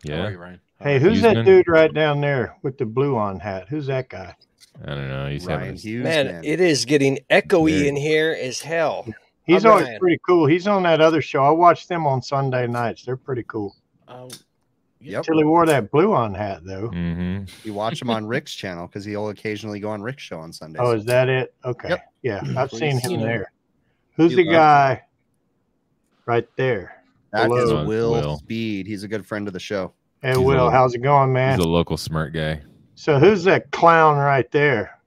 [SPEAKER 1] How are
[SPEAKER 2] yeah?
[SPEAKER 1] you, Ryan?
[SPEAKER 6] Hey, who's
[SPEAKER 2] Usman?
[SPEAKER 6] that dude right down there with the blue on hat? Who's that guy?
[SPEAKER 2] I don't know. He's
[SPEAKER 4] Ryan
[SPEAKER 2] having a-
[SPEAKER 4] Hughes, man.
[SPEAKER 8] Man, it is getting echoey
[SPEAKER 2] Very-
[SPEAKER 8] in here as hell.
[SPEAKER 6] He's
[SPEAKER 8] I'm
[SPEAKER 6] always
[SPEAKER 8] Ryan.
[SPEAKER 6] pretty cool. He's on that other show. I watch them on Sunday nights. They're pretty cool.
[SPEAKER 1] Um,
[SPEAKER 4] Yep.
[SPEAKER 6] Till he wore that blue on hat though.
[SPEAKER 2] Mhm.
[SPEAKER 4] You watch him on Rick's channel because he'll occasionally go on Rick's show on Sundays.
[SPEAKER 6] Oh, is that it? Okay.
[SPEAKER 4] Yep.
[SPEAKER 6] Yeah, I've
[SPEAKER 1] Please.
[SPEAKER 6] seen him
[SPEAKER 1] Seen him.
[SPEAKER 6] there. Who's
[SPEAKER 3] He
[SPEAKER 6] the
[SPEAKER 3] loves
[SPEAKER 6] guy right there?
[SPEAKER 4] that is
[SPEAKER 6] Hello.
[SPEAKER 4] Will,
[SPEAKER 2] Will.
[SPEAKER 4] Speed. He's a good friend of the show.
[SPEAKER 6] Hey,
[SPEAKER 2] He's
[SPEAKER 6] Will,
[SPEAKER 2] a-
[SPEAKER 6] how's it going, man?
[SPEAKER 2] He's a local smart guy.
[SPEAKER 6] so who's that clown right there?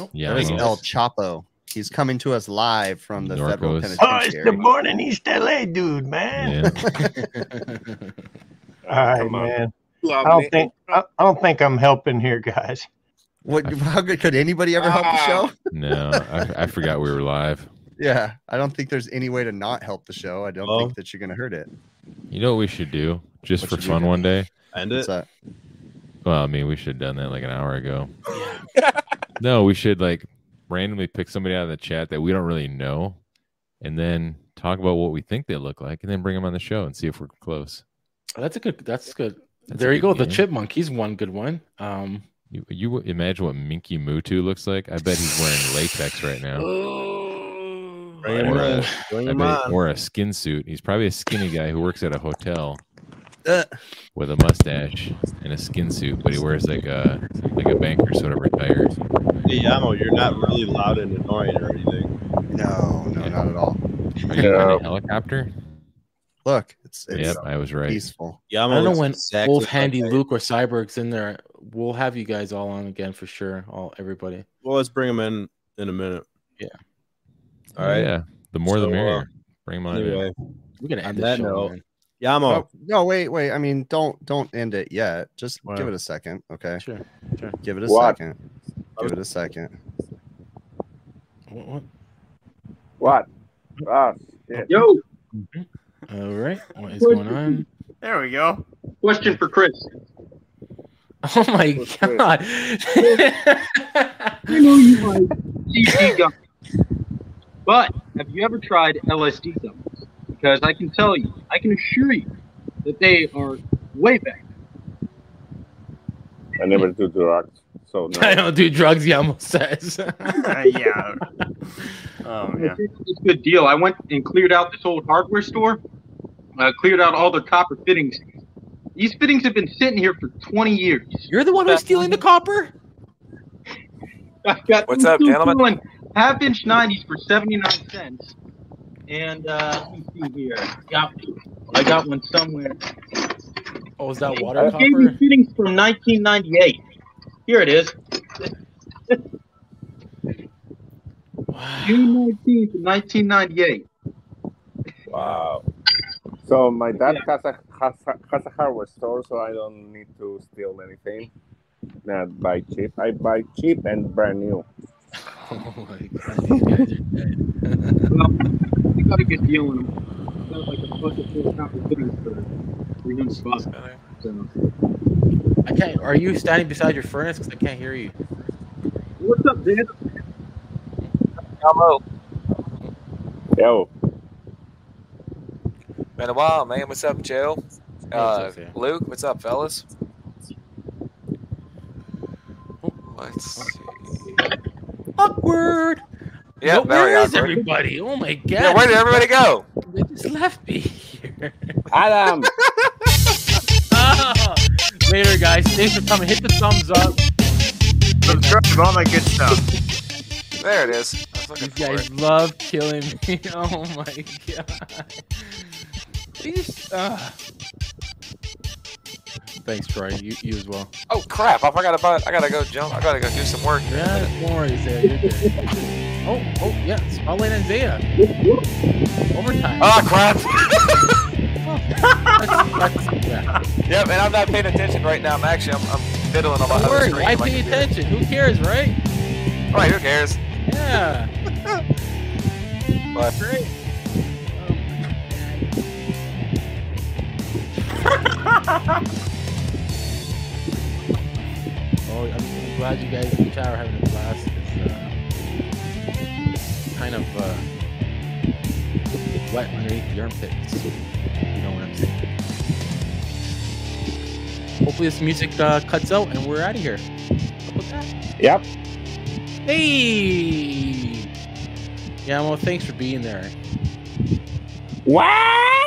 [SPEAKER 1] oh,
[SPEAKER 2] Yeah,
[SPEAKER 1] there
[SPEAKER 2] I
[SPEAKER 1] we
[SPEAKER 2] know.
[SPEAKER 1] go.
[SPEAKER 4] El Chapo. He's coming to us live from the federal
[SPEAKER 2] Narcos.
[SPEAKER 6] Oh, it's the
[SPEAKER 4] penitentiary.
[SPEAKER 6] Morning LA dude, man.
[SPEAKER 2] Yeah.
[SPEAKER 6] All right,
[SPEAKER 5] Come on.
[SPEAKER 6] man. I
[SPEAKER 5] Love me.
[SPEAKER 6] don't think I, I don't think I'm helping here, guys.
[SPEAKER 4] What? How could, could anybody ever help
[SPEAKER 6] Ah.
[SPEAKER 4] the show?
[SPEAKER 2] no, I, I forgot we were live.
[SPEAKER 4] Yeah, I don't think there's any way to not help the show. I don't
[SPEAKER 3] Well.
[SPEAKER 4] think that you're gonna hurt it.
[SPEAKER 2] You know what we should do just
[SPEAKER 4] What
[SPEAKER 2] for
[SPEAKER 4] should we
[SPEAKER 2] fun
[SPEAKER 4] do?
[SPEAKER 2] one day?
[SPEAKER 3] End
[SPEAKER 4] What's
[SPEAKER 3] it.
[SPEAKER 4] that?
[SPEAKER 2] Well, I mean, we should have done that like an hour ago. no, we should like randomly pick somebody out of the chat that we don't really know and then talk about what we think they look like and then bring them on the show and see if we're close.
[SPEAKER 1] That's a good. That's good.
[SPEAKER 2] That's a
[SPEAKER 1] there you go.
[SPEAKER 2] good
[SPEAKER 1] The
[SPEAKER 2] game.
[SPEAKER 1] chipmunk. He's one good one. Um,
[SPEAKER 2] You, you imagine what Minky Mutu looks like? I bet he's wearing latex right now.
[SPEAKER 3] Bring him
[SPEAKER 2] Or,
[SPEAKER 3] on.
[SPEAKER 2] uh,
[SPEAKER 3] Bring
[SPEAKER 2] I
[SPEAKER 3] him
[SPEAKER 2] bet-
[SPEAKER 3] on.
[SPEAKER 2] or a skin suit. He's probably a skinny guy who works at a hotel
[SPEAKER 4] Uh.
[SPEAKER 2] with a mustache and a skin suit, but he wears like a like a banker sort of retired.
[SPEAKER 3] Hey, Yamo, you're not really loud and annoying or anything.
[SPEAKER 4] No, no, not at all.
[SPEAKER 2] Are you on a helicopter?
[SPEAKER 4] Look, it's it's
[SPEAKER 2] Yep, I was right.
[SPEAKER 4] peaceful.
[SPEAKER 3] Yamo
[SPEAKER 1] I don't know
[SPEAKER 3] looks
[SPEAKER 1] when
[SPEAKER 3] exactly
[SPEAKER 1] Wolf
[SPEAKER 3] like
[SPEAKER 1] Handy
[SPEAKER 3] that.
[SPEAKER 1] Luke or Cyborg's in there. We'll have you guys all on again for sure. All everybody.
[SPEAKER 3] Well, let's bring him in in a minute.
[SPEAKER 1] Yeah.
[SPEAKER 3] All right.
[SPEAKER 2] Yeah. The more the
[SPEAKER 3] So, uh,
[SPEAKER 2] merrier. Bring mine in.
[SPEAKER 3] Anyway,
[SPEAKER 1] We're gonna
[SPEAKER 3] On
[SPEAKER 1] end this
[SPEAKER 3] that
[SPEAKER 1] show.
[SPEAKER 3] note-
[SPEAKER 1] man.
[SPEAKER 3] Yamo,
[SPEAKER 4] Oh, no, wait, wait. I mean, don't don't end it yet. Just
[SPEAKER 3] Wow.
[SPEAKER 4] give it a second, okay?
[SPEAKER 1] Sure.
[SPEAKER 4] Give it a
[SPEAKER 5] What?
[SPEAKER 4] second. Give it a second.
[SPEAKER 1] What, what?
[SPEAKER 5] What? Ah,
[SPEAKER 7] Yo,
[SPEAKER 1] All right. What is going on?
[SPEAKER 9] There we go.
[SPEAKER 7] question for Chris.
[SPEAKER 1] Oh my
[SPEAKER 5] What's this?
[SPEAKER 1] god.
[SPEAKER 7] I know you like CBD gummies, but have you ever tried LSD gummies? Because I can tell you, I can assure you that they are way better.
[SPEAKER 5] I never do drugs, so
[SPEAKER 1] I
[SPEAKER 5] no.
[SPEAKER 1] don't do drugs, he almost says.
[SPEAKER 9] Uh, yeah. Oh yeah.
[SPEAKER 7] It's a good deal. I went and cleared out this old hardware store, uh, cleared out all their copper fittings. These fittings have been sitting here for 20 years.
[SPEAKER 1] You're the one who's stealing the copper?
[SPEAKER 7] I've got
[SPEAKER 10] What's up, gentlemen?
[SPEAKER 7] Half inch 90s for 79 cents. And uh, let me see here. I got, I got one somewhere.
[SPEAKER 1] Oh, is that
[SPEAKER 7] I
[SPEAKER 1] water
[SPEAKER 7] gave you
[SPEAKER 1] copper?
[SPEAKER 7] fittings from 1998. Here it is, June 19th, 1998.
[SPEAKER 5] Wow. So my dad has a has a, has a hardware store, so I don't need to steal anything. Not buy cheap. I buy cheap and brand new.
[SPEAKER 1] Oh my god, these guys are dead.
[SPEAKER 7] I got a good deal on them. I got like a bucket full of copper fittings for 300 bucks. So,
[SPEAKER 1] I can't are you standing beside your furnace? Because I can't hear you.
[SPEAKER 7] what's up, Dan?
[SPEAKER 10] Hello.
[SPEAKER 5] Yo,
[SPEAKER 10] Been a while, man. What's up, Joe? Uh,
[SPEAKER 1] What's up, yeah?
[SPEAKER 10] Luke, what's up, fellas? Let's see.
[SPEAKER 1] Oh. Awkward.
[SPEAKER 10] Yeah,
[SPEAKER 1] Yo,
[SPEAKER 10] very
[SPEAKER 1] where is
[SPEAKER 10] awkward.
[SPEAKER 1] everybody? Oh my god.
[SPEAKER 10] Yeah, where did everybody go?
[SPEAKER 1] They just left me here.
[SPEAKER 5] Adam.
[SPEAKER 1] Oh. Later, guys. Thanks for coming. Hit the thumbs up.
[SPEAKER 9] Subscribe all that good stuff.
[SPEAKER 10] There it is. I was looking
[SPEAKER 1] You
[SPEAKER 10] for it.
[SPEAKER 1] guys love killing me. Oh my god. These, uh... Thanks, Troy. You, you as well.
[SPEAKER 10] Oh crap! I forgot about. I gotta go jump. I gotta go do some work. here.
[SPEAKER 1] Yeah, don't worry, Zaya. You're good. Oh, oh, yeah. Spotlight and Zaya. Overtime.
[SPEAKER 10] Oh crap!
[SPEAKER 1] That's- that's- yeah.
[SPEAKER 10] yep, and I'm not paying attention right now. I'm actually I'm, I'm fiddling on my
[SPEAKER 1] Don't
[SPEAKER 10] other
[SPEAKER 1] worry.
[SPEAKER 10] screen.
[SPEAKER 1] Why
[SPEAKER 10] on my
[SPEAKER 1] pay
[SPEAKER 10] computer.
[SPEAKER 1] attention? Who cares, right?
[SPEAKER 10] Right? Who cares?
[SPEAKER 1] Yeah.
[SPEAKER 10] But
[SPEAKER 1] Great. oh, I'm, I'm glad you guys in the chat are having a blast. It's uh, kind of uh, wet underneath the armpits. You know what I'm saying? Hopefully, this music uh, cuts out and we're out of here. How about that?
[SPEAKER 5] Yep.
[SPEAKER 1] Hey! Yeah, well, thanks for being there.
[SPEAKER 5] Wow.